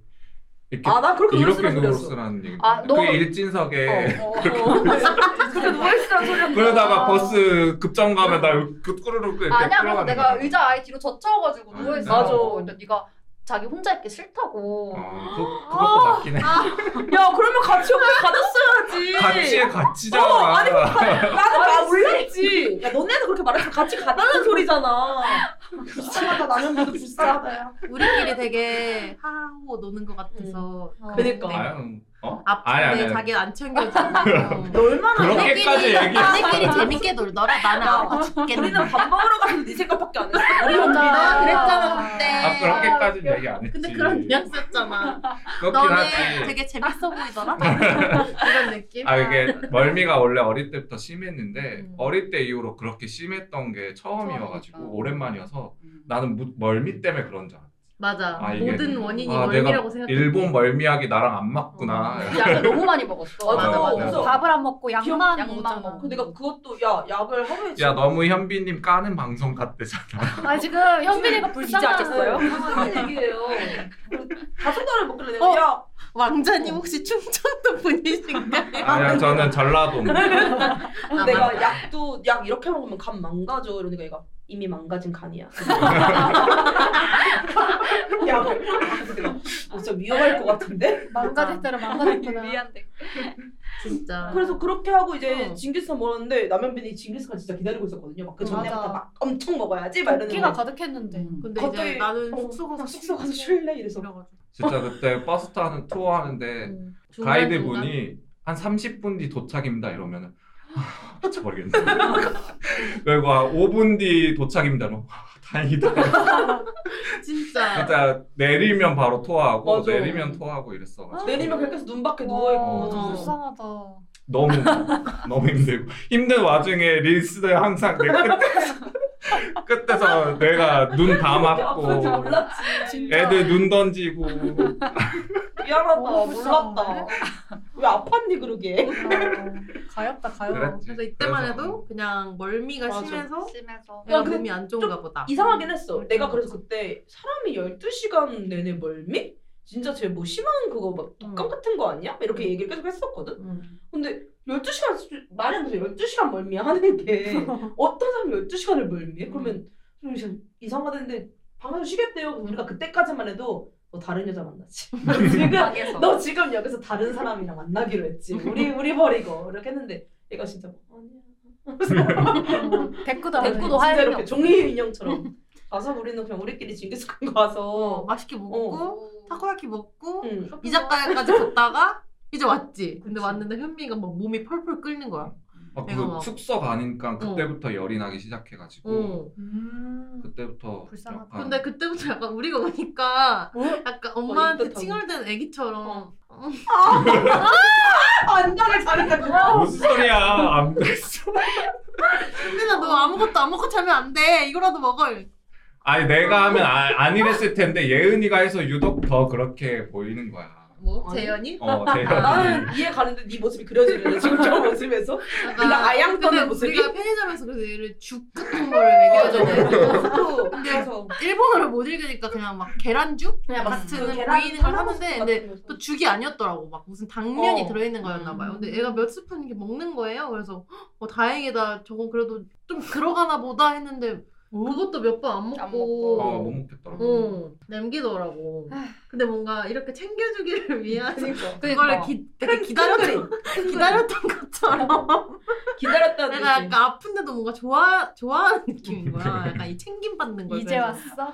이렇게 아나 그렇게 이렇게 누워 놀랐어 있으라는 얘기. 아, 그 너- 일진석에 네. 어, 어. 그렇게 놀랬어 소리 그러다가 버스 급정 가면 나 꾸르륵 이렇게 아니야 그래서 끌어가는 내가 거야. 의자 아예 뒤로 젖혀가지고 아, 누워있어 맞아. 근데 네가 자기 혼자 있기 싫다고 어, 그, 그것도 맞긴 해. 야 그러면 같이 옆에 가졌어야지 같이 같이 자라. [LAUGHS] 나는 나 몰랐지. 야, 너네는 그렇게 말했으면 같이 가달라는 소리잖아. 불쌍하다, 남현빈도 불쌍하다. 야. 우리끼리 되게 하하호 노는 것 같아서 [LAUGHS] 어. 그니까. 아유, 어? 아니 아니. 아픈데 아니. 자기 안 챙겨주고 [LAUGHS] 너 얼마나 그렇게- 그렇게까지 얘기해. 남들끼리 재밌게 놀더라. 나는 아파 어. 죽겠는데. 우리는 밥 먹으러 가는 네 생각밖에 안 했어. 우리 맞아. 언니나 그랬잖아, 그때. 아 그렇게까지는 얘기 안 했지. 근데 그런 뉘앙스였잖아. 그렇긴 너네 하지. 되게 재밌어 보이더라. 이런 느낌. 아 이게 멀미가 원래 어릴 때부터 심했는데 음. 어릴 때 이후로 그렇게 심했던 게 처음이어가지고 처음이니까. 오랜만이어서 음. 나는 무- 멀미 때문에 그런 줄 알았어. 맞아. 아, 이게- 모든 원인이 아, 멀미라고 생각해. 일본 멀미약이 나랑 안 맞구나. 약을 너무 많이 먹었어 맞아, 맞아. 그래서 밥을 안 먹고 기억- 약만 약만 먹었잖아. 먹고. 그 내가 그것도 야 약을 하루에 [LAUGHS] 야 너무 현빈님 까는 방송 같대잖아. 아 지금 현빈이가 불쌍하셨어요. 무슨 얘기예요? 다섯 달을 먹길래 내가 어. 야 왕자님 혹시 충청도 [LAUGHS] 분이신가요? 아니야 저는 전라도. 아, 어, 내가 맞다. 약도 약 이렇게 먹으면 간 망가져 이러니까 얘가 이미 망가진 간이야. 약을 그래서 내가 어, 진짜 위험할 것 같은데. 망가질 대로 망가졌구나. 유리한데 진짜. 그래서 그렇게 하고 이제 어. 징기스칸 먹었는데 남현빈이 징기스칸 진짜 기다리고 있었거든요. 막 그 맞아. 전날부터 막 엄청 먹어야지 막 이러는 끼가 거. 가득했는데. 근데 갑자기- 이제 나는 어, 숙소 가서 나 숙소 가서 쉴래 이래서. 이래가지고. 진짜 그때 버스 타는 투어 하는데 중간, 가이드 중간. 분이 한 30분 뒤 도착입니다 이러면은 아, [LAUGHS] 미쳐버리겠네. 그리고 한 5분 뒤 도착입니다. 이러면 아, 다행이다. 진짜 진짜 내리면 바로 토하고 맞아. 내리면 토하고 이랬어가지고 내리면 그렇게 해서 눈 밖에 와, 누워 어. 있고. 불쌍하다. 너무 너무 힘들고 힘든 와중에 릴스도 항상 내 끝에서 [LAUGHS] 끝에서 내가 눈 다 아픈 줄 맞고 몰랐지. 진짜. 애들 눈 던지고 아, 미안하다 너무 불쌍하네. 몰랐다. 왜 아팠니 그러게? 아, 가엽다 가여. 그랬지. 그래서 음. 이때만 그래서 해도 그냥 멀미가 맞아. 심해서 심해서 내가 근데 몸이 안 좋은가 보다. 이상하긴 했어. 음, 내가 음. 그래서 그때 사람이 12시간 내내 멀미? 진짜 쟤 뭐 심한 그거 막 독감 음. 같은 거 아니야? 이렇게 얘기를 계속 했었거든. 음. 근데 12시간 수- 말이 안 돼서 12시간 멀미 하는 [LAUGHS] 게 어떤 사람이 12시간을 멀미해? 음. 그러면 좀 이상- 이상하다는데 방에서 쉬겠대요. 그럼 우리가 그때까지만 해도 너 다른 여자 [LAUGHS] 만나지. 너 지금 방에서 너 지금 여기서 다른 사람이랑 만나기로 했지. 우리 우리 버리고 이렇게 했는데 얘가 진짜 뭐 아니야. 어, 대꾸도 안 대꾸도 해. 할 진짜 일이 이렇게 없어. 종이 인형처럼 가서 우리는 그냥 우리끼리 징기스칸 어, 가서 맛있게 먹고 타코야키 먹고 응. 이자카야까지 갔다가 이제 왔지. 근데 그치. 왔는데 현미가 막 몸이 펄펄 끓는 거야. 막 이거 그 막- 어. 숙소 가니까 그때부터 열이 나기 시작해가지고 응. 음. 그때부터 불쌍하다. 약간 근데 그때부터 약간 우리가 오니까 어? 약간 엄마한테 이쁘다고. 칭얼대는 애기처럼 어, 안정을 잘했다 그거. 어? 무슨 소리야 안 됐어 현빈아 너 아무것도 안 먹고 자면 안 돼 이거라도 먹어 아니 내가 하면 아, 안 이랬을 텐데 예은이가 해서 유독 더 그렇게 보이는 거야 뭐? 아니. 재현이? 어 아. 대현이 나는 이해 가는데 네 모습이 [LAUGHS] 그려지는데 지금 저 모습에서 네가 아양 근데 떠는 모습이. 우리가 편의점에서 그래서 얘를 죽 같은 걸 얘기하잖아요 어. 그래서 그래서 일본어를 못 읽으니까 그냥 막 계란죽? 그냥 막 같은 그 계란 보이는 걸 하나씩 하는데 근데 같은 또 죽이 아니었더라고 막 무슨 당면이 어. 들어있는 거였나 봐요 근데 애가 몇 스푼 이렇게 먹는 거예요 그래서 헉, 어, 다행이다 저건 그래도 좀 들어가나 보다 했는데 어? 그것도 몇 번 안 먹고, 안 먹고. 아, 어못 먹겠더라고 어, 남기더라고 근데 뭔가 [LAUGHS] 이렇게 챙겨주기를 위한 아. 그러니까. 어, 그걸 기, 되게 기다렸던, [LAUGHS] 기다렸던 것처럼 기다렸다는 내가 느낌. 약간 아픈데도 뭔가 좋아, 좋아하는 느낌인 거야 약간 이 챙김 받는 거 이제 왔어?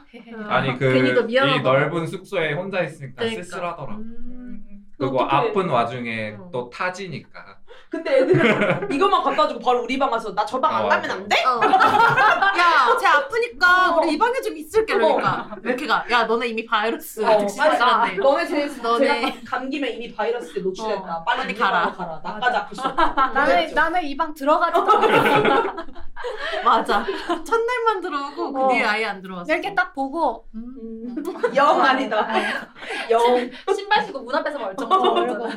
아니 괜히 더 그이 미안하다. 넓은 숙소에 혼자 있으니까 그러니까. 쓸쓸하더라고 음. 그리고 어떡해. 아픈 와중에 어. 또 타지니까 근데 애들은 이것만 갖다 주고 바로 우리 방 와서 나 저 방 안 어. 가면 안 돼? 어. 야, 쟤 아프니까 우리 이 방에 좀 있을게 그러니까 이렇게 가. 야, 너네 이미 바이러스 어, 빨리 가. 즉시한데. 너네 제 너네. 제가 감기면 이미 바이러스에 노출됐다. 어, 빨리 빨리 우리 방으로 가라. 가라. 나까지 아프시. 나는 그랬죠. 나는 이 방 들어가지도 않아. 맞아. 첫날만 들어오고 그 어. 뒤에 아예 안 들어왔어. 그, 이렇게 딱 보고 음, 영 아니다. 영 신발 신고 문 앞에서 멀쩡. 어, 이러고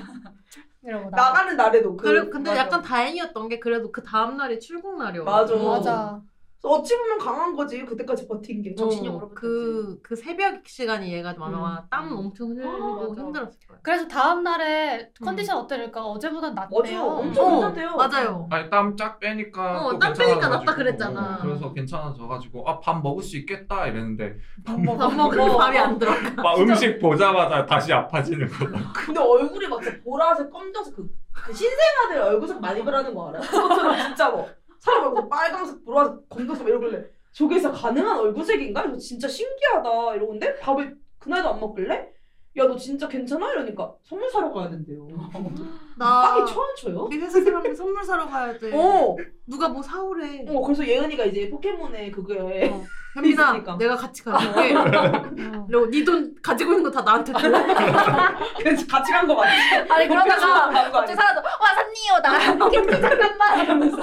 이러고 나. 나가는 날에도 그. 그리고 근데 맞아. 약간 다행이었던 게 그래도 그 다음 날이 출국 날이어. 맞아. 맞아. 어찌 보면 강한 거지 그때까지 버틴 어. 게. 정신력으로 그그 새벽 시간이 얘가 아마 음. 땀 엄청 흘리고 맞아. 힘들었을 거야. 그래서 다음 날에 컨디션 어때니까 어제보다 맞아. 낫대요. 엄청 어, 힘든데요. 맞아요. 아니 땀 쫙 빼니까 어, 또 땀 빼니까 괜찮아져가지고. 낫다 그랬잖아. 어, 그래서 괜찮아져가지고 아 밥 먹을 수 있겠다 이랬는데 밥 먹어. 밥 먹으면 밥이 안 들어. 막 음식 보자마자 다시 아파지는 거 근데 얼굴이 막 진짜 보라색, 검정색 그, 그 신생아들 얼굴색 많이 바라는 거 알아요? 그것처럼 진짜 뭐 사람 얼굴 빨강색, 보라색, 검정색 막 이러길래 저게 진짜 가능한 얼굴색인가? 이거 진짜 신기하다 이러는데 밥을 그날도 안 먹길래 야 너 진짜 괜찮아? 이러니까 선물 사러 가야 된대요. [LAUGHS] 나 빡이 쳐안 쳐요? 우리 회사 사람들 선물 사러 가야 돼. 어, 누가 뭐 사오래. 어 그래서 예은이가 이제 포켓몬에 그거에 현빈아, 있으니까. 내가 같이 가줄게. 그리고 네돈 가지고 있는 거 다 나한테 줘. [LAUGHS] 그래서 같이 간 거 [LAUGHS] 맞지? 아니 그러다가 간거 갑자기 사라져. 와 산니요 나. 김치 잠깐만. 이러면서.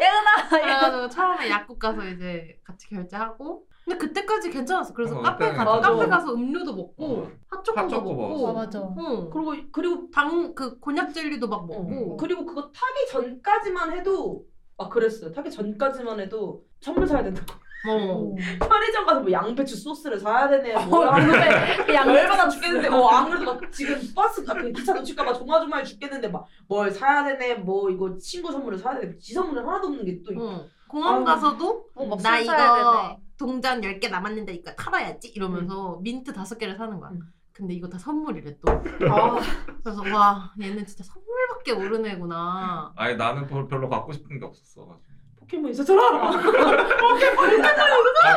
예은아. 그래가지고 처음에 약국 가서 이제 같이 결제하고. 근데 그때까지 괜찮았어. 그래서 어, 카페 그때는 가서 맞아. 카페 가서 음료도 먹고 어. 핫초코도 핫초코 먹고. 먹었어. 아 맞아. 응. 그리고 그리고 그리고 당 그 곤약 젤리도 막 먹고. 그리고 그거 타기 전까지만 해도 막 그랬어요. 타기 전까지만 해도 선물 사야 된다고. [LAUGHS] 뭐. 편의점 가서 뭐 양배추 소스를 사야 되네. 뭐 어, 양배추 열받아 죽겠는데. 어, 안 그래도 막 지금 버스 아, 그 기차 놓칠까봐 조마조마해 죽겠는데 막 뭘 사야 되네. 뭐 이거 친구 선물을 사야 되네. 지 선물은 하나도 없는 게 또. 있고. 응. 어. 공항 아유. 가서도 어, 막 나 술 사야 이거 되네. 동전 10개 남았는데 이거 털어야지 이러면서 민트 5개를 사는 거야. 음. 근데 이거 다 선물이래 또. 아, 그래서 와 얘는 진짜 선물밖에 모르는 애구나. 아니 나는 별- 별로 갖고 싶은 게 없었어. 포켓몬 있었잖아. 아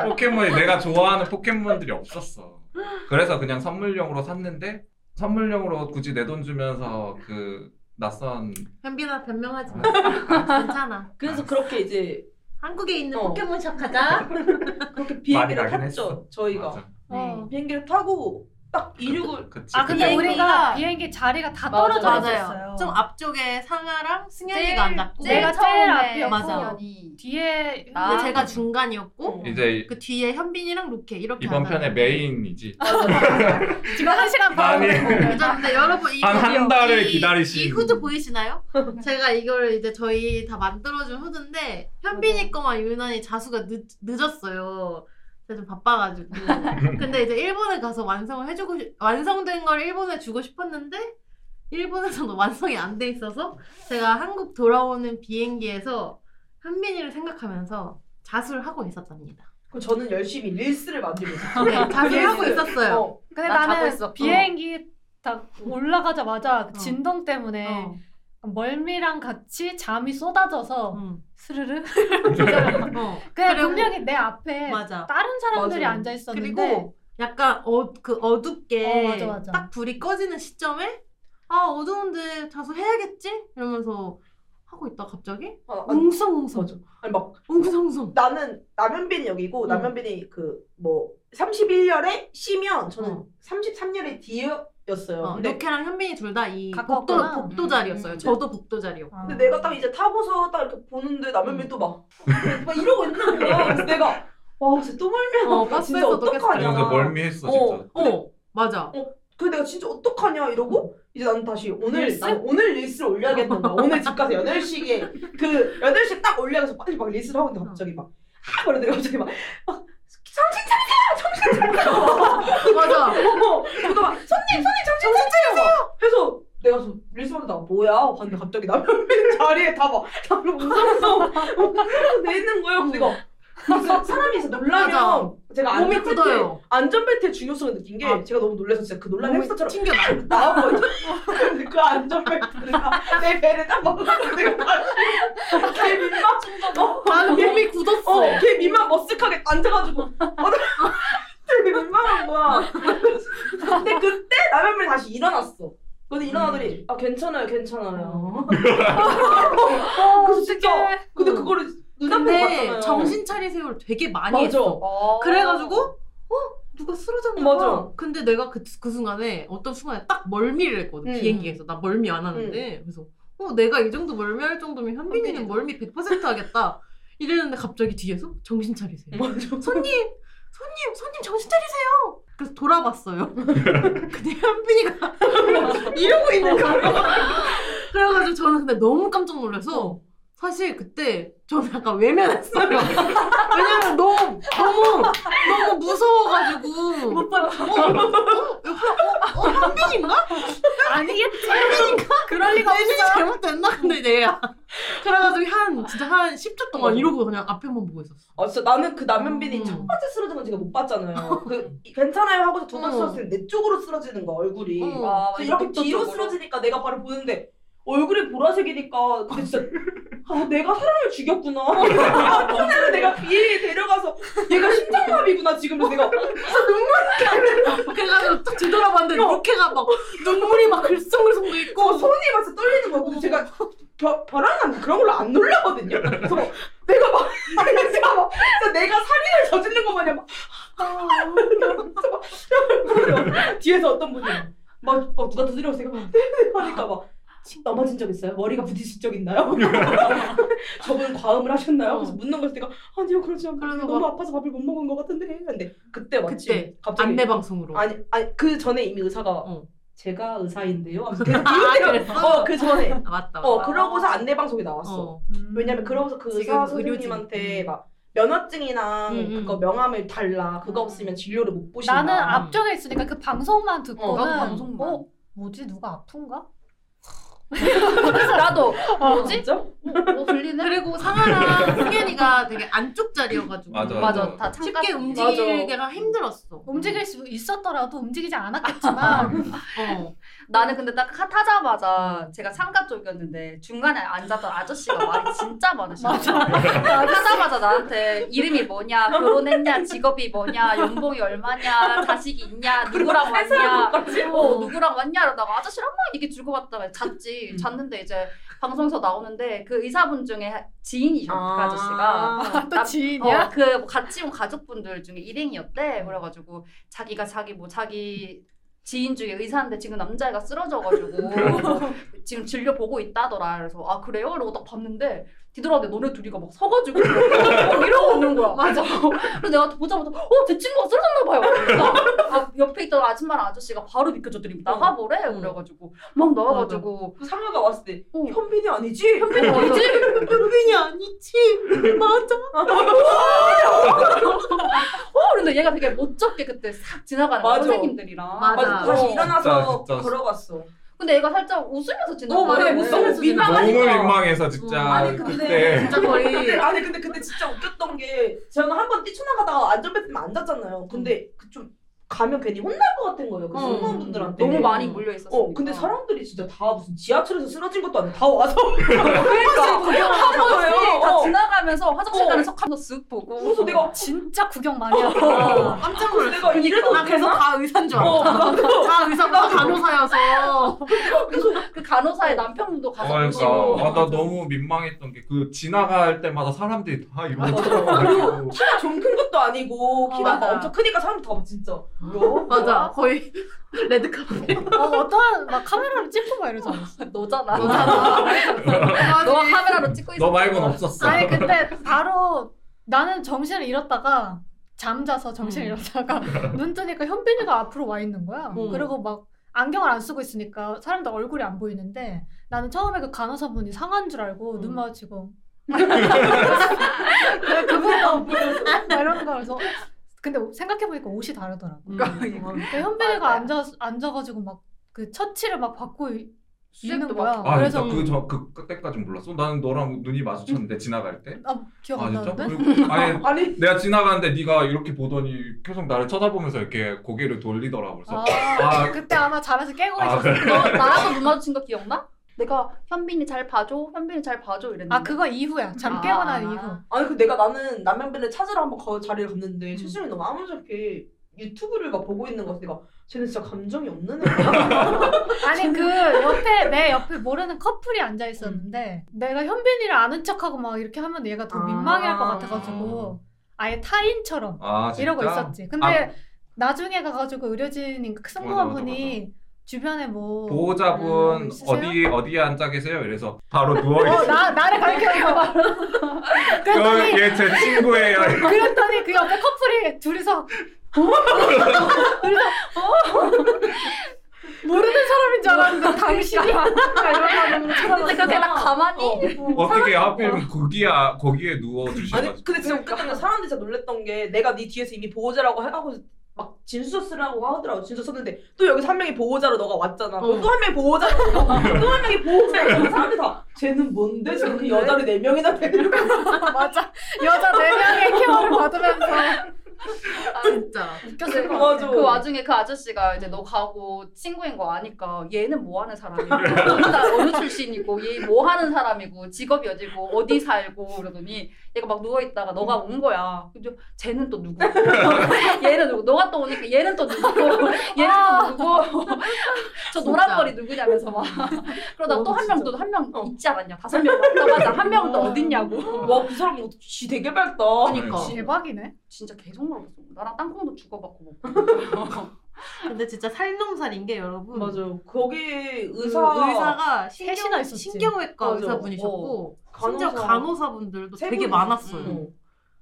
포켓몬이 내가 좋아하는 포켓몬들이 없었어. 그래서 그냥 선물용으로 샀는데 선물용으로 굳이 내 돈 주면서 그 낯선 현빈아 변명하지 마. 괜찮아. [LAUGHS] 그래서 그렇게 이제 한국에 있는 어. 포켓몬샵 가자. 그렇게 많이 비행기를 가긴 탔죠. 했어. 저희가 맞아. 어. 비행기를 타고 딱 이륙을 그치. 아, 그치. 근데 비행기가- 우리가 비행기 자리가 다 맞아, 떨어져 맞아요. 있었어요. 좀 앞쪽에 상아랑 제일- 승현이가 앉았고 제일 내가 아. 내가 제일 처음에 앞이었고. 맞아. 승연이. 뒤에 나- 근데 제가 어? 중간이었고 이제 그 뒤에 현빈이랑 로케 이렇게 이번 앉아요. 편의 메인이지. 지금 한 시간 반. 많이 그죠? 근데 여러분 이 한한 드디어 달을 이- 기다리신- 이 후드 보이시나요? [LAUGHS] 제가 이걸 이제 저희 다 만들어준 후드인데 네. 현빈이 거만 유난히 자수가 늦, 늦었어요. 제가 좀 바빠가지고 근데 이제 일본에 가서 완성을 해주고 싶- 완성된 걸 일본에 주고 싶었는데 일본에서는 [LAUGHS] 완성이 안 돼 있어서 제가 한국 돌아오는 비행기에서 현빈이를 생각하면서 자수를 하고 있었답니다. 그럼 저는 열심히 릴스를 만들고 아, 있었어요. 네, 자수를 하고 있었어요. 어, 근데 나 자고 나는 있었고. 비행기 딱 올라가자마자 그 어. 진동 때문에 어, 멀미랑 같이 잠이 쏟아져서 음, 스르르. 어. 그냥 그리고- 분명히 내 앞에 맞아. 다른 사람들이 맞아. 앉아 있었는데 그리고 약간 어, 그 어둡게 어, 맞아, 맞아. 딱 불이 꺼지는 시점에 아 어두운데 자수 해야겠지 이러면서 하고 있다 갑자기 아, 아, 웅성웅성 맞아. 아니 막 웅성웅성 나는 남현빈 여기고 음. 남현빈이 그 뭐 31열에 C면 저는 어. 33열에 D였어요. 어, 근데, 음, 노케랑 현빈이 둘 다 이 복도, 가까웠구나. 복도 자리였어요. 저도 복도 자리였고. 근데 내가 딱 이제 타고서 딱 이렇게 보는데 음. 남현빈 또막 막 이러고 있는 거야. 그래서 내가 와, 쟤또 멀면 어, 어, 진짜 버스에서도 아니 어떡하냐. 근데 멀미했어 진짜. 어, 맞아. 그 내가 진짜 어떡하냐 이러고 이제 나는 다시 오늘 릴스? 나는 오늘 릴스를 올려야겠는 거야. 오늘 집 가서 8시에 그 8시에 딱 올려서 빨리 막 릴스를 하고 어. 있는데 갑자기 막 아! 그러더니 갑자기 막, 막 정신 차리세요! 정신 차리세요! 맞아. 어머! 누가 막 손님! 손님! 정신 차리세요! 해서 내가 저 릴스 보다가 뭐야? 음. 봤는데 갑자기 남편빈 자리에 다막 다들 웃으면서 웃으면서 내 있는 거예요. 근데 이거 그래서 사람이 진짜 맞아. 놀라면 제가 몸이 안전벨트- 굳어요. 안전벨트의 중요성을 느낀 게 아. 제가 너무 놀라서 진짜 그 놀란 몸이 햄스터처럼 튕겨 [LAUGHS] 나오고 근데 그 안전벨트가 내 배를 딱 먹었는데 내가 다시 걔 민망 어, 나는 얘- 몸이 굳었어. 어, 걔 민망 머쓱하게 앉아가지고 어, 나- 되게 민망한 거야 근데 그때 남현물이 다시 일어났어 근데 일어나더니 아 괜찮아요 괜찮아요 그래서 어, 진짜 어. 근데 그거를 눈앞에 근데 봤잖아요 정신 차리세요를 되게 많이 맞아 했어. 그래가지고 어 누가 쓰러졌나 맞아. 봐. 근데 내가 그, 그 순간에 어떤 순간에 딱 멀미를 했거든 음. 비행기에서 나 멀미 안 하는데 그래서 어 내가 이 정도 멀미할 정도면 현빈이는 현빈이다. 멀미 100% 하겠다 이랬는데 갑자기 뒤에서 정신 차리세요. 맞아 손님, 손님, 손님 정신 차리세요. 그래서 돌아봤어요. 근데 현빈이가 [LAUGHS] 이러고 있는 거예요. 그래가지고 저는 근데 너무 깜짝 놀라서 사실 그때 저는 약간 외면했어요. 왜냐면 너무 너무 너무 무서워가지고 못 봤어. 어, 어, 어, 어, 현빈인가? 아니겠지. 현빈인가? 그럴 리가 없어. 잘못됐나? 근데 내가 그래가지고 한 진짜 한 10초 동안 이러고 그냥 앞에만 보고 있었어. 아 진짜 나는 그 남현빈이 음. 첫 번째 쓰러진 건 제가 못 봤잖아요. [LAUGHS] 그 이- 괜찮아요 하고서 두 번째 어. 쓰러질 때내 쪽으로 쓰러지는 거야 얼굴이. 어. 그래서 아, 이렇게 뒤로 쓰러지니까 내가 바로 보는데 얼굴이 보라색이니까 근데 진짜 아 내가 사람을 죽였구나. [LAUGHS] 오늘 내가 비행에 데려가서 얘가 심장마비구나 지금 그래서 내가 그래가지고 딱 뒤돌아봤는데 로케가 막 눈물이 막 글썽글썽 도 있고 어, 손이 막 진짜 떨리는 거야. 근데 제가 벼, 벼랑은 그런 걸로 안 놀라거든요. 그래서 막 내가 막 [LAUGHS] 내가 막 진짜 내가 살인을 저지른 거 마냥 막 그래서 막 그러더라고요. 뒤에서 어떤 분이 막 어, 누가 두드려서 제가 막 네네 하니까 막 침 넘어진 적 있어요? 머리가 부딪힌 적 있나요? [LAUGHS] 저분 과음을 하셨나요? 그래서 묻는 거에서 내가 아니요 그러지 않고 어. 그래서 너무 막- 아파서 밥을 못 먹은 것 같은데 근데 그때 마침 그때 갑자기 안내 방송으로 아니 아니 그 전에 이미 의사가 어. 제가 의사인데요. 아, 그랬어? 어, 그 전에. 아, 맞다 어, 맞다. 그러고서 안내 방송이 나왔어. 어. 왜냐면 그러고서 그 지금 의사 의료진. 선생님한테 음. 막 면허증이랑 음, 음. 그거 명함을 달라. 그거 음. 없으면 진료를 못 보신다. 나는 앞쪽에 있으니까 그 방송만 듣고는 나도 방송만. 어 뭐지 누가 아픈가? 나도 뭐지? 아, 뭐지? 진짜? 뭐 어, 들리네? 그리고 상아랑 승현이가 되게 안쪽 자리여가지고 맞아. 맞아 다 창가 쉽게 움직이기가 힘들었어 움직일 수 있었더라도 움직이지 않았겠지만 어. 나는 근데 딱 하- 타자마자 제가 상가 쪽이었는데 중간에 앉았던 아저씨가 말이 진짜 많으셔. 타자마자 나한테 이름이 뭐냐, 결혼했냐, 직업이 뭐냐, 연봉이 얼마냐, 자식이 있냐, 누구랑 왔냐, 어, 누구랑 왔냐 이러다가 아저씨랑 막 이렇게 주고받다가 잤지. 음. 잤는데 이제 방송에서 나오는데 그 의사분 중에 지인이셔, 그 아저씨가. 아저씨가 또 지인이야? 어, 그뭐 같이 온 가족분들 중에 일행이었대. 그래가지고 자기가 자기 뭐 자기 지인 중에 의사인데 지금 남자애가 쓰러져가지고 뭐 지금 진료 보고 있다더라. 그래서 아 그래요? 이러고 딱 봤는데 뒤돌아봤는데 너네 둘이가 막 서가지고 이러고 있는 거야. 맞아. 그래서 내가 보자마자 어제 친구가 쓰러졌나 봐요. 그러니까 아, 옆에 있던 아줌마랑 아저씨가 바로 비켜줬더니 나가보래. 응. 그래가지고 막 나와가지고 그 상어가 왔을 때 어. 현빈이 아니지? 현빈이 뭐지? [LAUGHS] 현빈이 아니지 맞아 어 근데 얘가 되게 멋쩍게 그때 싹 지나가는 거야, 맞아. 선생님들이랑 맞아. 맞아. 다시 어. 일어나서 진짜, 진짜. 걸어갔어. 근데 얘가 살짝 웃으면서 지나가. 어, 맞아. 웃으면서 무슨 지나가. 민망하니까. 너무 민망해서 네. 진짜 음, 아니, 근데- 그때 진짜 근데 [LAUGHS] 거의 아니 근데 그때 진짜 웃겼던 게 저는 한 번 뛰쳐나가다가 안전벨트만 안 잤잖아요. 근데 그 좀 가면 괜히 혼날 것 같은 거예요. 그 음. 승무원분들한테. 너무 많이 몰려 네. 있었어. 어, 근데 사람들이 진짜 다 무슨 지하철에서 쓰러진 것도 아니고 다 와서 그러니까 구경하는 거예요. 다 어. 지나가면서 화장실 어. 가는 척하면서 쓱 보고. 어. 그래서 내가 진짜 구경 많이 [LAUGHS] 하고 어, 깜짝 그래서 놀랐어 내가 이래도 나 계속 되나? 다 의사인 줄 어, 알았어 나도 다 의사가 간호사여서 그래서 그 간호사의 남편분도 가서 그러니까 보시고 아, 나 너무 민망했던 게 그 지나갈 때마다 사람들이 다 이러고 맞아. 쳐다보고 키가 [LAUGHS] 좀 큰 것도 아니고 아, 키가 막 맞아. 엄청 크니까 사람들 다 진짜 어. 뭐? 맞아 거의 음. 레드카펫 어, 어떠한 막 카메라로 찍고 막 이러잖아. 너잖아. 너가 [LAUGHS] 너가 카메라로 찍고 있어. 너 말고는 없었어. 아니 근데 바로 나는 정신을 잃었다가 잠자서 정신을 잃었다가 눈 뜨니까 현빈이가 앞으로 와 있는 거야. 음. 그리고 막 안경을 안 쓰고 있으니까 사람들 얼굴이 안 보이는데 나는 처음에 그 간호사분이 상한 줄 알고 음. 눈 마주치고 그래, 그분도 막 이런 거라서 어? 근데 생각해 보니까 옷이 다르더라고. 그러니까. 그 현빈이가 앉아 앉아가지고 막 그 처치를 막 받고 이- 있는 수액도 거야. 막. 아 그래서 진짜 그저 그 그때까진 몰랐어. 나는 너랑 눈이 마주쳤는데 지나갈 때. 아 기억 아 안 진짜? 나는데. 그리고 아니 아니 내가 지나가는데 네가 이렇게 보더니 계속 나를 쳐다보면서 이렇게 고개를 돌리더라고. 그래서 아, 아. 그때 아마 자면서 깨고 아, 있었어. 그래? 너 나랑 눈 마주친 거 기억나? 내가 현빈이 잘 봐줘, 현빈이 잘 봐줘 이랬는데. 아 그거 이후야. 잠 깨고 아. 난 이후. 아니 그 내가 나는 남양배를 찾으러 한번 가 자리를 갔는데 최수영이 너무 아무렇게 유튜브를 막 보고 있는 거같 내가 쟤는 진짜 감정이 없는 애야 [LAUGHS] 아니 그 옆에 내 옆에 모르는 커플이 앉아 있었는데 내가 현빈이를 아는 척하고 막 이렇게 하면 얘가 더 아. 민망해할 것 같아가지고 아예 타인처럼 아 진짜. 이러고 있었지. 근데 아. 나중에 가가지고 의료진인 그 맞아, 승무원분이 주변에 뭐 보호자분 음, 쓰세요? 어디 어디에 앉아 계세요? 이래서 바로 누워 어, 있어. 나, 나를 [LAUGHS] 가르쳐줘. 그랬더니, 얘제 친구예요. 그랬더니 그 옆에 커플이 둘이서, 어? 둘이서, 어? 모르는 사람인 줄 알았는데 [LAUGHS] 당신이야. 근데 그렇게 나 가만히 [LAUGHS] 어떻게 하필 거기야 거기에 누워 주셔가지고. 아니 근데 진짜 웃겼던 건 사람들이 진짜 놀랬던 게 내가 네 뒤에서 이미 보호자라고 하고 막 진술서 쓰라고 하더라고 진술서 썼는데 또 여기서 한 명이 보호자로 너가 왔잖아 어. 또 한 명이 보호자로 [LAUGHS] 또 한 명이 보호자로 사람들이 다 쟤는 뭔데 저렇게 여자를 네 명이나 데리고 맞아. 여자 4명의 케어를 받으면서 아, 진짜 웃겼을 것 맞아. 같아. 그 와중에 그 아저씨가 이제 너 가고 친구인 거 아니까 얘는 뭐 하는 사람이고 어느 나 어느 출신이고 얘 뭐 하는 사람이고 직업이 어디고 어디 살고 그러더니 얘가 막 누워 있다가 너가 온 거야. 근데 쟤는 또 누구? [LAUGHS] 얘는 누구? 너가 또 오니까 얘는 또 누구? [LAUGHS] 얘는 또 누구? [LAUGHS] 저 노란 진짜. 머리 누구냐면서 막 그러다 와, 또 한 진짜. 명 또 한 명 있지 않았냐? 다섯 명 왔다마자 한 명은 또 어딨냐고. 와그 사람 뭐, 쥐 되게 밝다 아, 그러니까. 대박이네. 진짜 계속 물어봤어. 나랑 땅콩도 주고받고 뭐. 먹고. 근데 진짜 살놈살인 게 여러분 맞아 거기 그 의사 의사 의사가 셋이나 신경, 있었지. 신경외과 맞아. 의사분이셨고 심지어 간호사. 간호사분들도 세 되게 분이- 많았어요. 어.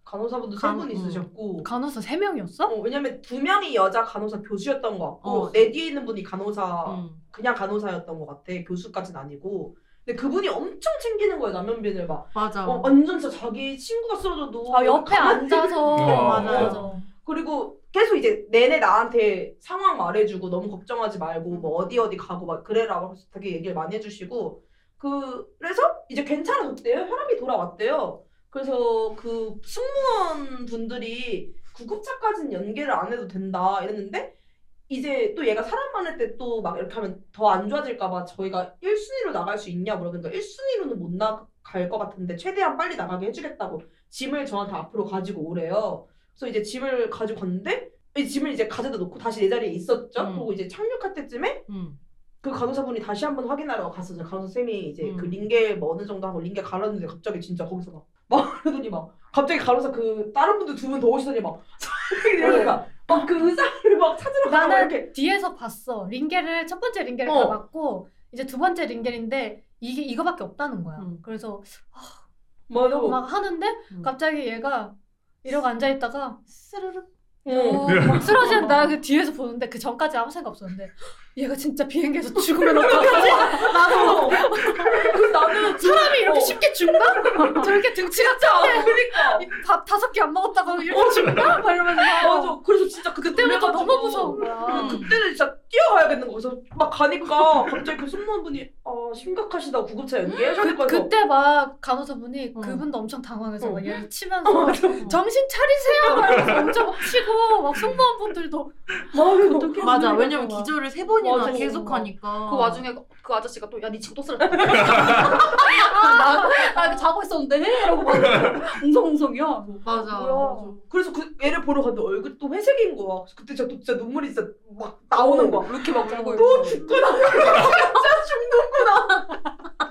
간호사분도 간- 세분 어. 있으셨고 간호사 3명이었어? 어, 왜냐면 두 명이 여자 간호사 교수였던 것 같고 어. 내 뒤에 있는 분이 간호사 음. 그냥 간호사였던 것 같아 교수까진 아니고 근데 그분이 엄청 챙기는 거야 남면빈을 막 맞아. 어, 완전 진짜 자기 친구가 쓰러져도 아, 옆에 가만히 앉아서. 어, 맞아. 맞아. 그리고 계속 이제 내내 나한테 상황 말해주고 너무 걱정하지 말고 뭐 음. 어디 어디 가고 막 그래라 그래서 되게 얘기를 많이 해주시고 그- 그래서 이제 괜찮아졌대요 혈압이 돌아왔대요 그래서 그 승무원 분들이 구급차까지는 연계를 안 해도 된다 이랬는데 이제 또 얘가 사람 많을 때 또 막 이렇게 하면 더 안 좋아질까봐 저희가 1순위로 나갈 수 있냐 물어보니까 1순위로는 못 나갈 것 같은데 최대한 빨리 나가게 해주겠다고 짐을 저한테 앞으로 가지고 오래요 그래서 이제 짐을 가지고 갔는데 이 짐을 이제 가져다 놓고 다시 내 자리에 있었죠. 음. 그리고 이제 착륙할 때쯤에 음. 그 간호사분이 다시 한번 확인하러 갔었죠. 간호사 쌤이 이제 음. 그 링겔 뭐 어느 정도 하고 링겔 갈았는데 갑자기 진짜 거기서 막, [LAUGHS] 막 그러더니 막 갑자기 간호사 그 다른 분들 두 분 더 오시더니 막 [LAUGHS] 이러니까 막그 의사를 막 찾으러 가고 네. 막 나는 이렇게 뒤에서 봤어. 링겔을, 첫 번째 링겔을 어. 가봤고, 이제 두 번째 링겔인데, 이게 이거밖에 없다는 거야. 음. 그래서 이러고 막 이러고 어. 막 하는데, 음. 갑자기 얘가 이러고 앉아있다가, 스르륵. 어, 막 쓰러지는 나 그 뒤에서 보는데, 그 전까지 아무 생각 없었는데, 얘가 진짜 비행기에서 죽으면 어떡하지? [LAUGHS] 나도 그 나는 사람이 이렇게 어. 쉽게 죽나? 저렇게 등치가 진짜 그러니까 밥 다섯 개 안 먹었다고 이렇게 죽나? 막 이러면서 어. 맞아 그래서 진짜 그때 그때부터 너무 놀래가지고. 무서운 거야. 음. 그때는 진짜 뛰어가야겠는 거기서 막 가니까 갑자기 그 승무원분이 아 심각하시다 구급차 연기해 그, 저기까지 그때 막 간호사분이 어. 그분도 엄청 당황해서 어. 막 얘를 치면서 정신 차리세요! 막 이러면서 엄청 치고 [LAUGHS] 막 승무원분들도 마음이 어떻게 맞아. 왜냐면 기절을 세 번이나 그 맞아. 어. 계속하니까. 그 와중에 그 아저씨가 또 야 니 지금 [LAUGHS] 또 쓰러졌다. 나나 자고 있었는데 이러고 막 웅성웅성이야. 맞아 뭐야. 그래서 그 애를 보러 갔는데 얼굴 또 회색인 거야 그래서 그때 진짜, 어, 진짜 눈물이 진짜 막 나오는 거야 어, 이렇게 막 울고 또 죽구나 진짜 죽는구나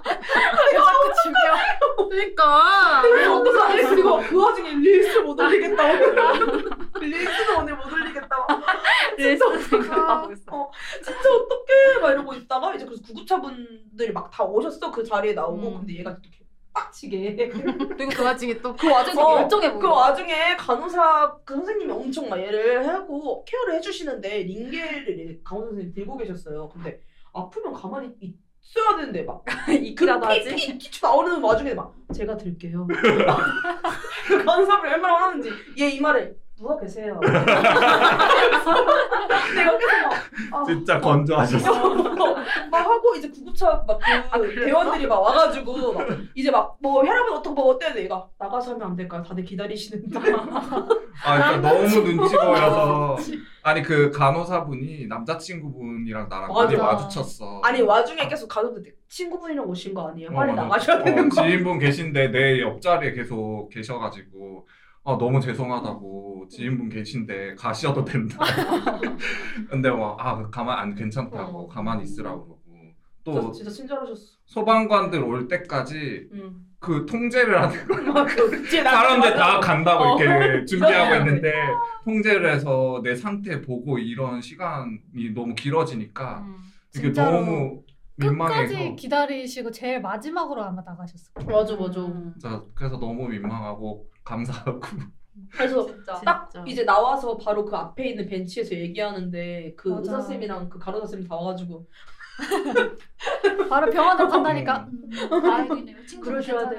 어. 그 올리겠다 아. 오늘. [LAUGHS] 릴스도 오늘 못 올리겠다. 막 일성 아, 예, 그그 생각하고 있어. 어, 진짜 어떡해 막 이러고 있다가 이제 그래서 구급차분들이 막 다 오셨어 그 자리에 나오고 음. 근데 얘가 이렇게 빡치게 그리고 그 와중에 또 그 와중에 되게 어, 열정해 그 보여. 와중에 간호사 그 선생님이 엄청 막 얘를 하고 케어를 해주시는데 링겔을 간호사 선생님 들고 계셨어요. 근데 아프면 가만히 있어야 되는데 [LAUGHS] 막그 이기라도 하지. 피 기초 나오는 와중에 막 제가 [LAUGHS] 들게요. 그 간호사분이 얼마나 화나는지 얘 이 말을 누워 [LAUGHS] 계세요. 내가 계속 막 아, 그, 진짜 건조하셨어. 막 하고 이제 구급차 막그 아, 대원들이 막 와가지고 막 이제 막 뭐 혈압은 어떻고 뭐 어때야 돼 얘가 나가서 하면 안 될까요? 다들 기다리시는데 아, 진짜 너무 눈치 [LAUGHS] 보여서. 아니, 그 간호사분이 남자친구분이랑 나랑 어디 맞아. 마주쳤어. 아니 와중에 계속 가족들 친구분이랑 오신 거 아니에요? 빨리 어, 나가셔야 어, 되는 거 지인분 계신데 내 옆자리에 계속 계셔가지고 아 너무 죄송하다고 지인분 계신데 가셔도 된다. [LAUGHS] 근데 막아 가만 안 괜찮다고 어. 그렇죠. 가만히 있으라고 그러고 저 또 진짜 친절하셨어. 음. 소방관들 올 때까지 응. 그 통제를 하는 거그 사람들 사람들 다 간다고 어. 이렇게 준비하고 있는데 통제를 해서 내 상태 보고 이런 시간이 너무 음. 길어지니까 음. 이게 진짜로 너무 민망해서 끝까지 기다리시고 제일 마지막으로 아마 나가셨을 거예요. 맞아 맞아. 진짜 그래서 너무 민망하고 감사하고 그래서 진짜. 딱 진짜. 이제 나와서 바로 그 앞에 있는 벤치에서 얘기하는데 그 맞아. 의사 쌤이랑 그 간호사 쌤 다 와가지고 바로 병원으로 간다니까. 음. 음. 다행이네요. 친구 그러셔야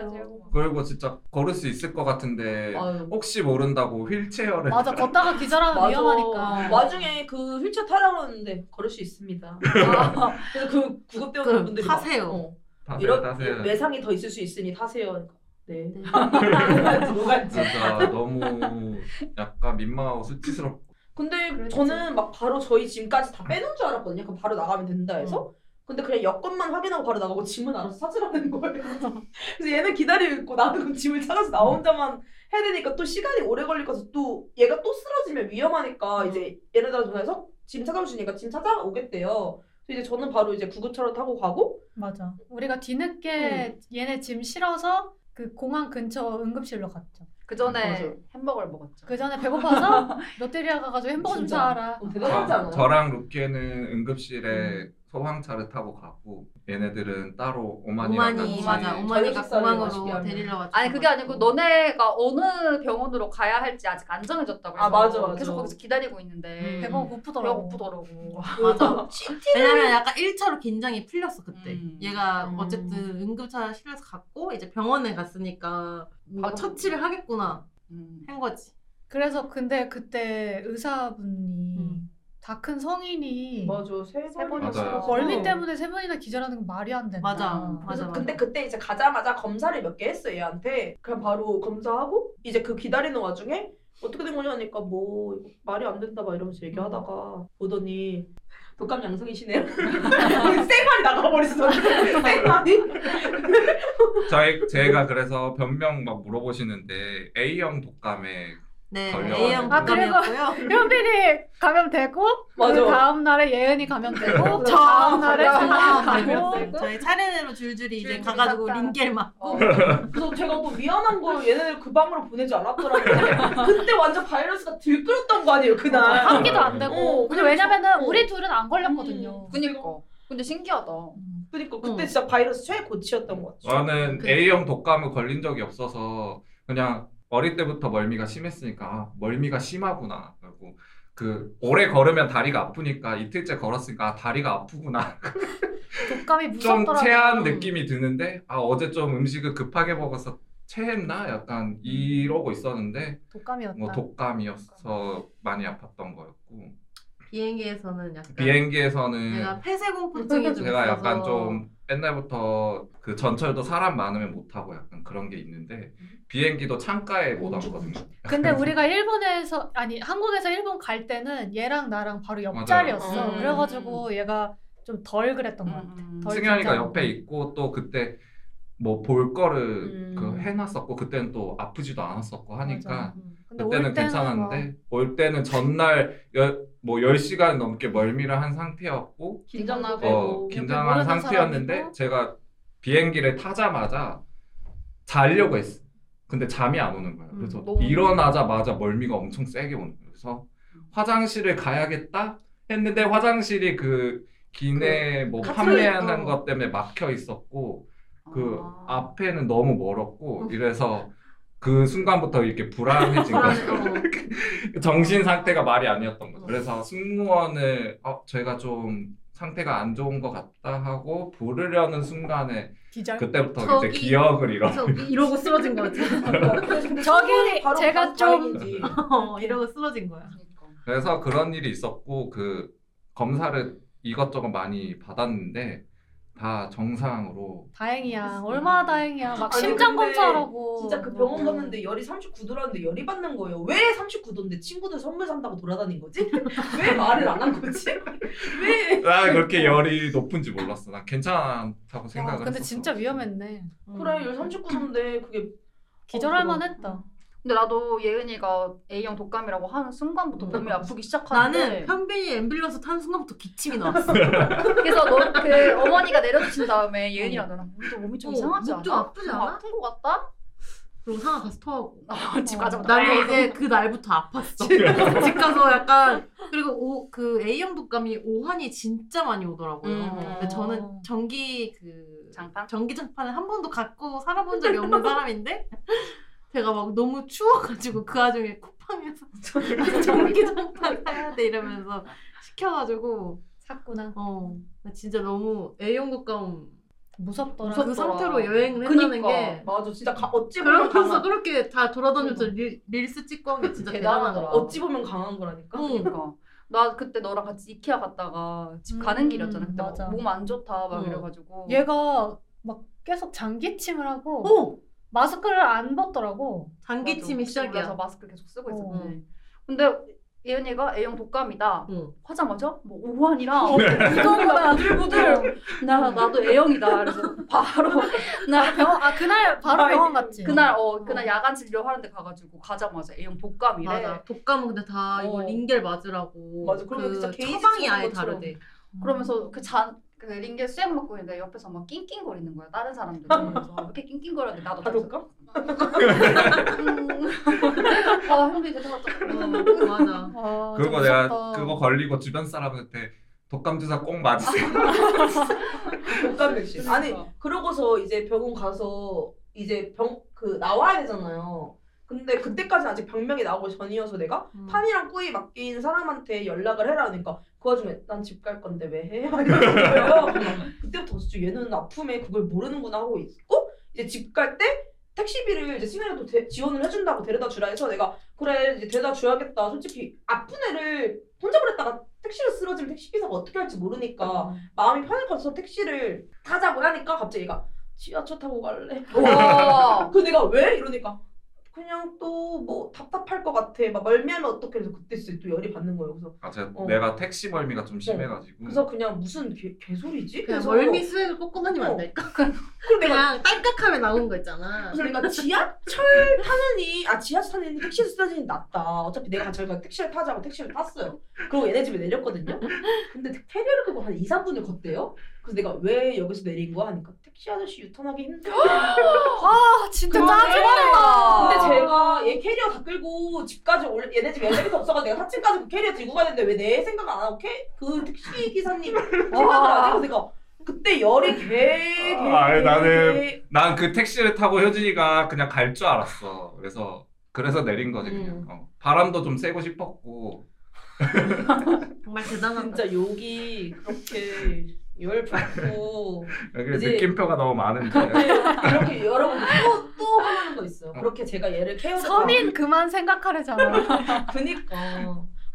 그리고 진짜 걸을 수 있을 것 같은데 아유. 혹시 모른다고 휠체어를 맞아 걷다가 기절하면 맞아. 위험하니까. 와중에 그 휠체어 타라고 그러는데 걸을 수 [LAUGHS] 있습니다. 아, 그래서 그 구급대원분들이 그, 막, 타세요. 어, 타세요, 이런 타세요. 외상이 더 있을 수 있으니 타세요. 그러니까. 네. 네. [LAUGHS] 뭐가 진짜 너무 약간 민망하고 수치스럽고 근데 그랬지. 저는 막 바로 저희 짐까지 다 빼놓은 줄 알았거든요. 그럼 바로 나가면 된다 해서. 근데 그냥 여권만 확인하고 바로 나가고 짐은 알아서 찾으라는 거예요. [LAUGHS] 그래서 얘는 기다리고 있고 나는 그럼 짐을 찾아서 나 혼자만 해야 되니까 또 시간이 오래 걸릴 거서 또 얘가 또 쓰러지면 위험하니까 이제 얘네 들한테 전화해서 짐 찾아오시니까 짐 찾아오겠대요. 그래서 이제 저는 바로 이제 구급차로 타고 가고 맞아. 우리가 뒤늦게 얘네 짐 실어서 그 공항 근처 응급실로 갔죠. 그 전에 맞아요. 햄버거를 먹었죠. 그 전에 배고파서 롯데리아 가가지고 햄버거 좀 진짜. 사와라. 어, 저- 대단하지 않아요? 저랑 루키는 응급실에 소방차를 타고 가고 얘네들은 따로 오만이랑 네. 오만이 같이 맞아 저녁 오만이가 식사를 공항으로 맛있게 데리러 왔어. 아니 그게 음. 아니고 너네가 어느 병원으로 가야 할지 아직 안 정해졌다고 해서 아, 맞아, 맞아. 계속 거기서 기다리고 있는데 음. 배가 배가 고프더라고. 고프더라고. 맞아. 왜냐면 약간 1차로 긴장이 풀렸어 그때. 음. 얘가 음. 어쨌든 응급차 실려서 갔고 이제 병원에 갔으니까 뭔가 바로- 처치를 하겠구나 음. 한 거지. 그래서 근데 그때 의사분이 음. 다 큰 성인이 맞아 세 세 번이나 맞아요. 쓰러져서. 월미 때문에 세 번이나 기절하는 건 말이 안 된다. 맞아. 맞아. 그래서 맞아. 근데 그때 이제 가자마자 검사를 몇 개 했어 얘한테 그냥 바로 검사하고 이제 그 기다리는 와중에 어떻게 된 거냐니까 뭐 이거 말이 안 된다 막 이러면서 얘기하다가 보더니 독감 양성이시네요 [LAUGHS] 생활이 나가버렸어 생활이 저희 제가 그래서 변명 막 물어보시는데 A형 독감에 네. 걸려가지고. A형 아, 그리고- 독감이었고요. 현빈이 감염되고 맞아. 그 다음 날에 예은이 감염되고 저 저 다음 날에 감염. 정아 걸렸어요. 감염되고 저희 차례대로 줄줄이 이제 줄줄이 가가지고 싹다. 링겔 막. 어, 그래서 제가 또 미안한 걸 얘네들 그 밤으로 보내지 않았더라고요 그때 완전 바이러스가 들끓었던 거 아니에요 그날 감기도 음. 안 되고 어, 근데 왜냐면은 어. 우리 둘은 안 걸렸거든요. 음. 그니까. 근데 신기하다. 음. 그러니까 그때 응. 진짜 바이러스 최고치였던 것 같아요 저는 그- A형 독감을 걸린 적이 없어서 그냥 어릴 때부터 멀미가 심했으니까 아, 멀미가 심하구나 그리고 그 오래 걸으면 다리가 아프니까 이틀째 걸었으니까 아, 다리가 아프구나 [LAUGHS] 독감이 좀 무섭더라고요. 체한 느낌이 드는데 아 어제 좀 음식을 급하게 먹어서 체했나 약간 이러고 있었는데 독감이었다. 뭐 독감이어서 많이 아팠던 거였고 비행기에서는 약간 비행기에서는 내가 폐쇄 공포증이 좀 제가 있어서 약간 좀 옛날부터 그 전철도 사람 많으면 못 타고 약간 그런 게 있는데 비행기도 창가에 음. 못 앉거든요. [LAUGHS] 근데 우리가 일본에서 아니 한국에서 일본 갈 때는 얘랑 나랑 바로 옆자리였어. 맞아요. 음. 그래가지고 얘가 좀 덜 그랬던 것 같아. 음. 덜 승현이가 긴장하고. 옆에 있고 또 그때 뭐 볼 거를 음. 그 해놨었고 그때는 또 아프지도 않았었고 하니까 맞아. 음. 근데 그때는 올 때는 괜찮았는데 막 올 때는 전날 열, 뭐 10시간 넘게 멀미를 한 상태였고 긴장하고 [LAUGHS] 어, 긴장한 모르는 상태였는데 사람이고. 제가 비행기를 타자마자 자려고 했어. 근데 잠이 안 오는 거예요. 그래서 너무 일어나자마자 멀미가 엄청 세게 오는 거예요. 그래서 화장실을 가야겠다 했는데 화장실이 그 기내 뭐 카트라이- 판매하는 어. 것 때문에 막혀 있었고 그 아. 앞에는 너무 멀었고 이래서 그 순간부터 이렇게 불안해진 거예요. 불안해, 그 정신 상태가 말이 아니었던 거죠. 그래서 승무원을 어 저희가 좀 상태가 안 좋은 것 같다 하고 부르려는 순간에 기절. 그때부터 저기- 이제 기억을 잃어. 그래서 이러고 쓰러진 거지. 저기 제가 좀 어, 이러고 쓰러진 거야. 그러니까. 그래서 그런 일이 있었고 그 검사를 이것저것 많이 받았는데 다 정상으로 다행이야. 얼마나 다행이야. 막 아니, 심장 근데 검사라고. 진짜 그 어, 병원 갔는데 열이 39도라는데 열이 받는 거예요. 왜 39도인데 친구들 선물 산다고 돌아다닌 [LAUGHS] 거지? 왜 말을 안 한 거지? 왜? 나 아, 그렇게 열이 높은지 몰랐어. 난 괜찮다고 와, 생각을 근데 했었어. 진짜 [LAUGHS] 위험했네. 음. 음. 그래 열 39도인데 그게 기절할 어, 만했다. 근데 나도 예은이가 A형 독감이라고 하는 순간부터 음. 몸이 아프기 시작하는데 나는 현빈이 앰뷸런스 탄 순간부터 [LAUGHS] 기침이 나왔어. 그래서 너, 그 어머니가 내려주신 다음에 예은이랑 나랑 몸이 좀- 몸이 좀 어, 이상하지 몸 않아? 좀 아프지 좀 않아? 아픈 것 같다? 그리고 상아 가서 토하고. 아, 집 어, 가자마자 나는 이제 그 날부터 [LAUGHS] 아팠어. 집 가서 약간 그리고 오, 그 A형 독감이 오한이 진짜 많이 오더라고요. 음. 근데 저는 전기 그 장판? 전기 장판을 한 번도 갖고 살아본 적이 없는 사람인데 [LAUGHS] 제가 막 너무 추워가지고 그 와중에 쿠팡에서 [LAUGHS] 전기 장판 사야 돼 이러면서 시켜가지고 샀구나. 어, 나 진짜 너무 A형 독감 무섭더라. 그 상태로 여행을 그니까. 했다는 게 맞아 진짜 가, 어찌 보면 그러면서 강한 그렇게 다 돌아다니면서 릴, 릴스 찍고 한 게 진짜 음. 대단하더라. 대단하더라. 어찌 보면 강한 거라니까. 응. 그러니까 나 그때 너랑 같이 이케아 갔다가 집 음, 가는 길이었잖아. 그때 맞아. 몸 안 좋다 막 응. 이래가지고 얘가 막 계속 장기침을 어. 하고 어? 오! 마스크를 안 벗더라고. 장기침이 맞아. 그래서 시작이야. 마스크 계속 쓰고 어. 있었는데 근데 예은이가 A형 독감이다. 응. 하자마자 뭐 오한이랑 이거구나. 부들부들 나 나도 A형이다. 그래서 바로 나 병원 아 그날 바로 병원 갔지. 그날 어 그날 야간 진료 하는데 가가지고 가자마자 A형 독감이래. 맞아. 독감은 근데 다 어. 이거 링겔 맞으라고. 맞아, 그러면 진짜 게이지 처방이 쓰는 아예 것처럼. 어. 다르대. 음. 그러면서 그잔그 링겔 수액 먹고 있는데 옆에서 막 낑낑거리는 거야. 다른 사람들 보면서 아, 이렇게 낑낑거렸는데 나도 음. 다 독감? [LAUGHS] 아 형도 다 왔다. [LAUGHS] 어, 맞아. 어, 좀 그거 내가 무섭다. 그거 걸리고 주변 사람한테 독감 주사 꼭 맞으세요. 독감 백신. 아니 그러니까. 그러고서 이제 병원 가서 이제 병 그 나와야 되잖아요. 근데 그때까지 아직 병명이 나오고 전이어서 내가 음. 판이랑 꾸이 맡긴 사람한테 연락을 해라 하니까 그 와중에 난 집 갈 건데 왜 해? [LAUGHS] 막 이러는 거예요. 그때부터 진짜 얘는 아픔에 그걸 모르는구나 하고 있고 이제 집 갈 때 택시비를 이제 승현이도 지원을 해준다고 데려다 주라 해서 내가 그래 이제 데려다 줘야겠다. 솔직히 아픈 애를 혼자 보냈다가 택시로 쓰러지면 택시 기사가 어떻게 할지 모르니까 마음이 편할 것 같아서 택시를 타자고 하니까 갑자기 얘가 지하철 타고 갈래? 와. 그 내가 왜? 이러니까 그냥 또 뭐 답답할 것 같아. 막 멀미하면 어떡해. 그래서 그때 진짜 또 열이 받는 거예요. 그래서 아, 제가 어. 내가 택시 멀미가 좀 심해가지고 그래서 그냥 무슨 개, 개소리지? 음. 그냥 그래서 멀미 수액을 꽂고 다니면 어. 안 될까? 그리고 내가 그냥 딸깍하면 나오는 거 있잖아. [LAUGHS] 그래서 내가 지하철 타느니 아 지하철 타느니 택시에서 쓰러지니 낫다. 어차피 내가 저희가 택시를 타자고 택시를 탔어요. 그리고 얘네 집에 내렸거든요. 근데 캐리어를 끌고 한 2, 3분을 걷대요. 그래서 내가 왜 여기서 내린 거야? 하니까 택시 아저씨 [GASPS] 유턴하기 힘들어. 아 진짜 짜증난다. 아. 근데 제가 얘 캐리어 다 끌고 집까지 올 얘네 집 엘리베이터 없어가지고 내가 4층까지 그 캐리어 들고 가야 되는데 왜 내 생각 안 하고 캐, 그 택시 [LAUGHS] 기사님 생각을 안 하고 내가 그때 열이 개, 개, 아, 아니, 나는 개- 난 그 택시를 타고 효진이가 그냥 갈 줄 알았어. 그래서 그래서 내린 거지 그냥. 음. 어. 바람도 좀 쐬고 싶었고. 정말 대단한 진짜 욕이 그렇게 열 [LAUGHS] 받고 여기 이제- 느낌표가 너무 많은데. 네, 그렇게 여러분 또, 또 하는 거 있어요. 그렇게 제가 얘를 케어를 서민 그만 생각하래잖아. 그니까.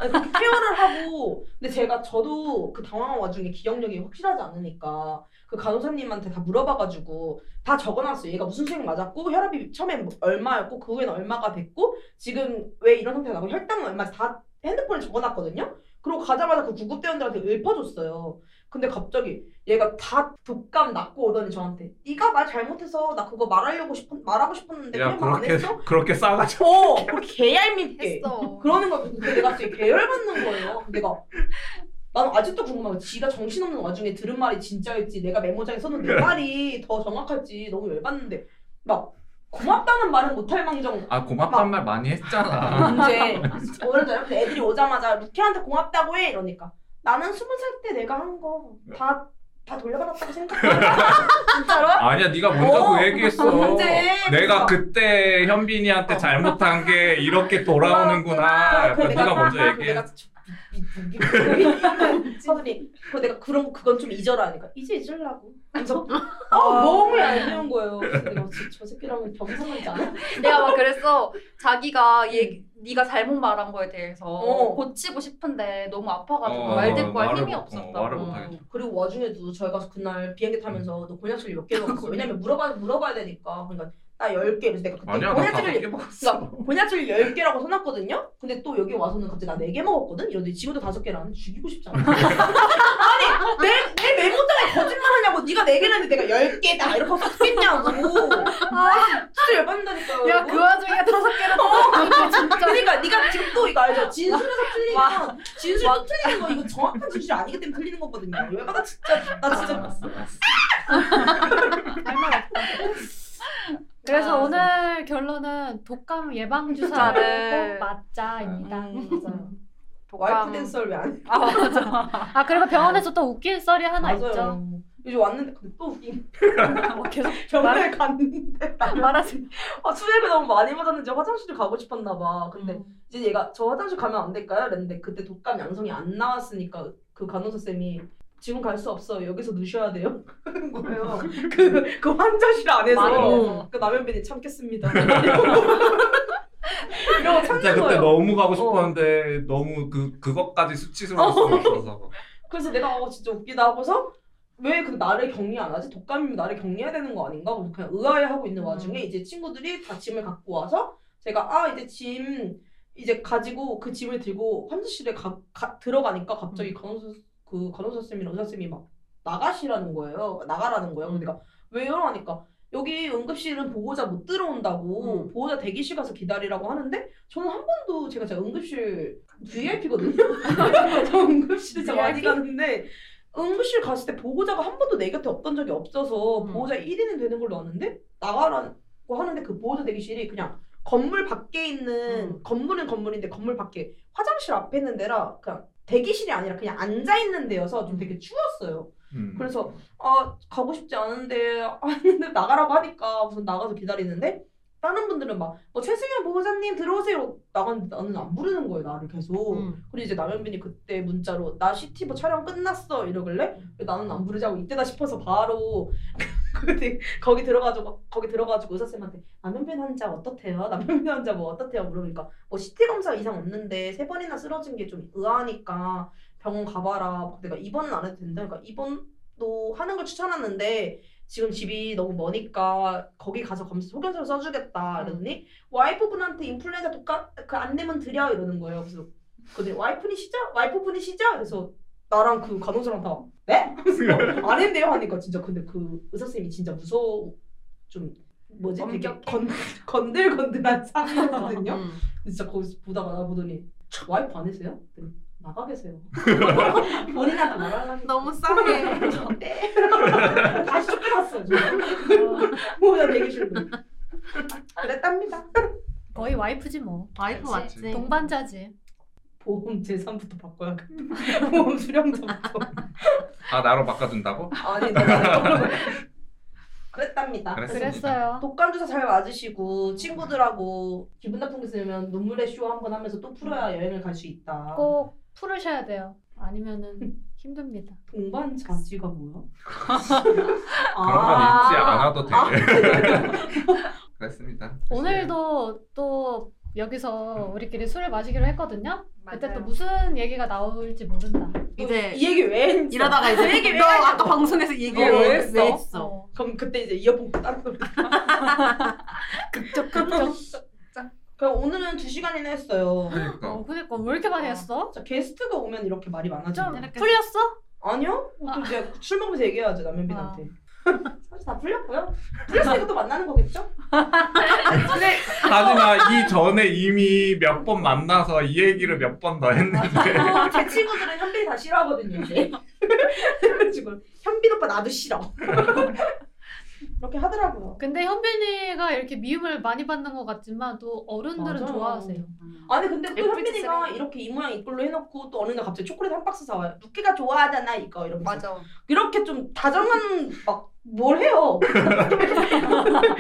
아니, 그렇게 케어를 하고, 근데 제가 저도 그 당황한 와중에 기억력이 확실하지 않으니까, 그 간호사님한테 다 물어봐가지고, 다 적어놨어요. 얘가 무슨 수액 맞았고, 혈압이 처음엔 뭐 얼마였고, 그 후엔 얼마가 됐고, 지금 왜 이런 상태가 나고, 혈당은 얼마, 다 핸드폰에 적어놨거든요? 그러고 가자마자 그 구급대원들한테 읊어줬어요. 근데 갑자기 얘가 다 독감 낫고 오더니 저한테, 네가 말 잘못해서 나 그거 말하려고 싶은, 말하고 싶었는데, 야 아, 그냥 말안 그렇게 했어? 그렇게 싸가지고. 어, 그렇게 개얄밉게. 했어. 그러는 거 근데 내가 진짜 계열받는 거예요. 내가 나는 아직도 궁금한 거 지가 정신없는 와중에 들은 말이 진짜일지 내가 메모장에 써놓은 내 말이 더 정확할지 너무 열받는데 막 고맙다는 말은 못할 망정 아 고맙단 말 [LAUGHS] 많이 했잖아. 문제 오늘 저녁 때 애들이 오자마자 루키한테 고맙다고 해 이러니까 나는 스무 살 때 내가 한 거 다 다 돌려받았다고 생각해 진짜로 아니야 네가 먼저 어, 그 얘기했어. 문제. 내가 그래서. 그때 현빈이한테 잘못한 게 이렇게 돌아오는구나. 그 약간 네가 먼저 얘기해. 얘기해. 서준이, 그 내가 그런 그건 좀 잊어라니까. 이제 잊으려고. 그래서 [LAUGHS] 아, 너무 얄미운 거예요. 그래서 내가 저, 저 새끼랑은 병상하지 않아? 내가 막 그랬어. 자기가 얘 네가 잘못 말한 거에 대해서 어. 고치고 싶은데 너무 아파가지고 어, 말 듣고 할 말을 힘이 못- 어, 없었다고. 말을 못하겠다. 그리고 와중에도 저희가 그날 비행기 타면서 너 곤약질 몇개 먹었어? 왜냐면 물어봐 물어봐야 되니까. 그러니까 나 10개 그래서 내가 그때 아니야 나 다섯 개 곤약질을 먹었어. 그러니까 곤약질 10개라고 써놨거든요? 근데 또 여기 와서는 갑자기 나 4개 먹었거든? 이러는데 지금도 5개라는 죽이고 싶지 않아? 아니 내, 내 메모장에 거짓말 하냐고 네가 4개라는데 내가 10개다 이렇게 하면 쓰겠냐고 진짜 열받는다니까요 야, 그 와중에 다섯 개를 그러니까 네가 지금 또 이거 알죠? 진술에서 틀리면 진술 또 틀리는 거 이거 정확한 진술이 아니기 때문에 틀리는 거거든요 열받아 진짜 나 진짜 아, 그래서 아, 오늘 결론은 독감 예방 주사를 주사를. 꼭 맞자입니다. 음, 맞아요 와이프 댄서를 왜안 해? 아 맞아. 아 그리고 병원에서 또 웃긴 썰이 하나 있죠. 맞아요 이제 왔는데 근데 또 웃긴 계속 병원에 갔는데 [LAUGHS] 말하세요. 아, 수액을 너무 많이 맞았는지 화장실을 가고 싶었나 봐. 근데 이제 얘가 저 화장실 가면 안 될까요? 그랬는데 그때 독감 양성이 안 나왔으니까 그 간호사 쌤이 지금 갈 수 없어요. 여기서 누셔야 돼요. [LAUGHS] 하는 거예요. 그, 그 환자실 안에서 말해서. 그 남현빈이 참겠습니다. 아, 이러고 진짜 참는 그때 거예요. 너무 가고 싶었는데 너무 그 그것까지 수치스러울 수 없어서. 그래서 내가 어, 진짜 웃기다 하고서 왜 그 나를 격리 안 하지? 독감이면 나를 격리해야 되는 거 아닌가? 그래서 그냥 의아해하고 있는 와중에 이제 친구들이 다 짐을 갖고 와서 제가 아 이제 짐 이제 가지고 그 짐을 들고 환자실에 가, 가- 들어가니까 갑자기 간호사 그 간호사 쌤이랑 의사 쌤이 막 나가시라는 거예요. 나가라는 거예요. 그러니까 왜요? 하니까 여기 응급실은 보호자 못 들어온다고 보호자 대기실 가서 기다리라고 하는데 저는 한 번도 제가 제가 응급실 VIP거든요. [LAUGHS] 저 응급실 진짜 많이 가는데 응급실 갔을 때 보호자가 한 번도 내 곁에 없던 적이 없어서 음. 보호자 1인은 되는 걸로 아는데 나가라고 하는데 그 보호자 대기실이 그냥 건물 밖에 있는 건물은 건물인데 건물 밖에 화장실 앞에 있는 데라 그냥 대기실이 아니라 그냥 앉아 있는 데여서 좀 되게 추웠어요. 음. 그래서 아 가고 싶지 않은데 [LAUGHS] 아, 근데 나가라고 하니까 우선 나가서 기다리는데 다른 분들은 막 뭐 최승현 보호자님 들어오세요 나갔는데 나는 안 부르는 거예요 나를 계속 음. 그리고 이제 남현빈이 그때 문자로 나 시티브 촬영 끝났어 이러길래 왜 나는 안 부르자고 이때다 싶어서 바로 [LAUGHS] 거기- 거기 들어가지고 거기 들어가지고 의사쌤한테 남현빈 환자 어떻대요 남현빈 환자 뭐 어떻대요 물어보니까 뭐 CT 검사 이상 없는데 세 번이나 쓰러진 게 좀 의아하니까 병원 가봐라 막 내가 입원은 안 해도 된다 그러니까 입원도 하는 걸 추천하는데 지금 집이 너무 머니까 거기 가서 검사 소견서를 써주겠다 이러더니 와이프분한테 인플루엔자 독감 그 안 내면 드려 이러는 거예요 그래서 근데 와이프니시죠? 와이프분이시죠? 그래서 나랑 그 간호사랑 다 네? 하면서 안 했네요 하니까 진짜 근데 그 의사 쌤이 진짜 무서워 좀 뭐지 되게 건 건들건들한 상이었거든요. 음. 근데 진짜 거기서 보다가 나 보더니 와이프 안 했어요? 그랬더니, 나가 계세요. 본인한테 말하려니 너무 싸해. 네. [LAUGHS] 다시 쫓겨났어요. 뭐야 되게 싫은 거. 그랬답니다. 거의 와이프지 뭐. 와이프 맞지. 동반자지. 보험 재산부터 바꿔야겠다. 보험 수령자부터. 아 나로 바꿔준다고? 아니 너무 [LAUGHS] 그랬답니다. 그랬습니다. 그랬어요. 독감 주사 잘 맞으시고 친구들하고 기분 나쁜 게 있으면 눈물의 쇼 한 번 하면서 또 풀어야 여행을 갈 수 있다. 꼭 풀으셔야 돼요. 아니면은 힘듭니다. 동반 자지가 [LAUGHS] 뭐야? 아. 그런 건 잊지 않아도 돼. 네. [LAUGHS] 그랬습니다. 오늘도 또 여기서 우리끼리 술을 마시기로 했거든요. 그때 또 맞아요. 무슨 얘기가 나올지 모른다. 이제 이 얘기 왜 했는지 이러다가 이제 얘기 왜 너 하냐고. 아까 방송에서 얘기 왜 왜 했어? 왜 했어? 어. 그럼 그때 이제 이어폰 딴 소리 극적 극적. 그럼 오늘은 2시간이나 했어요 그러니까 어, 그니까 왜 이렇게 많이 했어? 자, 게스트가 오면 이렇게 말이 많아지네 좀 풀렸어? 아니요? 아. 또 이제 술 먹으면서 얘기해야죠 남현빈한테 [LAUGHS] 사실 다 풀렸고요 풀렸으니까 또 만나는 거겠죠? 하지만 이 전에 이미 몇 번 만나서 이 얘기를 몇 번 더 했는데 어, 제 친구들은 현빈이 다 [LAUGHS] 싫어하거든요 이제 [LAUGHS] 그래가지고 현빈 오빠 나도 싫어 그렇게 하더라고요. 근데 현빈이가 이렇게 미움을 많이 받는 것 같지만 또 어른들은 맞아요. 좋아하세요. 아니 근데 또 예쁘게 현빈이가 쓰레기. 이렇게 이 모양 이꼴로 해놓고 또 어느 날 갑자기 초콜릿 한 박스 사와요. 루키가 좋아하잖아 이거 이러면서 맞아. 이렇게 좀 다정한 막 뭘 [LAUGHS] 해요.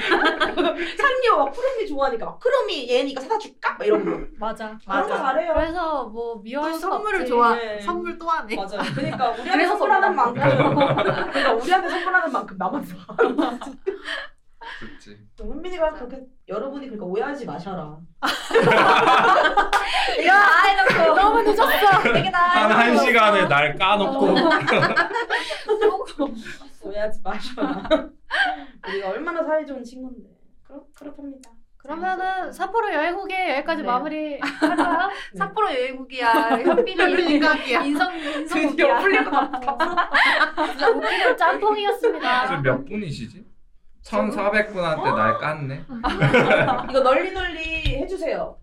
상기와 막 푸름이 좋아하니까 막 크롬이 얘니까 사다 줄까? 막 이런 거. 맞아. 맞아. 잘해요. 그래서 뭐 미워할 또 수 선물을 없지. 좋아. 네. 선물 또 하네. 맞아요. [LAUGHS] 그러니까 우리한테 그래서 선물하는 선물. 만큼 [LAUGHS] 그러니까 우리한테 선물하는 만큼 [LAUGHS] 나머지 다. 좋지. 현빈이가 그렇게 여러분이 그러니까 오해하지 마셔라. 이거 다 해놓고 [LAUGHS] 너무 늦었어. 되게 다 한 한 시간을 날 까놓고 아. [LAUGHS] 오해하지 마셔라. [LAUGHS] 우리가 얼마나 사이 좋은 친구인데. 그렇 [LAUGHS] 그렇답니다. 그러면은 삿포로 여행 후기에 여기까지 네. [LAUGHS] 마무리 할까요? 삿포로 여행국이야. 현빈이 생각이야. 인성 인성 국이야. 풀리고 다 진짜 웃기는 짬뽕이었습니다. 지금 몇 분이시지? 1400분한테 날 깠네. 아, 이거 널리 널리 해주세요.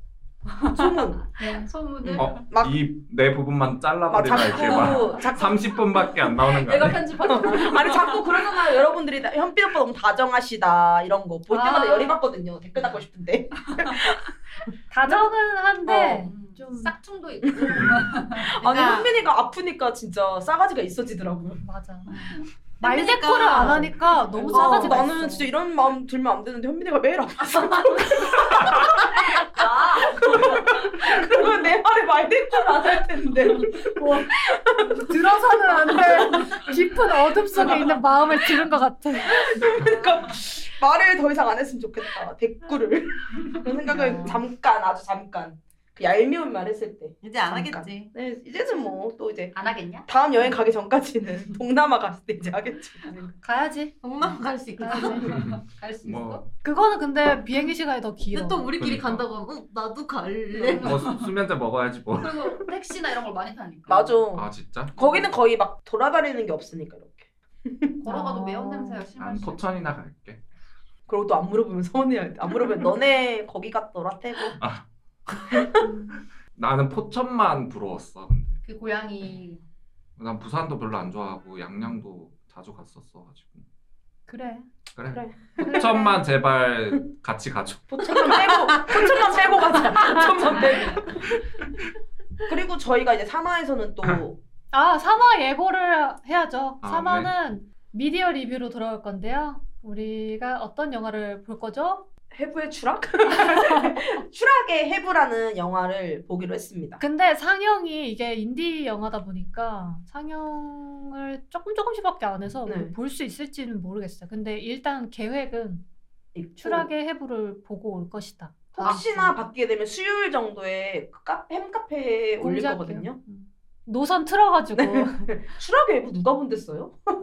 소문. [LAUGHS] 네. 소문을 어, 막- 이 내 부분만 막 잘라버리면 이렇게 막 자꾸 자꾸 30분밖에 안 나오는 거 내가 아니야? 편집하고 아니 자꾸 그러잖아요 여러분들이 다- 현빈 오빠 너무 다정하시다 이런 거 볼 때마다 아. 열이 받거든요 댓글 달고 싶은데 다정은 한데 좀 싹충도 있고 아니 그러니까 현빈이가 아프니까 진짜 싸가지가 있어지더라고요 맞아. 말 대꾸를 안 하니까 너무 싸가지가 아, 나는 있어. 진짜 이런 마음 들면 안 되는데 현빈이가 매일 아팠어 그러면 내 말에 말 대꾸를 안 할 텐데 들어서는 [LAUGHS] 안돼 깊은 어둠 속에 있는 마음을 들은 것 같아. [LAUGHS] 그러니까 말을 더 이상 안 했으면 좋겠다 대꾸를 그런 생각을 잠깐 아주 잠깐 그 얄미운 말 했을 때 이제 안 잠깐. 하겠지. 네, 이제는 뭐 또 이제 안 하겠냐? 다음 여행 가기 전까지는 동남아 갔을 때 이제 하겠지. 가야지. 동남 갈수 있겠다. [LAUGHS] 가야지. 갈 수 있어? 뭐, 그거는 근데 비행기 시간이 더 길어. 근데 또 우리끼리 그러니까. 간다고 하면 어, 나도 갈래. 뭐 수- 수면제 먹어야지 뭐. 그리고 택시나 이런 걸 많이 타니까 맞아. 아 진짜? 거기는 거의 막 돌아다니는 게 없으니까 이렇게. 걸어가도 매운 냄새가 심할 난 수 있어. 포천이나 갈게. 그리고 또 안 물어보면 서운해요. 안 [LAUGHS] 물어보면 너네 거기 갔더라 태고. 나는 포천만 부러웠어. 근데 그 고양이 난 부산도 별로 안 좋아하고 양양도 자주 갔었어가지고. 그래. 그래. 그래. 포천만 [LAUGHS] 제발 같이 가줘. 포천만 빼고 포천만 빼고 [LAUGHS] 가자. 포천만 빼고. 그리고 저희가 이제 사마에서는 또 아, 3화 예고를 해야죠. 아, 3화는 미디어 리뷰로 돌아올 건데요. 우리가 어떤 영화를 볼 거죠? 해부의 추락? [LAUGHS] 추락의 해부라는 영화를 보기로 했습니다. 근데 상영이 이게 인디 영화다 보니까 상영을 조금 조금씩밖에 안 해서 네. 볼 수 있을지는 모르겠어요. 근데 일단 계획은 있고 그 추락의 해부를 보고 올 것이다. 아, 혹시나 받게 되면 수요일 정도에 그 카페, 햄카페에 올릴 공지할게요. 거거든요. 음. 노선 틀어가지고 [LAUGHS] 추락의 일부 누가 본댔어요? [LAUGHS]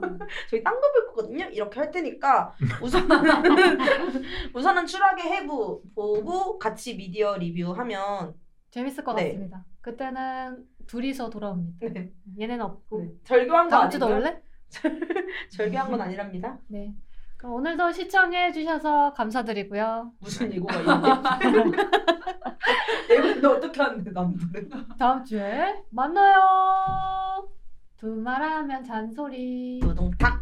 저희 딴 거 볼 거거든요. 이렇게 할 [LAUGHS] 테니까 우선은 우선은 추락의 해부 보고 같이 미디어 리뷰하면 재밌을 것 네. 같습니다. 그때는 둘이서 돌아옵니다. 네. 얘네는 없고 절교한 거 다음 주도 아니죠? 올래? 절교한 건 [LAUGHS] 아니랍니다. 네. 그럼 오늘도 시청해 주셔서 감사드리고요. 무슨 예고가 [LAUGHS] 있는데? 예고인데 어떻게 하는데 남들은? 다음 주에 만나요. 두말하면 잔소리. 노동탁